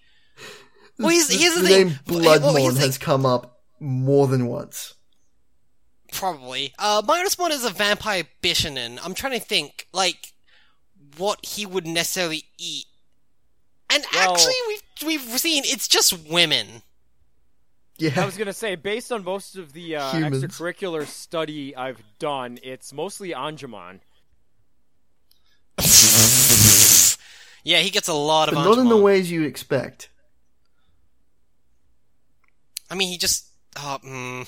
Speaker 2: Well, here's, here's the,
Speaker 1: the
Speaker 2: thing.
Speaker 1: name
Speaker 2: Well,
Speaker 1: Bloodmon
Speaker 2: here's the thing.
Speaker 1: has come up more than once.
Speaker 2: Probably. Uh, Myotismon is a vampire Bishinin. I'm trying to think, like, what he would necessarily eat. And
Speaker 3: Well-
Speaker 2: actually, we've, we've seen it's just women.
Speaker 1: Yeah,
Speaker 3: I was gonna say, based on most of the uh,
Speaker 1: Humans.
Speaker 3: extracurricular study I've done, it's mostly Anjumon.
Speaker 2: yeah, he gets a lot of
Speaker 1: but not in the
Speaker 2: Angemon.
Speaker 1: ways you expect.
Speaker 2: I mean, he just Oh, mm.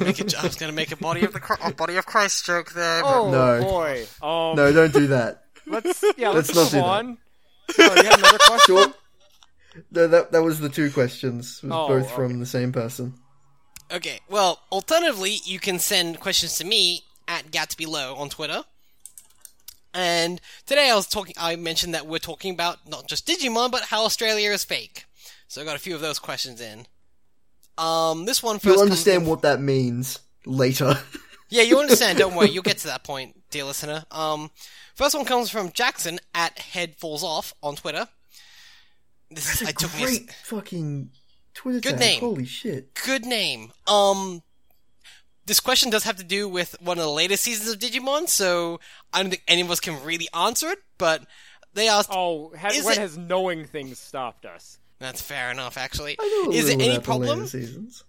Speaker 2: I, make a, I was going to make a body of the Chri- a body of Christ joke there. but-
Speaker 3: Oh
Speaker 1: No.
Speaker 3: boy. Um,
Speaker 1: No, don't do that.
Speaker 3: Let's yeah. Let's,
Speaker 1: Let's not do that.
Speaker 3: move on. Oh, you have another question?
Speaker 1: Sure. No, that that was the two questions, was
Speaker 3: Oh,
Speaker 1: both from the same person.
Speaker 2: Okay. Well, alternatively, you can send questions to me at GatsbyLow on Twitter. And today I was talking. I mentioned that we're talking about not just Digimon, but how Australia is fake. So I got a few of those questions in. Um, this one first.
Speaker 1: You'll
Speaker 2: comes
Speaker 1: understand
Speaker 2: in-
Speaker 1: what that means later.
Speaker 2: Yeah, you understand. Don't worry. You'll get to that point, dear listener. Um, first one comes from Jackson at Head Falls Off on Twitter. This is, I took me a s-
Speaker 1: Great fucking Twitter
Speaker 2: Good
Speaker 1: tag.
Speaker 2: name.
Speaker 1: Holy shit.
Speaker 2: good name. Um, this question does have to do with one of the latest seasons of Digimon, so I don't think any of us can really answer it. But they asked.
Speaker 3: Oh, ha-
Speaker 2: Is
Speaker 3: when
Speaker 2: it-
Speaker 3: has knowing things stopped us?
Speaker 2: That's fair enough, actually.
Speaker 1: I know a
Speaker 2: Is there
Speaker 1: little
Speaker 2: any
Speaker 1: about the later
Speaker 2: problem?
Speaker 1: Seasons.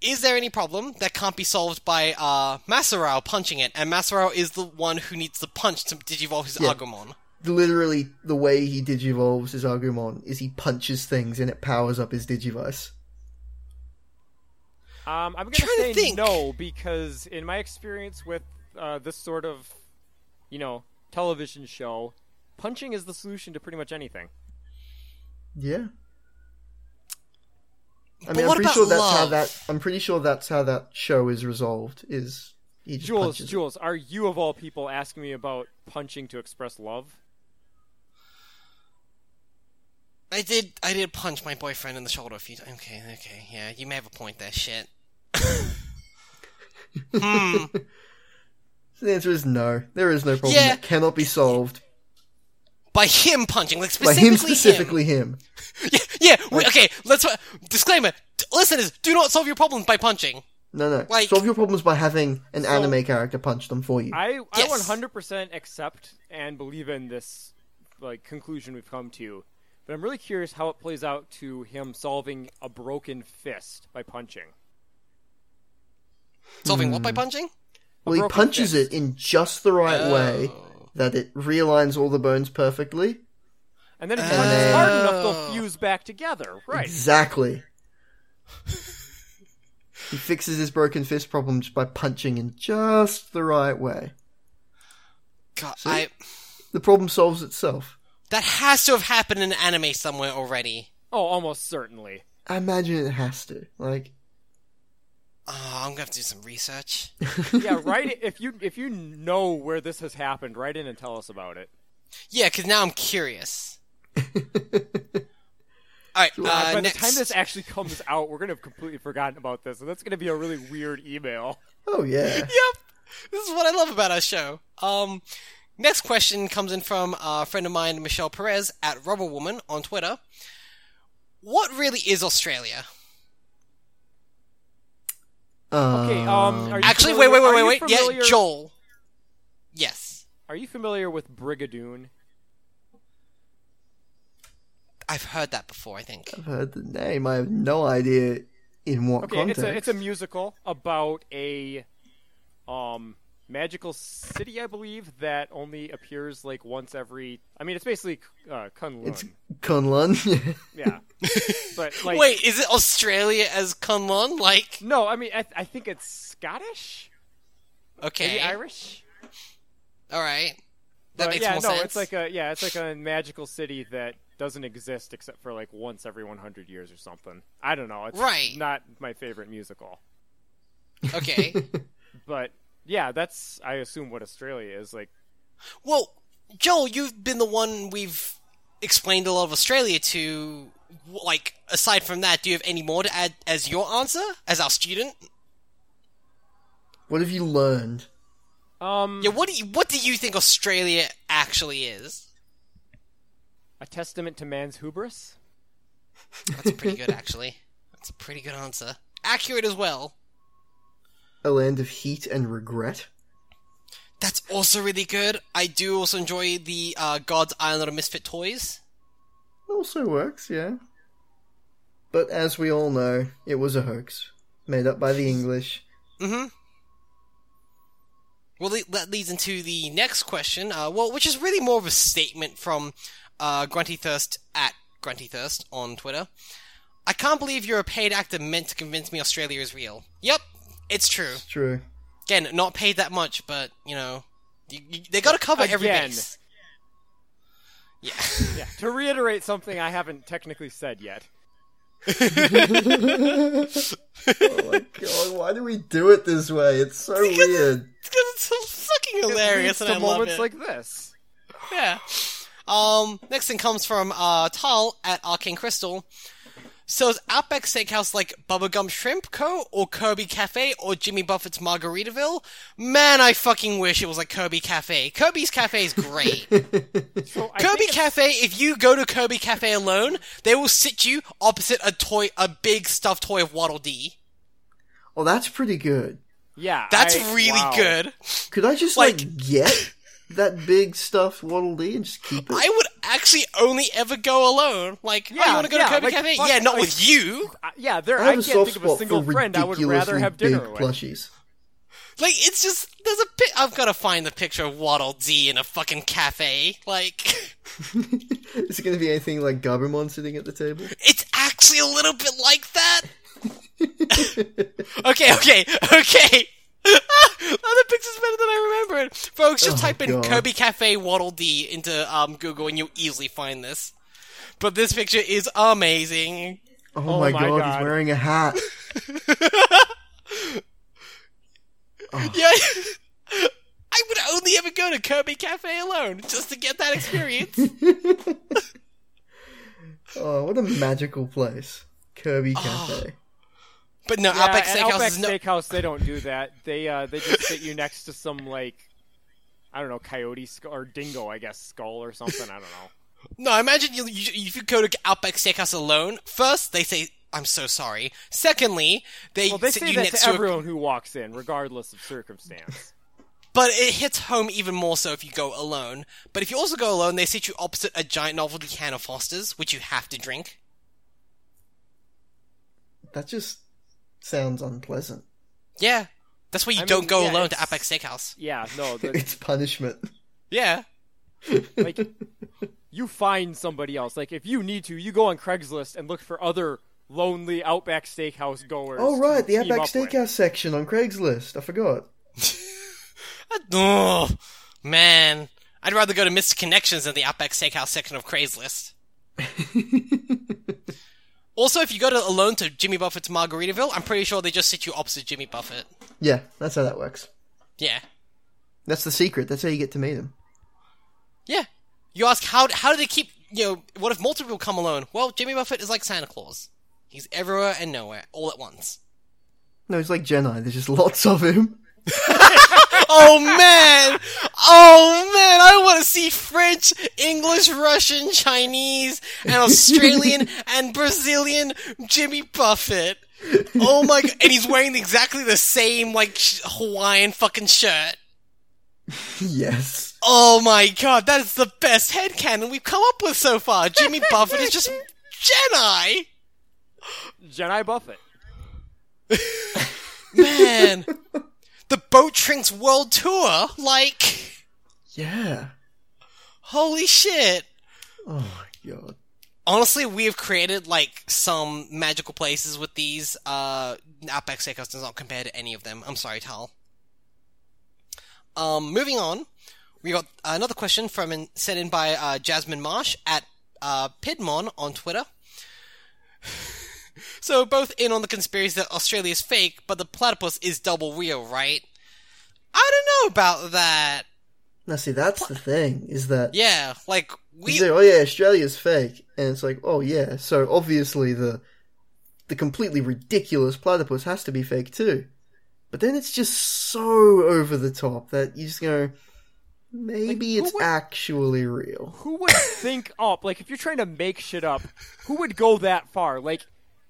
Speaker 2: Is there any problem that can't be solved by uh, Masorao punching it? And Masorao is the one who needs the punch to digivolve his
Speaker 1: Yeah.
Speaker 2: Agumon.
Speaker 1: Literally, the way he digivolves his Agumon is he punches things and it powers up his Digivice.
Speaker 3: Um, I'm gonna
Speaker 2: Trying to
Speaker 3: say
Speaker 2: think.
Speaker 3: no because in my experience with uh, this sort of, you know, television show, punching is the solution to pretty much anything.
Speaker 1: Yeah. I
Speaker 2: But
Speaker 1: mean, I'm
Speaker 2: what
Speaker 1: pretty
Speaker 2: about
Speaker 1: sure that's how
Speaker 2: love?
Speaker 1: that. I'm pretty sure that's how that show is resolved. Is he just
Speaker 3: Jules,
Speaker 1: punches it.
Speaker 3: Jules, are you of all people asking me about punching to express love?
Speaker 2: I did. I did punch my boyfriend in the shoulder a few times. Okay, okay, yeah, you may have a point there. Shit. hmm.
Speaker 1: So the answer is no. There is no problem
Speaker 2: Yeah.
Speaker 1: that cannot be solved
Speaker 2: By him punching, like
Speaker 1: by
Speaker 2: specifically
Speaker 1: him specifically. Him.
Speaker 2: Yeah, yeah. We, okay, let's uh, disclaimer. D- Listeners, do not solve your problems by punching.
Speaker 1: No, no.
Speaker 2: Like-
Speaker 1: Solve your problems by having an anime character punch them for you.
Speaker 3: I
Speaker 2: Yes.
Speaker 3: I 100% accept and believe in this like conclusion we've come to, but I'm really curious how it plays out to him solving a broken fist by punching.
Speaker 2: Solving what by
Speaker 3: Hmm.
Speaker 2: punching?
Speaker 1: well, he
Speaker 3: broken
Speaker 1: punches
Speaker 3: fist.
Speaker 1: it in just the right
Speaker 2: Oh.
Speaker 1: way that it realigns all the bones perfectly.
Speaker 3: And then if he punches hard enough, they'll fuse back together. Right.
Speaker 1: Exactly. he fixes his broken fist problem just by punching in just the right way.
Speaker 2: God, I
Speaker 1: The problem solves itself.
Speaker 2: that has to have happened in anime somewhere already.
Speaker 3: Oh, almost certainly.
Speaker 1: I imagine it has to. Like,
Speaker 2: Oh, I'm gonna have to do some research.
Speaker 3: Yeah, right. if you if you know where this has happened, write in and tell us about it.
Speaker 2: Yeah, because now I'm curious. All right,
Speaker 3: By
Speaker 2: uh,
Speaker 3: the
Speaker 2: next.
Speaker 3: time this actually comes out, we're gonna have completely forgotten about this, and that's gonna be a really weird email.
Speaker 1: oh yeah.
Speaker 2: yep, this is what I love about our show. Um, next question comes in from a friend of mine, Michelle Perez at Rubber Woman on Twitter. What really is Australia?
Speaker 3: Okay.
Speaker 1: Oh,
Speaker 3: Um. Are you
Speaker 2: Actually, wait,
Speaker 3: familiar-
Speaker 2: wait,
Speaker 3: are
Speaker 2: wait,
Speaker 3: you
Speaker 2: wait, wait.
Speaker 3: familiar-
Speaker 2: Yeah, Joel. Yes,
Speaker 3: Are you familiar with Brigadoon?
Speaker 2: I've heard that before. I think.
Speaker 1: I've heard the name. I have no idea in what
Speaker 3: Okay,
Speaker 1: context.
Speaker 3: it's a it's a musical about a um magical city, I believe, that only appears like once every. I mean, it's basically uh, Kunlun.
Speaker 1: It's Kunlun.
Speaker 3: Yeah, but like
Speaker 2: Wait, is it Australia as Kunlun? Like,
Speaker 3: no, I mean, I, I think it's Scottish,
Speaker 2: okay,
Speaker 3: maybe Irish.
Speaker 2: all right, that
Speaker 3: But
Speaker 2: makes
Speaker 3: yeah,
Speaker 2: more
Speaker 3: no,
Speaker 2: sense.
Speaker 3: it's like a yeah, it's like a magical city that doesn't exist except for like once every 100 years or something. I don't know. It's
Speaker 2: Right.
Speaker 3: Not my favorite musical,
Speaker 2: okay,
Speaker 3: but yeah, that's I assume what Australia is like.
Speaker 2: well, Joel, you've been the one we've explained a lot of Australia to. Like, aside from that, do you have any more to add as your answer as our student?
Speaker 1: what have you learned?
Speaker 3: Um,
Speaker 2: Yeah, what do you what do you think Australia actually is?
Speaker 3: a testament to man's hubris.
Speaker 2: That's pretty good, actually. That's a pretty good answer. Accurate as well.
Speaker 1: A land of heat and regret.
Speaker 2: That's also really good. I do also enjoy the uh, God's Island of Misfit Toys.
Speaker 1: Also works, yeah. But as we all know, it was a hoax made up by the English.
Speaker 2: Mm-hmm. Well, le- that leads into the next question. Uh, well, which is really more of a statement from uh, Grunty Thirst at Grunty Thirst on Twitter. I can't believe you're a paid actor meant to convince me Australia is real. Yep, it's true.
Speaker 1: It's true.
Speaker 2: Again, not paid that much, but you know, you, you, they got to cover every
Speaker 3: Again.
Speaker 2: base. Yeah.
Speaker 3: Yeah. To reiterate something I haven't technically said yet.
Speaker 1: Oh my god, why do we do it this way? It's so weird.
Speaker 2: it's so fucking hilarious,
Speaker 3: It
Speaker 2: and I
Speaker 3: leads to
Speaker 2: love
Speaker 3: moments
Speaker 2: it.
Speaker 3: like this.
Speaker 2: yeah. Um, next thing comes from uh, Tal at Arcane Crystal. So is Outback Steakhouse like Bubblegum Shrimp Co. or Kirby Cafe or Jimmy Buffett's Margaritaville? Man, I fucking wish it was like Kirby Cafe. Kirby's Cafe is great.
Speaker 3: So I
Speaker 2: Kirby
Speaker 3: think it's-
Speaker 2: Cafe, if you go to Kirby Cafe alone, they will sit you opposite a toy, a big stuffed toy of Waddle Dee.
Speaker 1: Oh, that's pretty good.
Speaker 3: Yeah.
Speaker 2: That's
Speaker 3: I-
Speaker 2: really
Speaker 3: wow.
Speaker 2: good.
Speaker 1: Could I just like, get that big stuffed Waddle Dee and just keep it?
Speaker 2: I would actually only ever go alone. Like, oh, you
Speaker 3: Yeah,
Speaker 2: want to go
Speaker 3: yeah,
Speaker 2: to Kirby
Speaker 3: like,
Speaker 2: Cafe?
Speaker 3: fuck,
Speaker 2: yeah, not
Speaker 3: like-
Speaker 2: with you.
Speaker 3: Uh, yeah, there.
Speaker 1: I
Speaker 3: I,
Speaker 1: have a
Speaker 3: can't
Speaker 1: soft
Speaker 3: think of a
Speaker 1: spot for
Speaker 3: single friend I would rather
Speaker 1: ridiculously
Speaker 3: have
Speaker 1: big
Speaker 3: dinner with.
Speaker 1: plushies.
Speaker 2: Like, it's just there's a pic. I've got to find the picture of Waddle Dee in a fucking cafe. Like,
Speaker 1: Is it going to be anything like Gabumon sitting at the table?
Speaker 2: it's actually a little bit like that. okay, okay, okay. oh, the picture's better than I remembered. Folks, just
Speaker 1: Oh,
Speaker 2: type in
Speaker 1: God.
Speaker 2: Kirby Cafe Waddle Dee into um, Google and you'll easily find this. But this picture is amazing.
Speaker 1: Oh,
Speaker 3: Oh
Speaker 1: my,
Speaker 3: my
Speaker 1: god,
Speaker 3: God.
Speaker 1: he's wearing a hat. Oh.
Speaker 2: Yeah. I would only ever go to Kirby Cafe alone just to get that experience.
Speaker 1: Oh, what a magical place. Kirby
Speaker 3: Ah.
Speaker 1: Cafe.
Speaker 2: but no,
Speaker 3: Yeah,
Speaker 2: Outback
Speaker 3: at
Speaker 2: Steakhouse
Speaker 3: Outback
Speaker 2: is no.
Speaker 3: Steakhouse, they don't do that. They uh, they just sit you next to some like I don't know, coyote skull or dingo, I guess, skull or something. I don't know.
Speaker 2: No, imagine you, you, if you go to Outback Steakhouse alone. First, they say, "I'm so sorry." Secondly, they,
Speaker 3: Well, they
Speaker 2: sit
Speaker 3: say
Speaker 2: you
Speaker 3: that
Speaker 2: next
Speaker 3: to
Speaker 2: a-
Speaker 3: everyone who walks in, regardless of circumstance.
Speaker 2: But it hits home even more so if you go alone. But if you also go alone, they sit you opposite a giant novelty can of Foster's, which you have to drink.
Speaker 1: That just sounds unpleasant.
Speaker 2: Yeah. That's why you
Speaker 3: I
Speaker 2: don't
Speaker 3: mean,
Speaker 2: go
Speaker 3: yeah,
Speaker 2: alone to
Speaker 3: it's-
Speaker 2: Outback Steakhouse.
Speaker 3: Yeah, no, the,
Speaker 1: It's punishment.
Speaker 2: Yeah.
Speaker 3: like you find somebody else. Like if you need to, you go on Craigslist and look for other lonely Outback Steakhouse goers.
Speaker 1: Oh, right, the
Speaker 3: to team
Speaker 1: Outback
Speaker 3: up with.
Speaker 1: Steakhouse section on Craigslist. I forgot.
Speaker 2: Oh, man. I'd rather go to Mr. Connections than the Outback Steakhouse section of Craigslist. also, if you go to alone to Jimmy Buffett's Margaritaville, I'm pretty sure they just sit you opposite Jimmy Buffett.
Speaker 1: Yeah, that's how that works.
Speaker 2: Yeah.
Speaker 1: That's the secret. That's how you get to meet him.
Speaker 2: Yeah. You ask how how do they keep you know what if multiple come alone? Well, Jimmy Buffett is like Santa Claus. He's everywhere and nowhere all at once.
Speaker 1: No, it's like Jedi. There's just lots of him.
Speaker 2: oh man! Oh man! I want to see French, English, Russian, Chinese, and Australian and Brazilian Jimmy Buffett. Oh my! g- And he's wearing exactly the same like sh- Hawaiian fucking shirt.
Speaker 1: yes.
Speaker 2: Oh my god, that is the best headcanon we've come up with so far. Jimmy Buffett is just Jedi.
Speaker 3: Jedi Buffett.
Speaker 2: man the boat shrinks world tour like
Speaker 1: Yeah.
Speaker 2: holy shit
Speaker 1: Oh my god.
Speaker 2: honestly we have created like some magical places with these uh outback steakhouse does not compare to any of them i'm sorry tal um moving on we got another question from in, sent in by uh, jasmine marsh at uh, pidmon on twitter so both in on the conspiracy that australia's fake but the platypus is double real right i don't know about that
Speaker 1: Now, see, that's the thing, is that
Speaker 2: yeah like we
Speaker 1: You say, oh yeah, Australia's fake, and it's like, oh yeah, so obviously the the completely ridiculous platypus has to be fake too. But then it's just so over the top that you just go, maybe
Speaker 3: Like, who
Speaker 1: it's
Speaker 3: would-
Speaker 1: actually real.
Speaker 3: who would think up like if you're trying to make shit up who would go that far like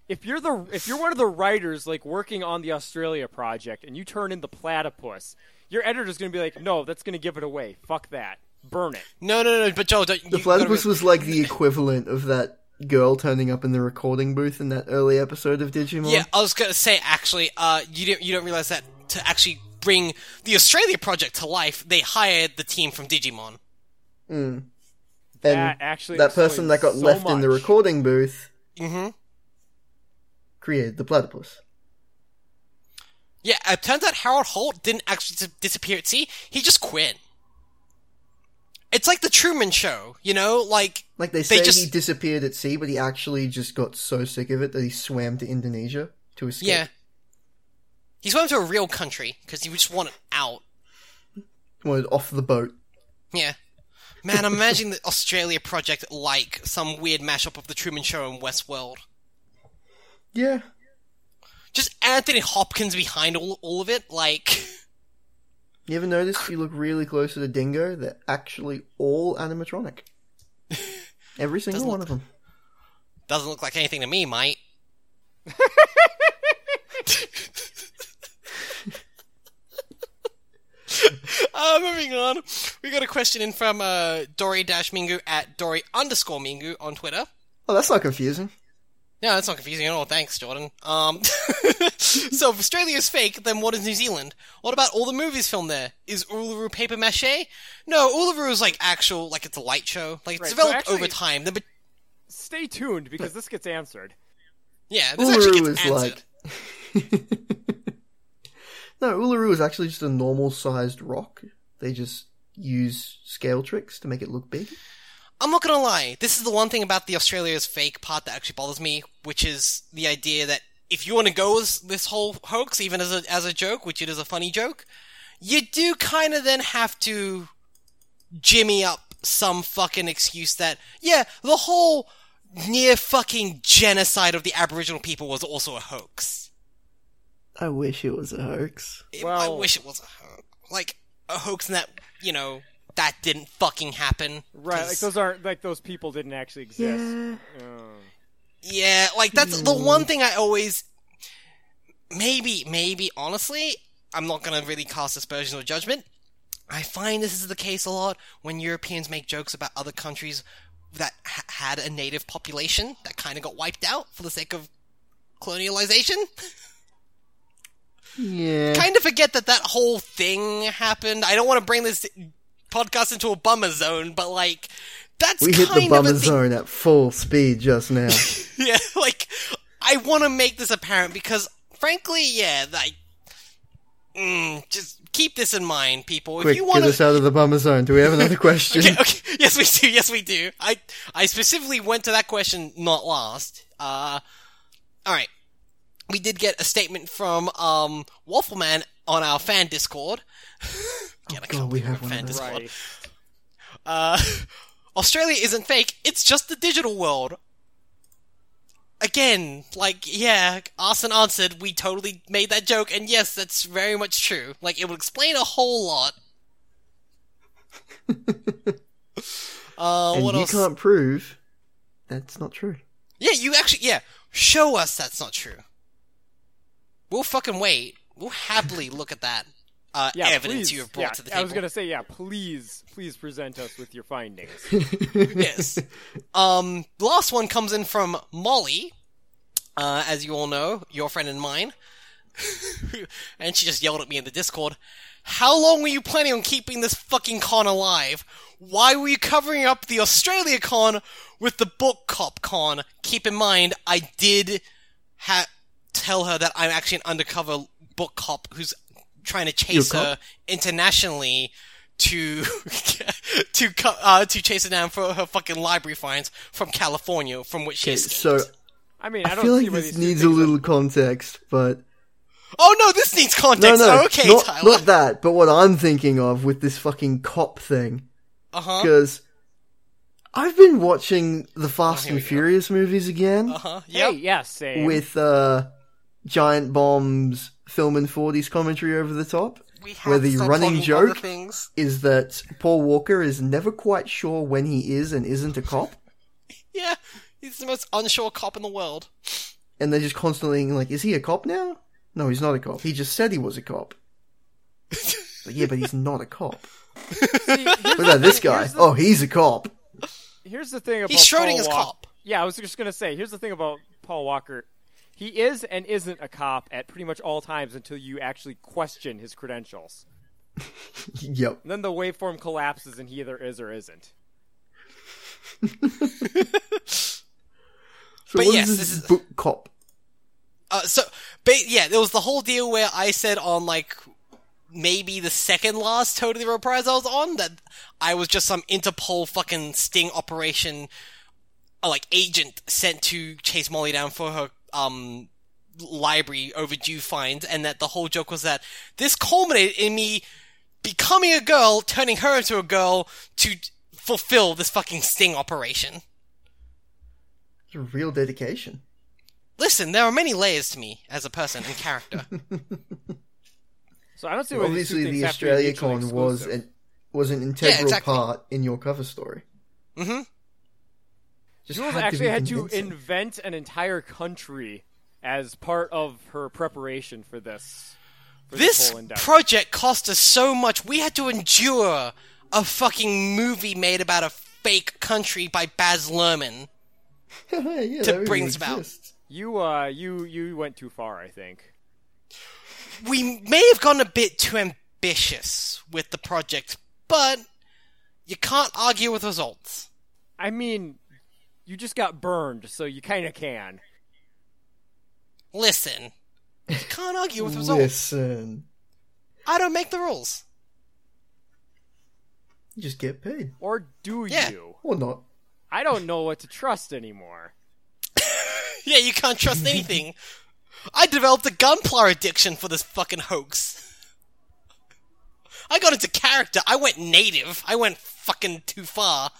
Speaker 3: if you're the if you're one of the writers like working on the australia project and you turn in the platypus your editor's gonna be like no that's gonna give it away fuck that burn it
Speaker 2: no no no but joel don't,
Speaker 1: The platypus was like the equivalent of that girl turning up in the recording booth in that early episode of Digimon.
Speaker 2: Yeah, I was gonna say actually, uh, you don't you don't realize that to actually bring the Australia project to life, they hired the team from Digimon.
Speaker 1: and
Speaker 3: that actually
Speaker 1: that person that got
Speaker 3: explains so
Speaker 1: left in the
Speaker 3: much.
Speaker 1: recording booth
Speaker 2: Mm-hmm.
Speaker 1: created the platypus.
Speaker 2: Yeah, it turns out Harold Holt didn't actually dis- disappear at sea. He just quit. It's like the Truman Show, you know? Like,
Speaker 1: Like they
Speaker 2: They
Speaker 1: say
Speaker 2: just-
Speaker 1: he disappeared at sea, but he actually just got so sick of it that he swam to Indonesia to escape.
Speaker 2: yeah. He swam to a real country because he just wanted out.
Speaker 1: Wanted off the boat.
Speaker 2: Yeah. Man, I'm imagining the Australia project like some weird mashup of the Truman Show and Westworld.
Speaker 1: Yeah.
Speaker 2: Just Anthony Hopkins behind all, all of it, like.
Speaker 1: You ever notice if you look really close at a dingo, they're actually all animatronic. Every single
Speaker 2: Doesn't
Speaker 1: one
Speaker 2: look-
Speaker 1: of them.
Speaker 2: Doesn't look like anything to me, mate. uh, moving on, we got a question in from uh, Dory Dash Mingu at Dory underscore Mingu on Twitter.
Speaker 1: Oh, that's not confusing.
Speaker 2: No, that's not confusing at all. Thanks, Jordan. Um, so if Australia's fake, then what is New Zealand? What about all the movies filmed there? Is Uluru paper mache? No, Uluru is like actual, like it's a light show. Like it's
Speaker 3: Right, so
Speaker 2: developed
Speaker 3: actually-
Speaker 2: over time. The,
Speaker 3: Stay tuned because this gets answered.
Speaker 2: yeah, this actually
Speaker 1: Uluru
Speaker 2: gets
Speaker 1: is
Speaker 2: answered.
Speaker 1: like. no, Uluru is actually just a normal sized rock. They just use scale tricks to make it look big.
Speaker 2: I'm not gonna lie. This is the one thing about the Australia's fake part that actually bothers me, which is the idea that if you want to go with this whole hoax, even as a as a joke, which it is a funny joke, you do kind of then have to jimmy up some fucking excuse that yeah, the whole near fucking genocide of the Aboriginal people was also a hoax.
Speaker 1: I wish it was a hoax.
Speaker 2: It- I
Speaker 3: Well-
Speaker 2: wish it was a hoax. like a hoax in that you know that didn't fucking happen.
Speaker 3: Right, like
Speaker 2: 'cause-
Speaker 3: those aren't like those people didn't actually exist.
Speaker 1: Yeah.
Speaker 3: Oh.
Speaker 2: Yeah, like that's the
Speaker 1: Hmm.
Speaker 2: one thing I always maybe maybe honestly, I'm not going to really cast aspersions or judgment. I find this is the case a lot when Europeans make jokes about other countries that ha- had a native population that kind of got wiped out for the sake of colonialization.
Speaker 1: Yeah.
Speaker 2: kind of forget that that whole thing happened. I don't want to bring this podcast into a bummer zone, but like that's
Speaker 1: we hit
Speaker 2: kind
Speaker 1: the
Speaker 2: of a
Speaker 1: bummer
Speaker 2: thing-
Speaker 1: zone at full speed just now.
Speaker 2: Yeah, like I want to make this apparent because, frankly, yeah, like, mm, just keep this in mind, people. if
Speaker 1: Quick,
Speaker 2: you
Speaker 1: get
Speaker 2: want
Speaker 1: us
Speaker 2: to,
Speaker 1: out of the bummer zone. Do we have another question?
Speaker 2: okay, okay, yes, we do, yes, we do. I I specifically went to that question not last. Uh, all right, we did get a statement from um Waffleman on our fan Discord. Yeah, I
Speaker 1: Oh, God, we have one
Speaker 2: fan
Speaker 1: of those.
Speaker 2: Discord.
Speaker 3: Right.
Speaker 2: Uh, Australia isn't fake, it's just the digital world. Again, like, yeah, Arson answered, we totally made that joke, and yes, that's very much true. Like, it would explain a whole lot. uh,
Speaker 1: and
Speaker 2: what
Speaker 1: you
Speaker 2: else?
Speaker 1: can't prove that's not true.
Speaker 2: Yeah, you actually, yeah, show us that's not true. We'll fucking wait. We'll happily look at that uh,
Speaker 3: Yeah,
Speaker 2: evidence
Speaker 3: please.
Speaker 2: you have brought
Speaker 3: yeah,
Speaker 2: to the
Speaker 3: I
Speaker 2: table.
Speaker 3: was gonna say, yeah, please, please present us with your findings.
Speaker 2: yes. Um, last one comes in from Molly, uh, as you all know, your friend and mine. and she just yelled at me in the Discord. How long were you planning on keeping this fucking con alive? Why were you covering up the Australia con with the book cop con? Keep in mind, I did ha- tell her that I'm actually an undercover book cop who's trying to chase
Speaker 1: cop?
Speaker 2: her internationally to to co- uh, to chase her down for her fucking library fines from California, from which she escaped.
Speaker 1: So
Speaker 3: I mean, I
Speaker 1: I
Speaker 3: don't
Speaker 1: feel
Speaker 3: see
Speaker 1: like
Speaker 3: where
Speaker 1: this
Speaker 3: these two
Speaker 1: needs a
Speaker 3: things are-
Speaker 1: little context, but
Speaker 2: oh no, this needs
Speaker 1: no,
Speaker 2: context.
Speaker 1: no,
Speaker 2: Oh, okay,
Speaker 1: not,
Speaker 2: Tyler.
Speaker 1: not that. But what I'm thinking of with this fucking cop thing,
Speaker 2: uh huh. Oh,
Speaker 1: because I've been watching the Fast
Speaker 2: here
Speaker 1: and
Speaker 2: we go.
Speaker 1: Furious movies again
Speaker 2: Uh huh.
Speaker 3: Hey,
Speaker 2: Yeah.
Speaker 3: yeah, same.
Speaker 1: with uh, Giant Bomb's film and 40s commentary over the top.
Speaker 2: We have
Speaker 1: where the
Speaker 2: start
Speaker 1: running
Speaker 2: talking other
Speaker 1: joke-
Speaker 2: Things.
Speaker 1: Is that Paul Walker is never quite sure when he is and isn't a cop,
Speaker 2: Yeah, he's the most unsure cop in the world.
Speaker 1: and they're just constantly like, "Is he a cop now? No, he's not a cop. He just said he was a cop." but yeah, but he's not a cop.
Speaker 3: See, here's,
Speaker 1: Look at this guy.
Speaker 3: Here's the-
Speaker 1: Oh, he's a cop.
Speaker 3: here's the thing about
Speaker 2: He's Schrodinger's
Speaker 3: Paul Walker.
Speaker 2: cop.
Speaker 3: Yeah, I was just gonna say. Here's the thing about Paul Walker. He is and isn't a cop at pretty much all times until you actually question his credentials.
Speaker 1: Yep.
Speaker 3: And then the waveform collapses, and he either is or isn't.
Speaker 1: So
Speaker 2: But
Speaker 1: what is
Speaker 2: yes,
Speaker 1: this
Speaker 2: this is-
Speaker 1: book cop
Speaker 2: Uh, so, ba- yeah, there was the whole deal where I said on like maybe the second last Totally Reprise I was on that I was just some Interpol fucking sting operation, uh, like agent sent to chase Molly down for her um library overdue fines, and that the whole joke was that this culminated in me becoming a girl, turning her into a girl to fulfill this fucking sting operation.
Speaker 1: It's a real dedication.
Speaker 2: Listen, there are many layers to me as a person and character.
Speaker 3: So I don't see why these two
Speaker 1: Obviously, the
Speaker 3: things have to be
Speaker 1: Australia
Speaker 3: mutually
Speaker 1: con was
Speaker 3: exclusive.
Speaker 1: an was an integral
Speaker 2: exactly.
Speaker 1: part in your cover story.
Speaker 2: hmm
Speaker 1: Just
Speaker 3: Jules
Speaker 1: had to
Speaker 3: actually
Speaker 1: be
Speaker 3: had to
Speaker 1: convincing.
Speaker 3: invent an entire country as part of her preparation for this. For this,
Speaker 2: This
Speaker 3: whole endeavor.
Speaker 2: project cost us so much. We had to endure a fucking movie made about a fake country by Baz Luhrmann.
Speaker 1: yeah,
Speaker 2: to
Speaker 1: that really
Speaker 2: brings about.
Speaker 1: exists.
Speaker 3: you uh, you you went too far, I think.
Speaker 2: We may have gone a bit too ambitious with the project, but you can't argue with results.
Speaker 3: I mean, you just got burned, so you kind of can.
Speaker 2: Listen, you can't argue with results.
Speaker 1: Listen,
Speaker 2: I don't make the rules.
Speaker 1: you just get paid
Speaker 3: Or do
Speaker 2: Yeah.
Speaker 3: you?
Speaker 1: or not.
Speaker 3: I don't know what to trust anymore.
Speaker 2: Yeah, you can't trust anything. I developed a gunpla addiction for this fucking hoax. I got into character. I went native. I went fucking too far.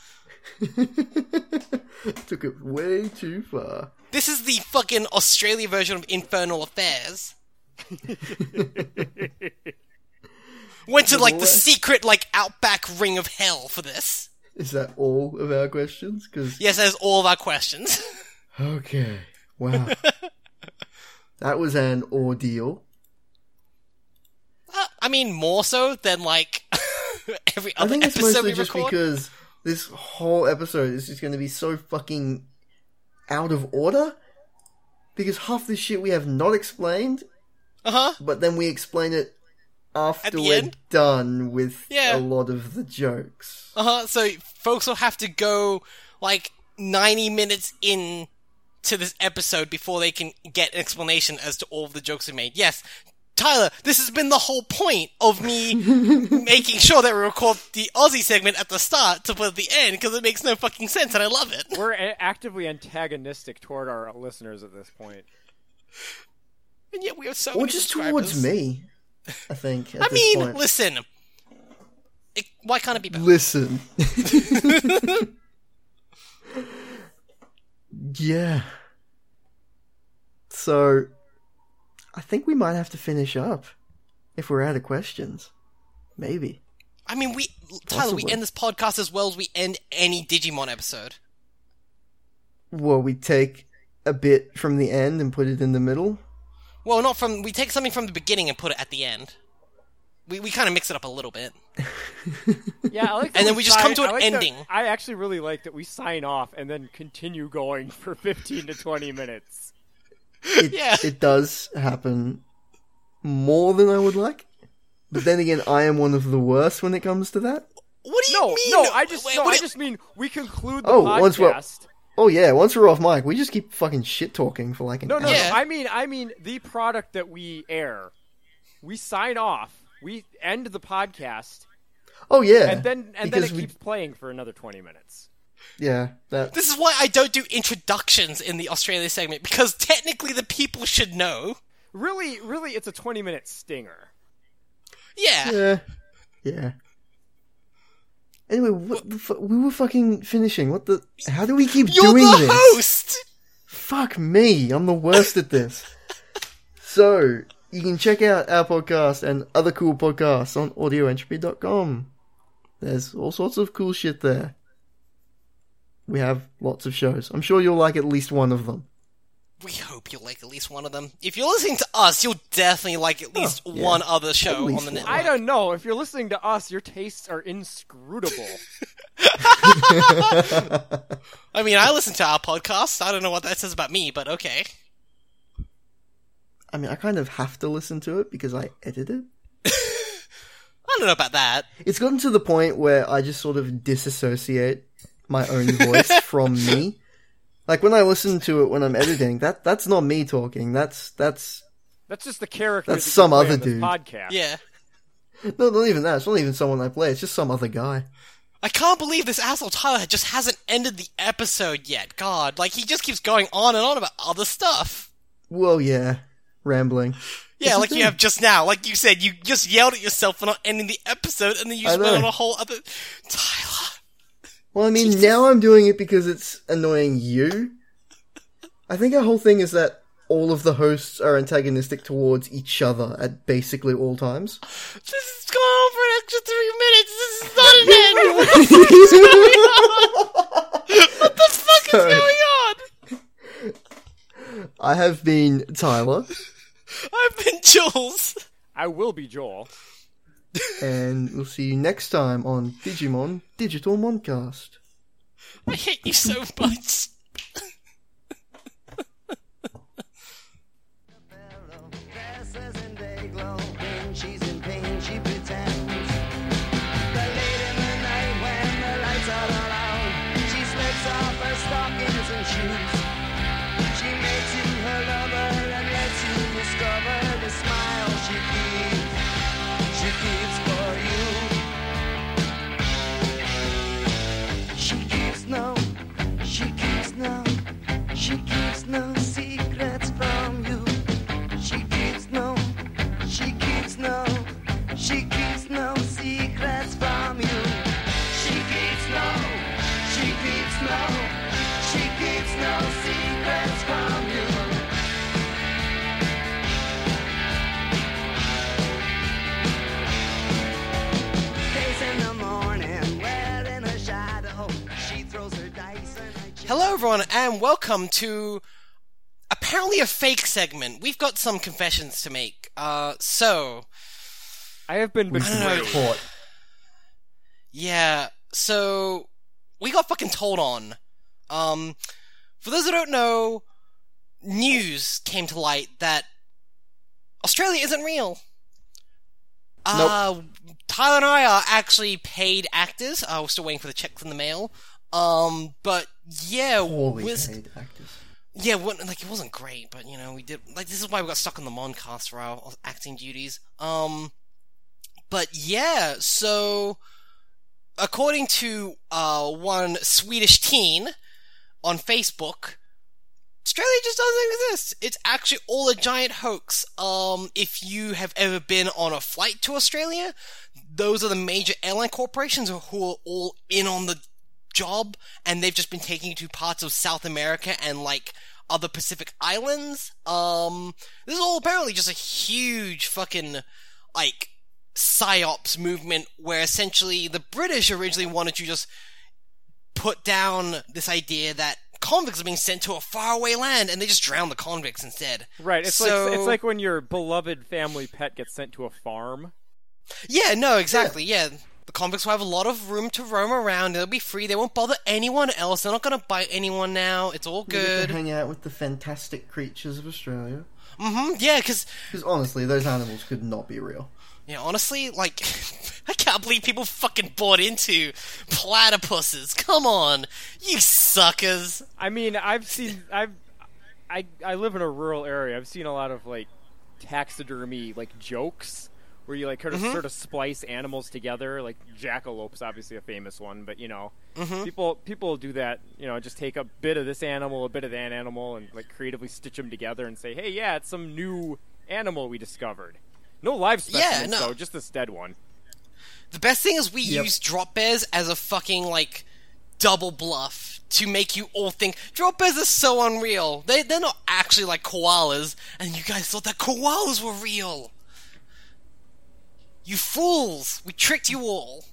Speaker 1: Took it way too far.
Speaker 2: This is the fucking Australia version of Infernal Affairs. Went to like the secret like outback ring of hell for this.
Speaker 1: Is that all of our questions? Because
Speaker 2: Yes, there's all of our questions.
Speaker 1: okay, wow, that was an ordeal.
Speaker 2: Uh, I mean, more so than like every
Speaker 1: I
Speaker 2: other
Speaker 1: think it's
Speaker 2: episode
Speaker 1: mostly
Speaker 2: we
Speaker 1: just
Speaker 2: record.
Speaker 1: because this whole episode is just going to be so fucking out of order. Because half the shit we have not explained,
Speaker 2: Uh huh.
Speaker 1: but then we explain it after
Speaker 2: the
Speaker 1: we're
Speaker 2: end?
Speaker 1: done with
Speaker 2: Yeah.
Speaker 1: a lot of the jokes.
Speaker 2: Uh huh. So folks will have to go like 90 minutes in to this episode before they can get an explanation as to all of the jokes we made. Yes, Tyler, this has been the whole point of me making sure that we record the Aussie segment at the start to put at the end because it makes no fucking sense and I love it.
Speaker 3: We're a- actively antagonistic toward our listeners at this point.
Speaker 2: And yet we have so
Speaker 1: Or
Speaker 2: many
Speaker 1: just
Speaker 2: subscribers.
Speaker 1: towards me, I think. At
Speaker 2: I
Speaker 1: this
Speaker 2: mean,
Speaker 1: point.
Speaker 2: listen. It, why can't it be better?
Speaker 1: Listen. yeah. So, I think we might have to finish up if we're out of questions. Maybe.
Speaker 2: I mean, we Tyler, we
Speaker 1: Possibly.
Speaker 2: end this podcast as well as we end any Digimon episode.
Speaker 1: Well, we take a bit from the end and put it in the middle.
Speaker 2: Well, not from. We take something from the beginning and put it at the end. We we kind of mix it up a little bit.
Speaker 3: Yeah, I like. that
Speaker 2: And then we just come
Speaker 3: sign-
Speaker 2: to
Speaker 3: I
Speaker 2: an
Speaker 3: like that-
Speaker 2: ending.
Speaker 3: I actually really like that we sign off and then continue going for fifteen to twenty minutes.
Speaker 1: It,
Speaker 2: Yeah.
Speaker 1: it does happen more than I would like. But then again, I am one of the worst when it comes to that.
Speaker 2: What do you
Speaker 3: No,
Speaker 2: mean?
Speaker 3: no, I just
Speaker 2: Wait,
Speaker 3: no,
Speaker 2: what
Speaker 3: I
Speaker 2: do-
Speaker 3: just mean we conclude the
Speaker 1: Oh, once we're-
Speaker 3: podcast.
Speaker 1: Oh yeah, once we're off mic, we just keep fucking shit talking for like an
Speaker 3: No, no,
Speaker 1: hour.
Speaker 2: Yeah.
Speaker 3: no. I mean, I mean the product that we air. We sign off. We end the podcast,
Speaker 1: Oh yeah,
Speaker 3: and then and
Speaker 1: because
Speaker 3: then it
Speaker 1: we-
Speaker 3: keeps playing for another twenty minutes.
Speaker 1: yeah that
Speaker 2: This is why I don't do introductions in the Australia segment because technically the people should know.
Speaker 3: Really, really, it's a twenty-minute stinger.
Speaker 2: Yeah.
Speaker 1: yeah yeah. Anyway, what the fu- we were fucking finishing. What the? How do we keep
Speaker 2: You're
Speaker 1: doing
Speaker 2: the
Speaker 1: this?
Speaker 2: host.
Speaker 1: Fuck me, I'm the worst at this. so, you can check out our podcast and other cool podcasts on audioentropy.com. There's all sorts of cool shit there. We have lots of shows. I'm sure you'll like at least one of them.
Speaker 2: We hope you like at least one of them. If you're listening to us, you'll definitely like at least
Speaker 1: Oh, yeah.
Speaker 2: one other show
Speaker 1: least
Speaker 2: on the
Speaker 1: one.
Speaker 2: network.
Speaker 3: I don't know. If you're listening to us, your tastes are inscrutable.
Speaker 2: I mean, I listen to our podcast. I don't know what that says about me, but okay.
Speaker 1: I mean, I kind of have to listen to it because I edit it.
Speaker 2: I don't know about that.
Speaker 1: It's gotten to the point where I just sort of disassociate my own voice from me. Like when I listen to it when I'm editing, that that's not me talking. That's that's
Speaker 3: That's just the character.
Speaker 1: That's
Speaker 3: that you
Speaker 1: some
Speaker 3: play on
Speaker 1: other
Speaker 3: this
Speaker 1: dude.
Speaker 3: Podcast.
Speaker 2: Yeah.
Speaker 1: no, not even that. It's not even someone I play. It's just some other guy.
Speaker 2: I can't believe this asshole Tyler just hasn't ended the episode yet. God, like he just keeps going on and on about other stuff.
Speaker 1: Well, yeah, rambling.
Speaker 2: Yeah,
Speaker 1: It's a
Speaker 2: like you
Speaker 1: thing.
Speaker 2: have just now. Like you said, you just yelled at yourself for not ending the episode, and then you
Speaker 1: I
Speaker 2: just went
Speaker 1: know.
Speaker 2: on a whole other. Tyler,
Speaker 1: Well, I mean, now I'm doing it because it's annoying you. I think our whole thing is that all of the hosts are antagonistic towards each other at basically all times.
Speaker 2: this has gone on for an extra three minutes. This is not an end. What the fuck is
Speaker 1: Sorry.
Speaker 2: going on?
Speaker 1: I have been Tyler,
Speaker 2: I've been Jules.
Speaker 3: I will be Joel.
Speaker 1: and we'll see you next time on Digimon Digital Moncast.
Speaker 2: I hate you so much.
Speaker 4: Dresses and they glow. When she's in pain, she pretends. But late in the night, when the lights are low, she slips off her stockings and shoes. She makes you her lover and lets you discover the smile she keeps. She keeps for you. She keeps no, she keeps no, she keeps no secrets from you. She keeps no, she keeps no, she keeps no secrets from you. She keeps no, she keeps no, she keeps no secrets from you. Days in the morning, well in her shadow, she throws her dice and I just.
Speaker 2: Hello, everyone, and welcome to apparently a fake segment. We've got some confessions to make. Uh, so
Speaker 3: I have been betrayed.
Speaker 1: Caught.
Speaker 2: yeah, so we got fucking told on. Um, for those who don't know, news came to light that Australia isn't real. Uh, Tyler and I are actually paid actors. Uh, we're still waiting for the checks in the mail. Um, but yeah,
Speaker 1: Poorly
Speaker 2: Wiz-
Speaker 1: paid actors.
Speaker 2: Yeah, it wasn't- like it wasn't great, but you know we did. Like this is why we got stuck on the Moncast for our acting duties. Um, but yeah, so according to uh one Swedish teen on Facebook, Australia just doesn't exist. It's actually all a giant hoax. Um, if you have ever been on a flight to Australia, those are the major airline corporations who are all in on the job, and they've just been taking you to parts of South America and like other Pacific islands. Um, this is all apparently just a huge fucking like psyops movement where essentially the British originally wanted to just put down this idea that convicts are being sent to a faraway land, and they just drown the convicts instead.
Speaker 3: Right. It's
Speaker 2: So-
Speaker 3: like it's like when your beloved family pet gets sent to a farm.
Speaker 2: Yeah, no, exactly. Yeah. The convicts will have a lot of room to roam around. They'll be free. They won't bother anyone else. They're not going to bite anyone now. It's all
Speaker 1: We get to
Speaker 2: good.
Speaker 1: hang out with the fantastic creatures of Australia.
Speaker 2: hmm Yeah, because,
Speaker 1: Because honestly, those animals could not be real.
Speaker 2: yeah, honestly, like, I can't believe people fucking bought into platypuses. Come on. You suckers.
Speaker 3: I mean, I've seen I've I I live in a rural area. I've seen a lot of like taxidermy like jokes where you like kind of
Speaker 2: Mm-hmm.
Speaker 3: sort of splice animals together. Like jackalope's obviously a famous one, but you know,
Speaker 2: Mm-hmm.
Speaker 3: people people do that. You know, just take a bit of this animal, a bit of that animal, and like creatively stitch them together and say, hey, yeah, it's some new animal we discovered. No live
Speaker 2: Yeah,
Speaker 3: specimens
Speaker 2: no.
Speaker 3: though, just this dead one.
Speaker 2: The best thing is we
Speaker 1: Yep.
Speaker 2: use drop bears as a fucking like double bluff to make you all think drop bears are so unreal. They they're not actually like koalas, and you guys thought that koalas were real. You fools! We tricked you all.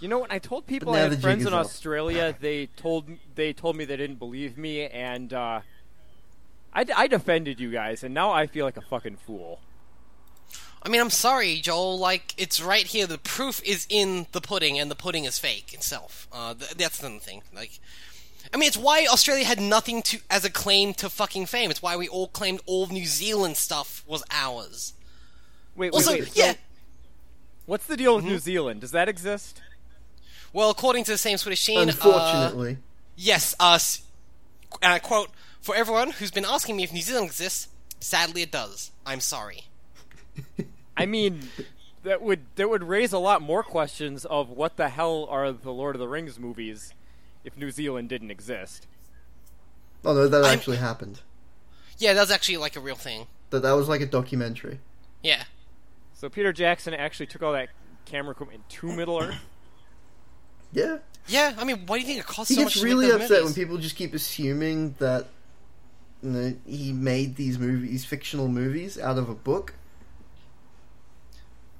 Speaker 3: You know, when I told people
Speaker 1: now
Speaker 3: I
Speaker 1: the
Speaker 3: had
Speaker 1: jig
Speaker 3: friends
Speaker 1: is
Speaker 3: in
Speaker 1: up.
Speaker 3: Australia, they told they told me they didn't believe me, and uh, I, d- I defended you guys, and now I feel like a fucking fool.
Speaker 2: I mean, I'm sorry, Joel. Like, it's right here. The proof is in the pudding, and the pudding is fake itself. Uh, th- that's another thing. Like, I mean, it's why Australia had nothing to as a claim to fucking fame. It's why we all claimed all New Zealand stuff was ours.
Speaker 3: Wait,
Speaker 2: Also,
Speaker 3: wait, wait.
Speaker 2: yeah. Mm-hmm.
Speaker 3: So what's the deal with New Zealand? Does that exist?
Speaker 2: Well, according to the same Swedish scene, uh,
Speaker 1: Unfortunately,
Speaker 2: yes, us. and I quote, "For everyone who's been asking me if New Zealand exists, sadly it does. I'm sorry."
Speaker 3: I mean, that would that would raise a lot more questions of what the hell are the Lord of the Rings movies if New Zealand didn't exist.
Speaker 1: Oh no, that
Speaker 2: I'm-
Speaker 1: actually happened.
Speaker 2: Yeah, that's actually like a real thing.
Speaker 1: That that was like a documentary.
Speaker 2: Yeah.
Speaker 3: So Peter Jackson actually took all that camera equipment to Middle Earth.
Speaker 1: Yeah,
Speaker 2: Yeah, I mean, why do you think it costs
Speaker 1: he
Speaker 2: so much
Speaker 1: gets
Speaker 2: to
Speaker 1: really
Speaker 2: make those
Speaker 1: upset when
Speaker 2: movies?
Speaker 1: people just keep assuming that you know, he made these movies, fictional movies, out of a book.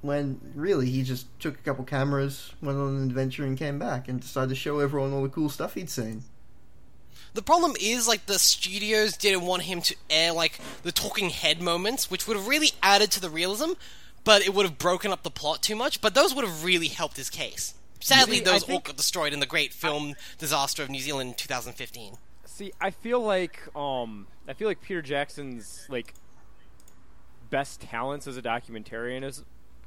Speaker 1: When really he just took a couple cameras, went on an adventure, and came back, and decided to show everyone all the cool stuff he'd seen.
Speaker 2: The problem is, like, the studios didn't want him to air, like, the talking head moments, which would have really added to the realism, but it would have broken up the plot too much, but those would have really helped his case. Sadly,
Speaker 3: See, I
Speaker 2: those all
Speaker 3: think-
Speaker 2: got destroyed in the great film disaster of New Zealand in 2015.
Speaker 3: See, I feel like um, I feel like Peter Jackson's like best talents as a documentarian is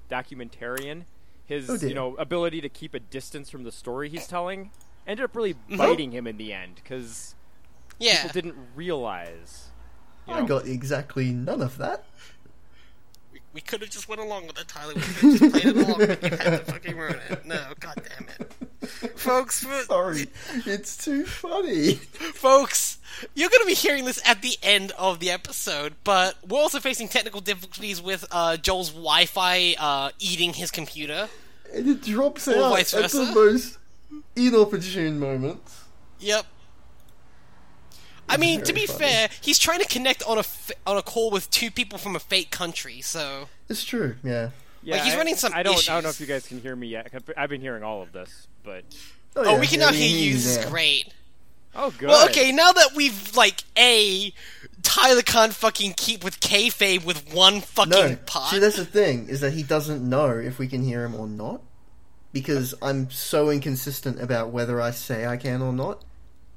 Speaker 3: documentarian. His
Speaker 1: Oh, dear.
Speaker 3: you know ability to keep a distance from the story he's telling ended up really biting him in the end because
Speaker 2: Mm-hmm. Yeah.
Speaker 3: people didn't realize. you
Speaker 1: I
Speaker 3: know?
Speaker 1: got exactly none of that.
Speaker 2: We could have just went along with it, Tyler. We could have just played it along, but you had to fucking ruin it. No, god damn it. Folks, for-
Speaker 1: Sorry, it's too funny.
Speaker 2: folks, you're going to be hearing this at the end of the episode, but we're also facing technical difficulties with uh, Joel's Wi-Fi uh, eating his computer.
Speaker 1: And it drops
Speaker 2: Or
Speaker 1: out
Speaker 2: vice
Speaker 1: at the
Speaker 2: versa.
Speaker 1: most inopportune moments.
Speaker 2: Yep. I mean, to
Speaker 1: Very
Speaker 2: be
Speaker 1: funny.
Speaker 2: fair, he's trying to connect on a f- on a call with two people from a fake country, so
Speaker 1: It's true, yeah.
Speaker 3: Yeah,
Speaker 2: he's
Speaker 3: I-
Speaker 2: running some
Speaker 3: I don't. I don't know
Speaker 2: issues.
Speaker 3: if you guys can hear me yet. 'cause I've been hearing all of this, but
Speaker 2: Oh,
Speaker 1: yeah,
Speaker 2: we can
Speaker 1: yeah,
Speaker 2: now
Speaker 1: we
Speaker 2: hear
Speaker 1: need
Speaker 2: you. This is
Speaker 1: that.
Speaker 2: great.
Speaker 3: oh, good.
Speaker 2: Well, okay, now that we've like a Tyler can't fucking keep with kayfabe with one fucking
Speaker 1: No,
Speaker 2: pot.
Speaker 1: see, that's the thing is that he doesn't know if we can hear him or not because I'm so inconsistent about whether I say I can or not.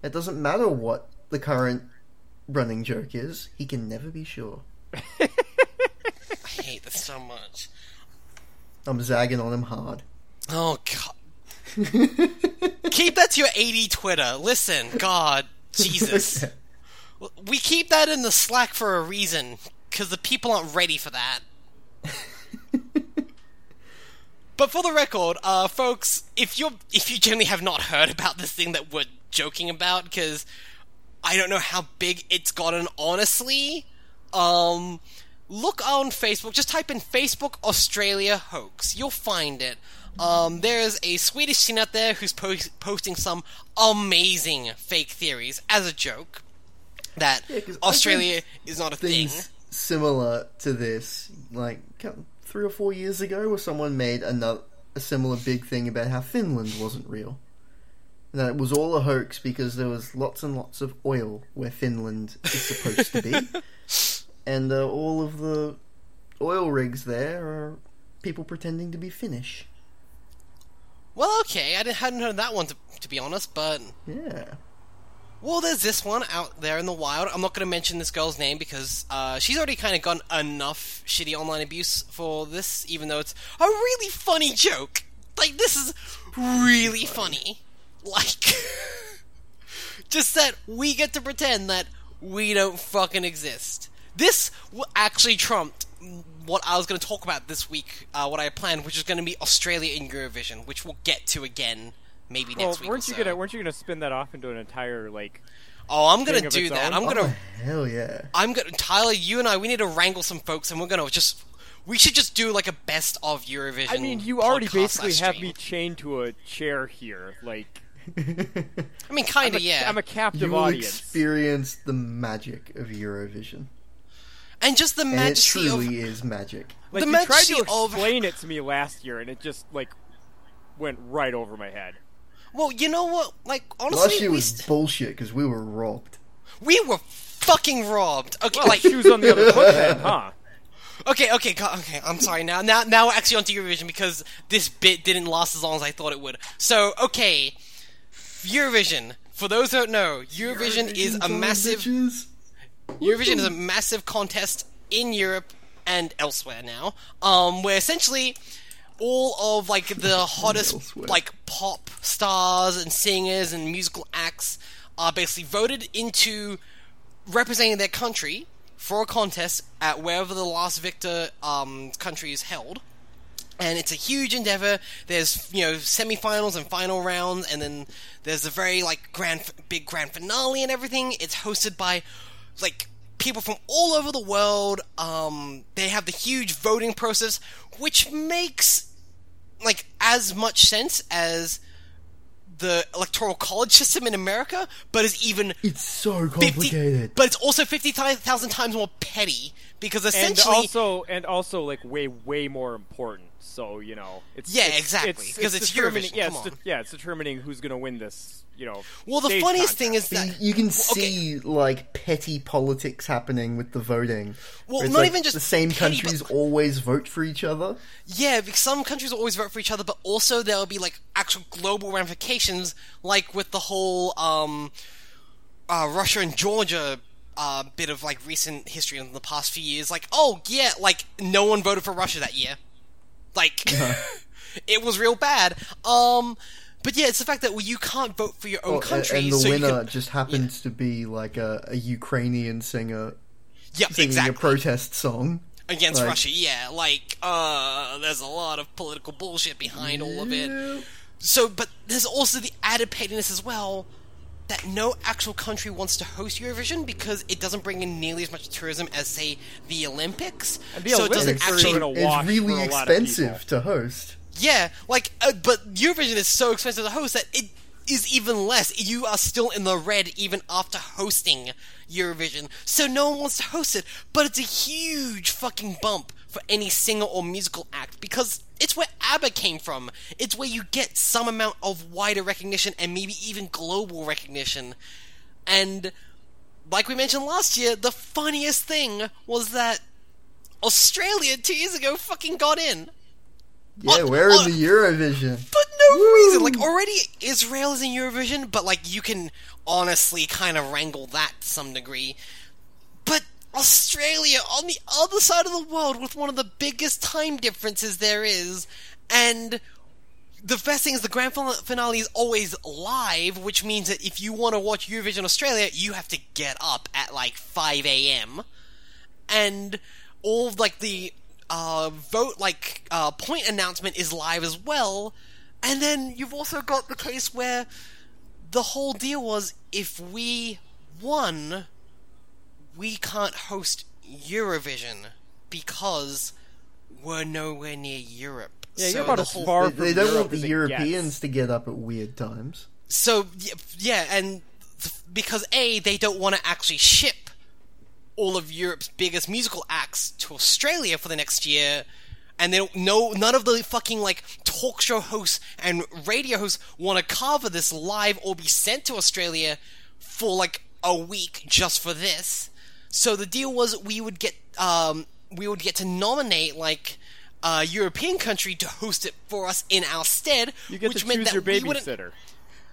Speaker 1: It doesn't matter what the current running joke is; he can never be sure.
Speaker 2: I hate this so much.
Speaker 1: I'm zagging on him hard.
Speaker 2: Oh god. keep that to your 80 Twitter. Listen, God, Jesus. We keep that in the Slack for a reason, because the people aren't ready for that. but for the record, uh, folks, if you are if you generally have not heard about this thing that we're joking about, because I don't know how big it's gotten, honestly. Um, look on Facebook. Just type in Facebook Australia hoax. You'll find it. Um, there's a Swedish scene out there who's post- posting some amazing fake theories as a joke that
Speaker 1: 'cause I've
Speaker 2: Australia is not a thing.
Speaker 1: Things similar to this, like co- three or four years ago, where someone made another a similar big thing about how Finland wasn't real. And that it was all a hoax because there was lots and lots of oil where Finland is supposed to be, and uh, all of the oil rigs there are people pretending to be Finnish.
Speaker 2: Well, okay, I didn't, hadn't heard that one to, to be honest, but
Speaker 1: Yeah,
Speaker 2: Well, there's this one out there in the wild. I'm not going to mention this girl's name because uh, she's already kind of gotten enough shitty online abuse for this, even though it's a really funny joke. Like, this is really funny. Like, just that we get to pretend that we don't fucking exist. This w- actually trumped what I was going to talk about this week, uh, what I planned, which is going to be Australia in Eurovision, which we'll get to again maybe
Speaker 3: Well,
Speaker 2: next week. or
Speaker 3: weren't you
Speaker 2: so.
Speaker 3: gonna weren't you gonna spin that off into an entire like?
Speaker 2: Oh, I'm
Speaker 3: thing
Speaker 2: gonna
Speaker 3: of
Speaker 2: do
Speaker 3: its
Speaker 2: that.
Speaker 3: own? Oh.
Speaker 2: I'm gonna,
Speaker 1: hell yeah.
Speaker 2: I'm gonna, Tyler, you and I, we need to wrangle some folks, and we're gonna just, we should just do like a best of Eurovision.
Speaker 3: I mean, you already
Speaker 2: podcast
Speaker 3: basically
Speaker 2: live
Speaker 3: have
Speaker 2: stream.
Speaker 3: me chained to a chair here. Like,
Speaker 2: I mean, kind
Speaker 3: I'm a-
Speaker 2: of, yeah.
Speaker 3: I'm a captive
Speaker 1: You will
Speaker 3: audience.
Speaker 1: experience the magic of Eurovision,
Speaker 2: and just the
Speaker 1: and it
Speaker 2: majesty of
Speaker 1: truly is magic.
Speaker 3: like
Speaker 2: the
Speaker 3: you tried
Speaker 2: majesty
Speaker 3: to
Speaker 2: of
Speaker 3: explain it to me last year, and it just like went right over my head.
Speaker 2: well, you know what? Like
Speaker 1: Last
Speaker 2: honestly,
Speaker 1: year
Speaker 2: we,
Speaker 1: was
Speaker 2: st-
Speaker 1: bullshit because we were robbed.
Speaker 2: we were fucking robbed. Okay, like
Speaker 3: Shoes on the other foot, then, huh?
Speaker 2: Okay, okay, go- okay. I'm sorry. Now, now, now we're actually onto Eurovision because this bit didn't last as long as I thought it would. So, okay, Eurovision. For those who don't know, Eurovision is a
Speaker 1: Son of
Speaker 2: massive
Speaker 1: bitches.
Speaker 2: Eurovision is a massive contest in Europe and elsewhere now, um, where essentially all of like the hottest
Speaker 1: Elsewhere.
Speaker 2: like pop stars and singers and musical acts are basically voted into representing their country for a contest at wherever the last victor um, country is held and it's a huge endeavor. There's you know semifinals and final rounds, and then there's a very like grand, big grand finale and everything. It's hosted by like people from all over the world. Um, they have the huge voting process, which makes like as much sense as the electoral college system in America, but is even
Speaker 1: It's so
Speaker 2: 50
Speaker 1: complicated.
Speaker 2: but it's also fifty thousand times more petty because
Speaker 3: and
Speaker 2: essentially
Speaker 3: also and also like way way more important. So you know, it's
Speaker 2: Yeah,
Speaker 3: it's-
Speaker 2: exactly,
Speaker 3: it's-
Speaker 2: 'cause it's
Speaker 3: determining.
Speaker 2: Eurovision,
Speaker 3: Yeah,
Speaker 2: come
Speaker 3: it's de-
Speaker 2: on.
Speaker 3: yeah, it's determining who's gonna win this. You know,
Speaker 2: well, the
Speaker 3: stage
Speaker 2: funniest
Speaker 3: contest.
Speaker 2: thing is that
Speaker 1: you can
Speaker 2: Well, okay.
Speaker 1: see like petty politics happening with the voting.
Speaker 2: Well,
Speaker 1: Where it's,
Speaker 2: not
Speaker 1: like,
Speaker 2: even just
Speaker 1: the same
Speaker 2: petty, but-
Speaker 1: countries always vote for each other.
Speaker 2: Yeah, because some countries will always vote for each other, but also there'll be like actual global ramifications, like with the whole um, uh, Russia and Georgia uh, bit of like recent history in the past few years. Like, oh yeah, like no one voted for Russia that year. Like, it was real bad. Um, but yeah, it's the fact that well, you can't vote for your own
Speaker 1: Well, a-
Speaker 2: country,
Speaker 1: and the
Speaker 2: so
Speaker 1: winner
Speaker 2: you can,
Speaker 1: just happens to be like a, a Ukrainian singer
Speaker 2: yeah,
Speaker 1: singing
Speaker 2: exactly.
Speaker 1: a protest song.
Speaker 2: against
Speaker 1: Like-
Speaker 2: Russia. Yeah, like uh, there's a lot of political bullshit behind all of it. So, but there's also the added pettiness as well that no actual country wants to host Eurovision because it doesn't bring in nearly as much tourism as say the Olympics.
Speaker 3: And the
Speaker 2: so it
Speaker 3: Olympics are
Speaker 2: doesn't actually
Speaker 3: in a wash
Speaker 1: it's really
Speaker 3: for a lot of
Speaker 1: expensive to host.
Speaker 2: yeah, like, uh, but Eurovision is so expensive to host that it is even less. You are still in the red even after hosting Eurovision, so no one wants to host it. But it's a huge fucking bump for any singer or musical act because it's where ABBA came from. It's where you get some amount of wider recognition and maybe even global recognition. And like we mentioned last year, the funniest thing was that Australia two years ago fucking got in
Speaker 1: Yeah,
Speaker 2: On-
Speaker 1: we're in
Speaker 2: on-
Speaker 1: the Eurovision.
Speaker 2: but no reason. Like already Israel is in Eurovision, but like you can honestly kind of wrangle that to some degree. But Australia on the other side of the world with one of the biggest time differences there is, and the best thing is the grand fina- finale is always live, which means that if you want to watch Eurovision Australia, you have to get up at like 5 a.m. and all of, like the uh, vote like uh, point announcement is live as well. And then you've also got the case where the whole deal was if we won, we can't host Eurovision because we're nowhere near Europe.
Speaker 3: Yeah, you're
Speaker 2: So
Speaker 3: about
Speaker 2: the
Speaker 3: as
Speaker 2: whole-
Speaker 3: far
Speaker 1: They,
Speaker 3: from
Speaker 1: they don't
Speaker 3: Europe
Speaker 1: want the
Speaker 3: as it
Speaker 1: Europeans
Speaker 3: gets.
Speaker 1: to get up at weird times.
Speaker 2: So y- yeah, and th- because a they don't want to actually ship all of Europe's biggest musical acts to Australia for the next year, and they don't, no none of the fucking like talk show hosts and radio hosts want to cover this live or be sent to Australia for like a week just for this. So the deal was we would get um we would get to nominate like a European country to host it for us in our stead,
Speaker 3: You get
Speaker 2: which
Speaker 3: to
Speaker 2: meant
Speaker 3: choose
Speaker 2: that
Speaker 3: your
Speaker 2: we wouldn't.
Speaker 3: babysitter.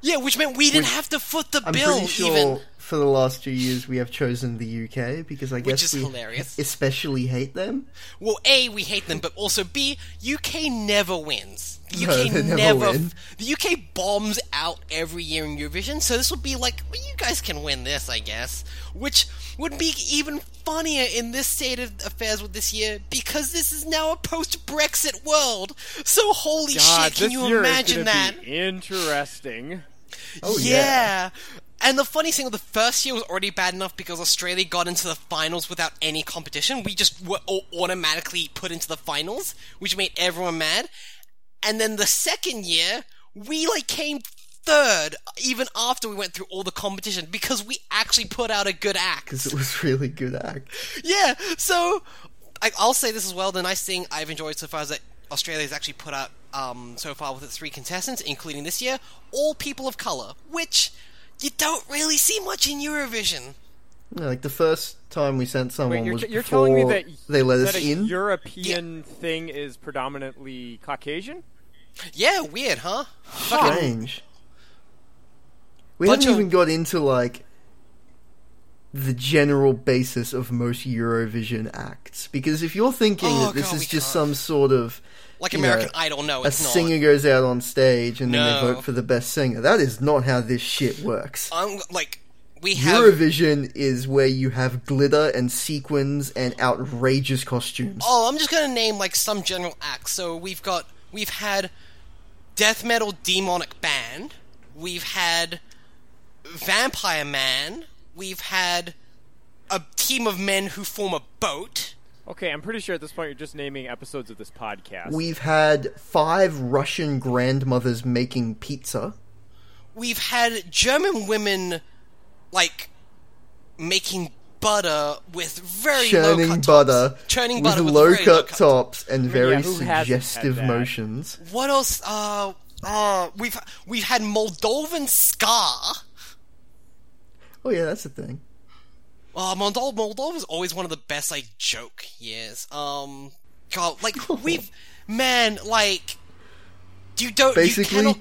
Speaker 2: Yeah, which meant we didn't have to foot the
Speaker 1: I'm
Speaker 2: bill
Speaker 1: pretty sure
Speaker 2: even.
Speaker 1: for the last two years we have chosen the UK because I guess
Speaker 2: is
Speaker 1: we
Speaker 2: hilarious.
Speaker 1: especially hate them.
Speaker 2: Well, A, we hate them, but also B, UK never wins. The
Speaker 1: No,
Speaker 2: UK
Speaker 1: they never
Speaker 2: never.
Speaker 1: win.
Speaker 2: The UK bombs out every year in Eurovision, so this would be like, well, you guys can win this, I guess. Which would be even funnier in this state of affairs with this year because this is now a post Brexit world. So, holy
Speaker 3: God,
Speaker 2: shit, can
Speaker 3: this
Speaker 2: you
Speaker 3: year is
Speaker 2: imagine
Speaker 3: gonna
Speaker 2: that?
Speaker 3: Be interesting.
Speaker 1: Oh
Speaker 2: yeah. And the funny thing, the first year was already bad enough because Australia got into the finals without any competition. We just were au- automatically put into the finals, which made everyone mad. And then the second year, we like came third, even after we went through all the competition because we actually put out a good act.
Speaker 1: because it was really good act.
Speaker 2: Yeah, so I, I'll say this as well. The nice thing I've enjoyed so far is that Australia's actually put out um, so far with its three contestants, including this year, all people of color, which you don't really see much in Eurovision.
Speaker 1: Yeah, like the first time we sent someone
Speaker 3: Wait, you're,
Speaker 1: was
Speaker 3: t- you're
Speaker 1: before
Speaker 3: telling me that
Speaker 1: they let
Speaker 3: that
Speaker 1: us
Speaker 3: a
Speaker 1: in.
Speaker 3: European thing is predominantly Caucasian.
Speaker 2: Yeah, weird, huh?
Speaker 1: Strange. We
Speaker 2: Bunch
Speaker 1: haven't
Speaker 2: of-
Speaker 1: even got into like the general basis of most Eurovision acts. Because if you're thinking
Speaker 2: Oh,
Speaker 1: that this
Speaker 2: God,
Speaker 1: is
Speaker 2: we
Speaker 1: just
Speaker 2: can't.
Speaker 1: some sort of
Speaker 2: Like
Speaker 1: you
Speaker 2: American
Speaker 1: know,
Speaker 2: Idol, no,
Speaker 1: a
Speaker 2: it's not.
Speaker 1: singer goes out on stage and then
Speaker 2: No.
Speaker 1: they vote for the best singer, that is not how this shit works.
Speaker 2: I'm like we have
Speaker 1: Eurovision is where you have glitter and sequins and outrageous costumes.
Speaker 2: Oh, I'm just gonna name like some general acts. So we've got we've had death metal demonic band. We've had vampire man. We've had a team of men who form a boat.
Speaker 3: Okay, I'm pretty sure at this point you're just naming episodes of this podcast.
Speaker 1: We've had five Russian grandmothers making pizza.
Speaker 2: We've had German women like making butter with very low
Speaker 1: churning
Speaker 2: cut
Speaker 1: butter,
Speaker 2: tops. churning
Speaker 1: with
Speaker 2: butter with
Speaker 1: low
Speaker 2: very
Speaker 1: cut,
Speaker 2: low cut
Speaker 1: tops and very
Speaker 3: yeah, who hasn't had
Speaker 1: suggestive
Speaker 3: that?
Speaker 1: motions.
Speaker 2: What else? Uh, uh, we've we've had Moldovan scar.
Speaker 1: Oh yeah, that's a thing.
Speaker 2: Uh, Moldova, Moldova's always one of the best, like, joke years. Um, God, like, we've, man, like, you don't, you
Speaker 1: Basically,
Speaker 2: cannot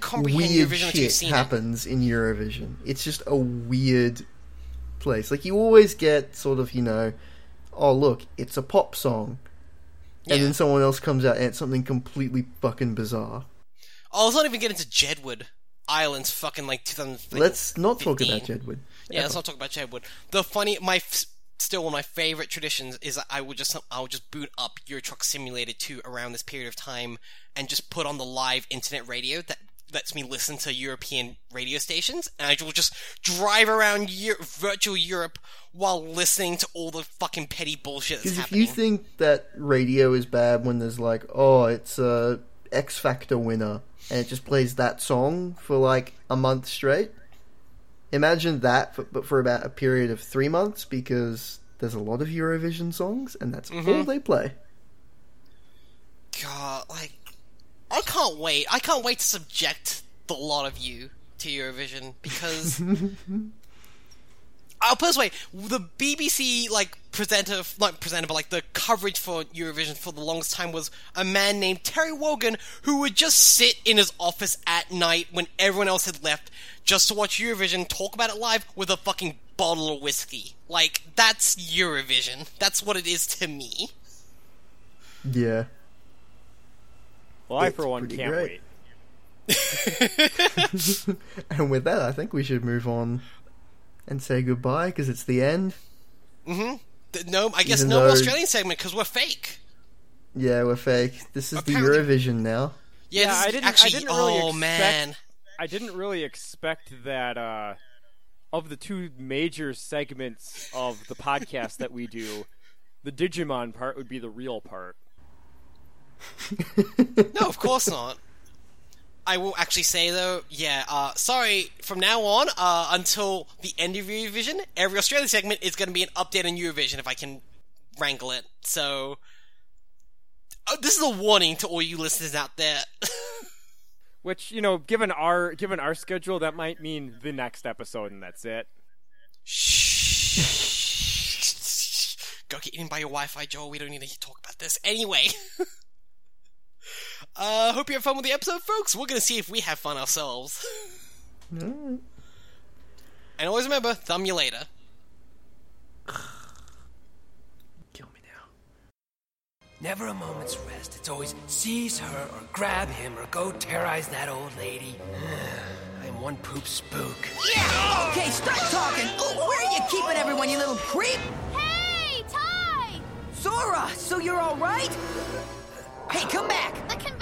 Speaker 1: weird
Speaker 2: comprehend Eurovision until you've
Speaker 1: shit
Speaker 2: seen it.
Speaker 1: happens in Eurovision. It's just a weird place. Like you always get sort of, you know, oh look, it's a pop song,
Speaker 2: Yeah.
Speaker 1: and then someone else comes out and it's something completely fucking bizarre.
Speaker 2: Oh, let's not even get into Jedwood Islands, fucking, like, 2000.
Speaker 1: Let's not talk
Speaker 2: 15.
Speaker 1: about Jedward.
Speaker 2: Yeah, let's not talk about Jedwood. The funny, my, f- still one of my favorite traditions is that I would just, I would just boot up Euro Truck Simulator 2 around this period of time and just put on the live internet radio that lets me listen to European radio stations, and I will just drive around Eu- virtual Europe while listening to all the fucking petty bullshit that's
Speaker 1: Because if
Speaker 2: happening.
Speaker 1: you think that radio is bad when there's like, oh, it's a X Factor winner, and it just plays that song for like a month straight, imagine that, for, but for about a period of three months, because there's a lot of Eurovision songs, and that's
Speaker 2: Mm-hmm.
Speaker 1: all they play.
Speaker 2: God, like, I can't wait. I can't wait to subject the lot of you to Eurovision because. I'll put it this way: the BBC like presenter, not presenter, but like the coverage for Eurovision for the longest time was a man named Terry Wogan who would just sit in his office at night when everyone else had left, just to watch Eurovision, talk about it live with a fucking bottle of whiskey. Like that's Eurovision. That's what it is to me.
Speaker 1: Yeah.
Speaker 3: well, I
Speaker 1: It's
Speaker 3: for one
Speaker 1: pretty
Speaker 3: can't
Speaker 1: great.
Speaker 3: wait.
Speaker 1: And with that, I think we should move on and say goodbye, because it's the end.
Speaker 2: Th- No, I guess
Speaker 1: Even
Speaker 2: no
Speaker 1: though-
Speaker 2: Australian segment because we're fake.
Speaker 1: Yeah, we're fake. This is
Speaker 2: Apparently-
Speaker 1: the Eurovision now.
Speaker 2: Yeah,
Speaker 3: Yeah,
Speaker 2: this is
Speaker 3: I didn't- I
Speaker 2: actually.
Speaker 3: didn't really
Speaker 2: oh
Speaker 3: expect-
Speaker 2: man,
Speaker 3: I didn't really expect that uh, of the two major segments of the podcast that we do, the Digimon part would be the real part.
Speaker 2: no, of course not. I will actually say though, yeah. Uh, sorry, from now on, uh, until the end of Eurovision, every Australian segment is going to be an update on Eurovision if I can wrangle it. So, oh, this is a warning to all you listeners out there.
Speaker 3: Which you know, given our given our schedule, that might mean the next episode, and that's it.
Speaker 2: Shh. Go get eaten by your Wi-Fi, Joel. We don't need to talk about this anyway. uh, hope you have fun with the episode, folks. We're gonna see if we have fun ourselves.
Speaker 1: Alright.
Speaker 2: And always remember, thumb you later.
Speaker 1: Kill me now.
Speaker 5: Never a moment's rest. It's always seize her or grab him or go terrorize that old lady. I'm one poop spook.
Speaker 6: Yeah! Okay, stop talking! Ooh, where are you keeping everyone, you little creep?
Speaker 7: Hey, Ty!
Speaker 6: Zora, so you're alright? Hey, come back!
Speaker 7: I can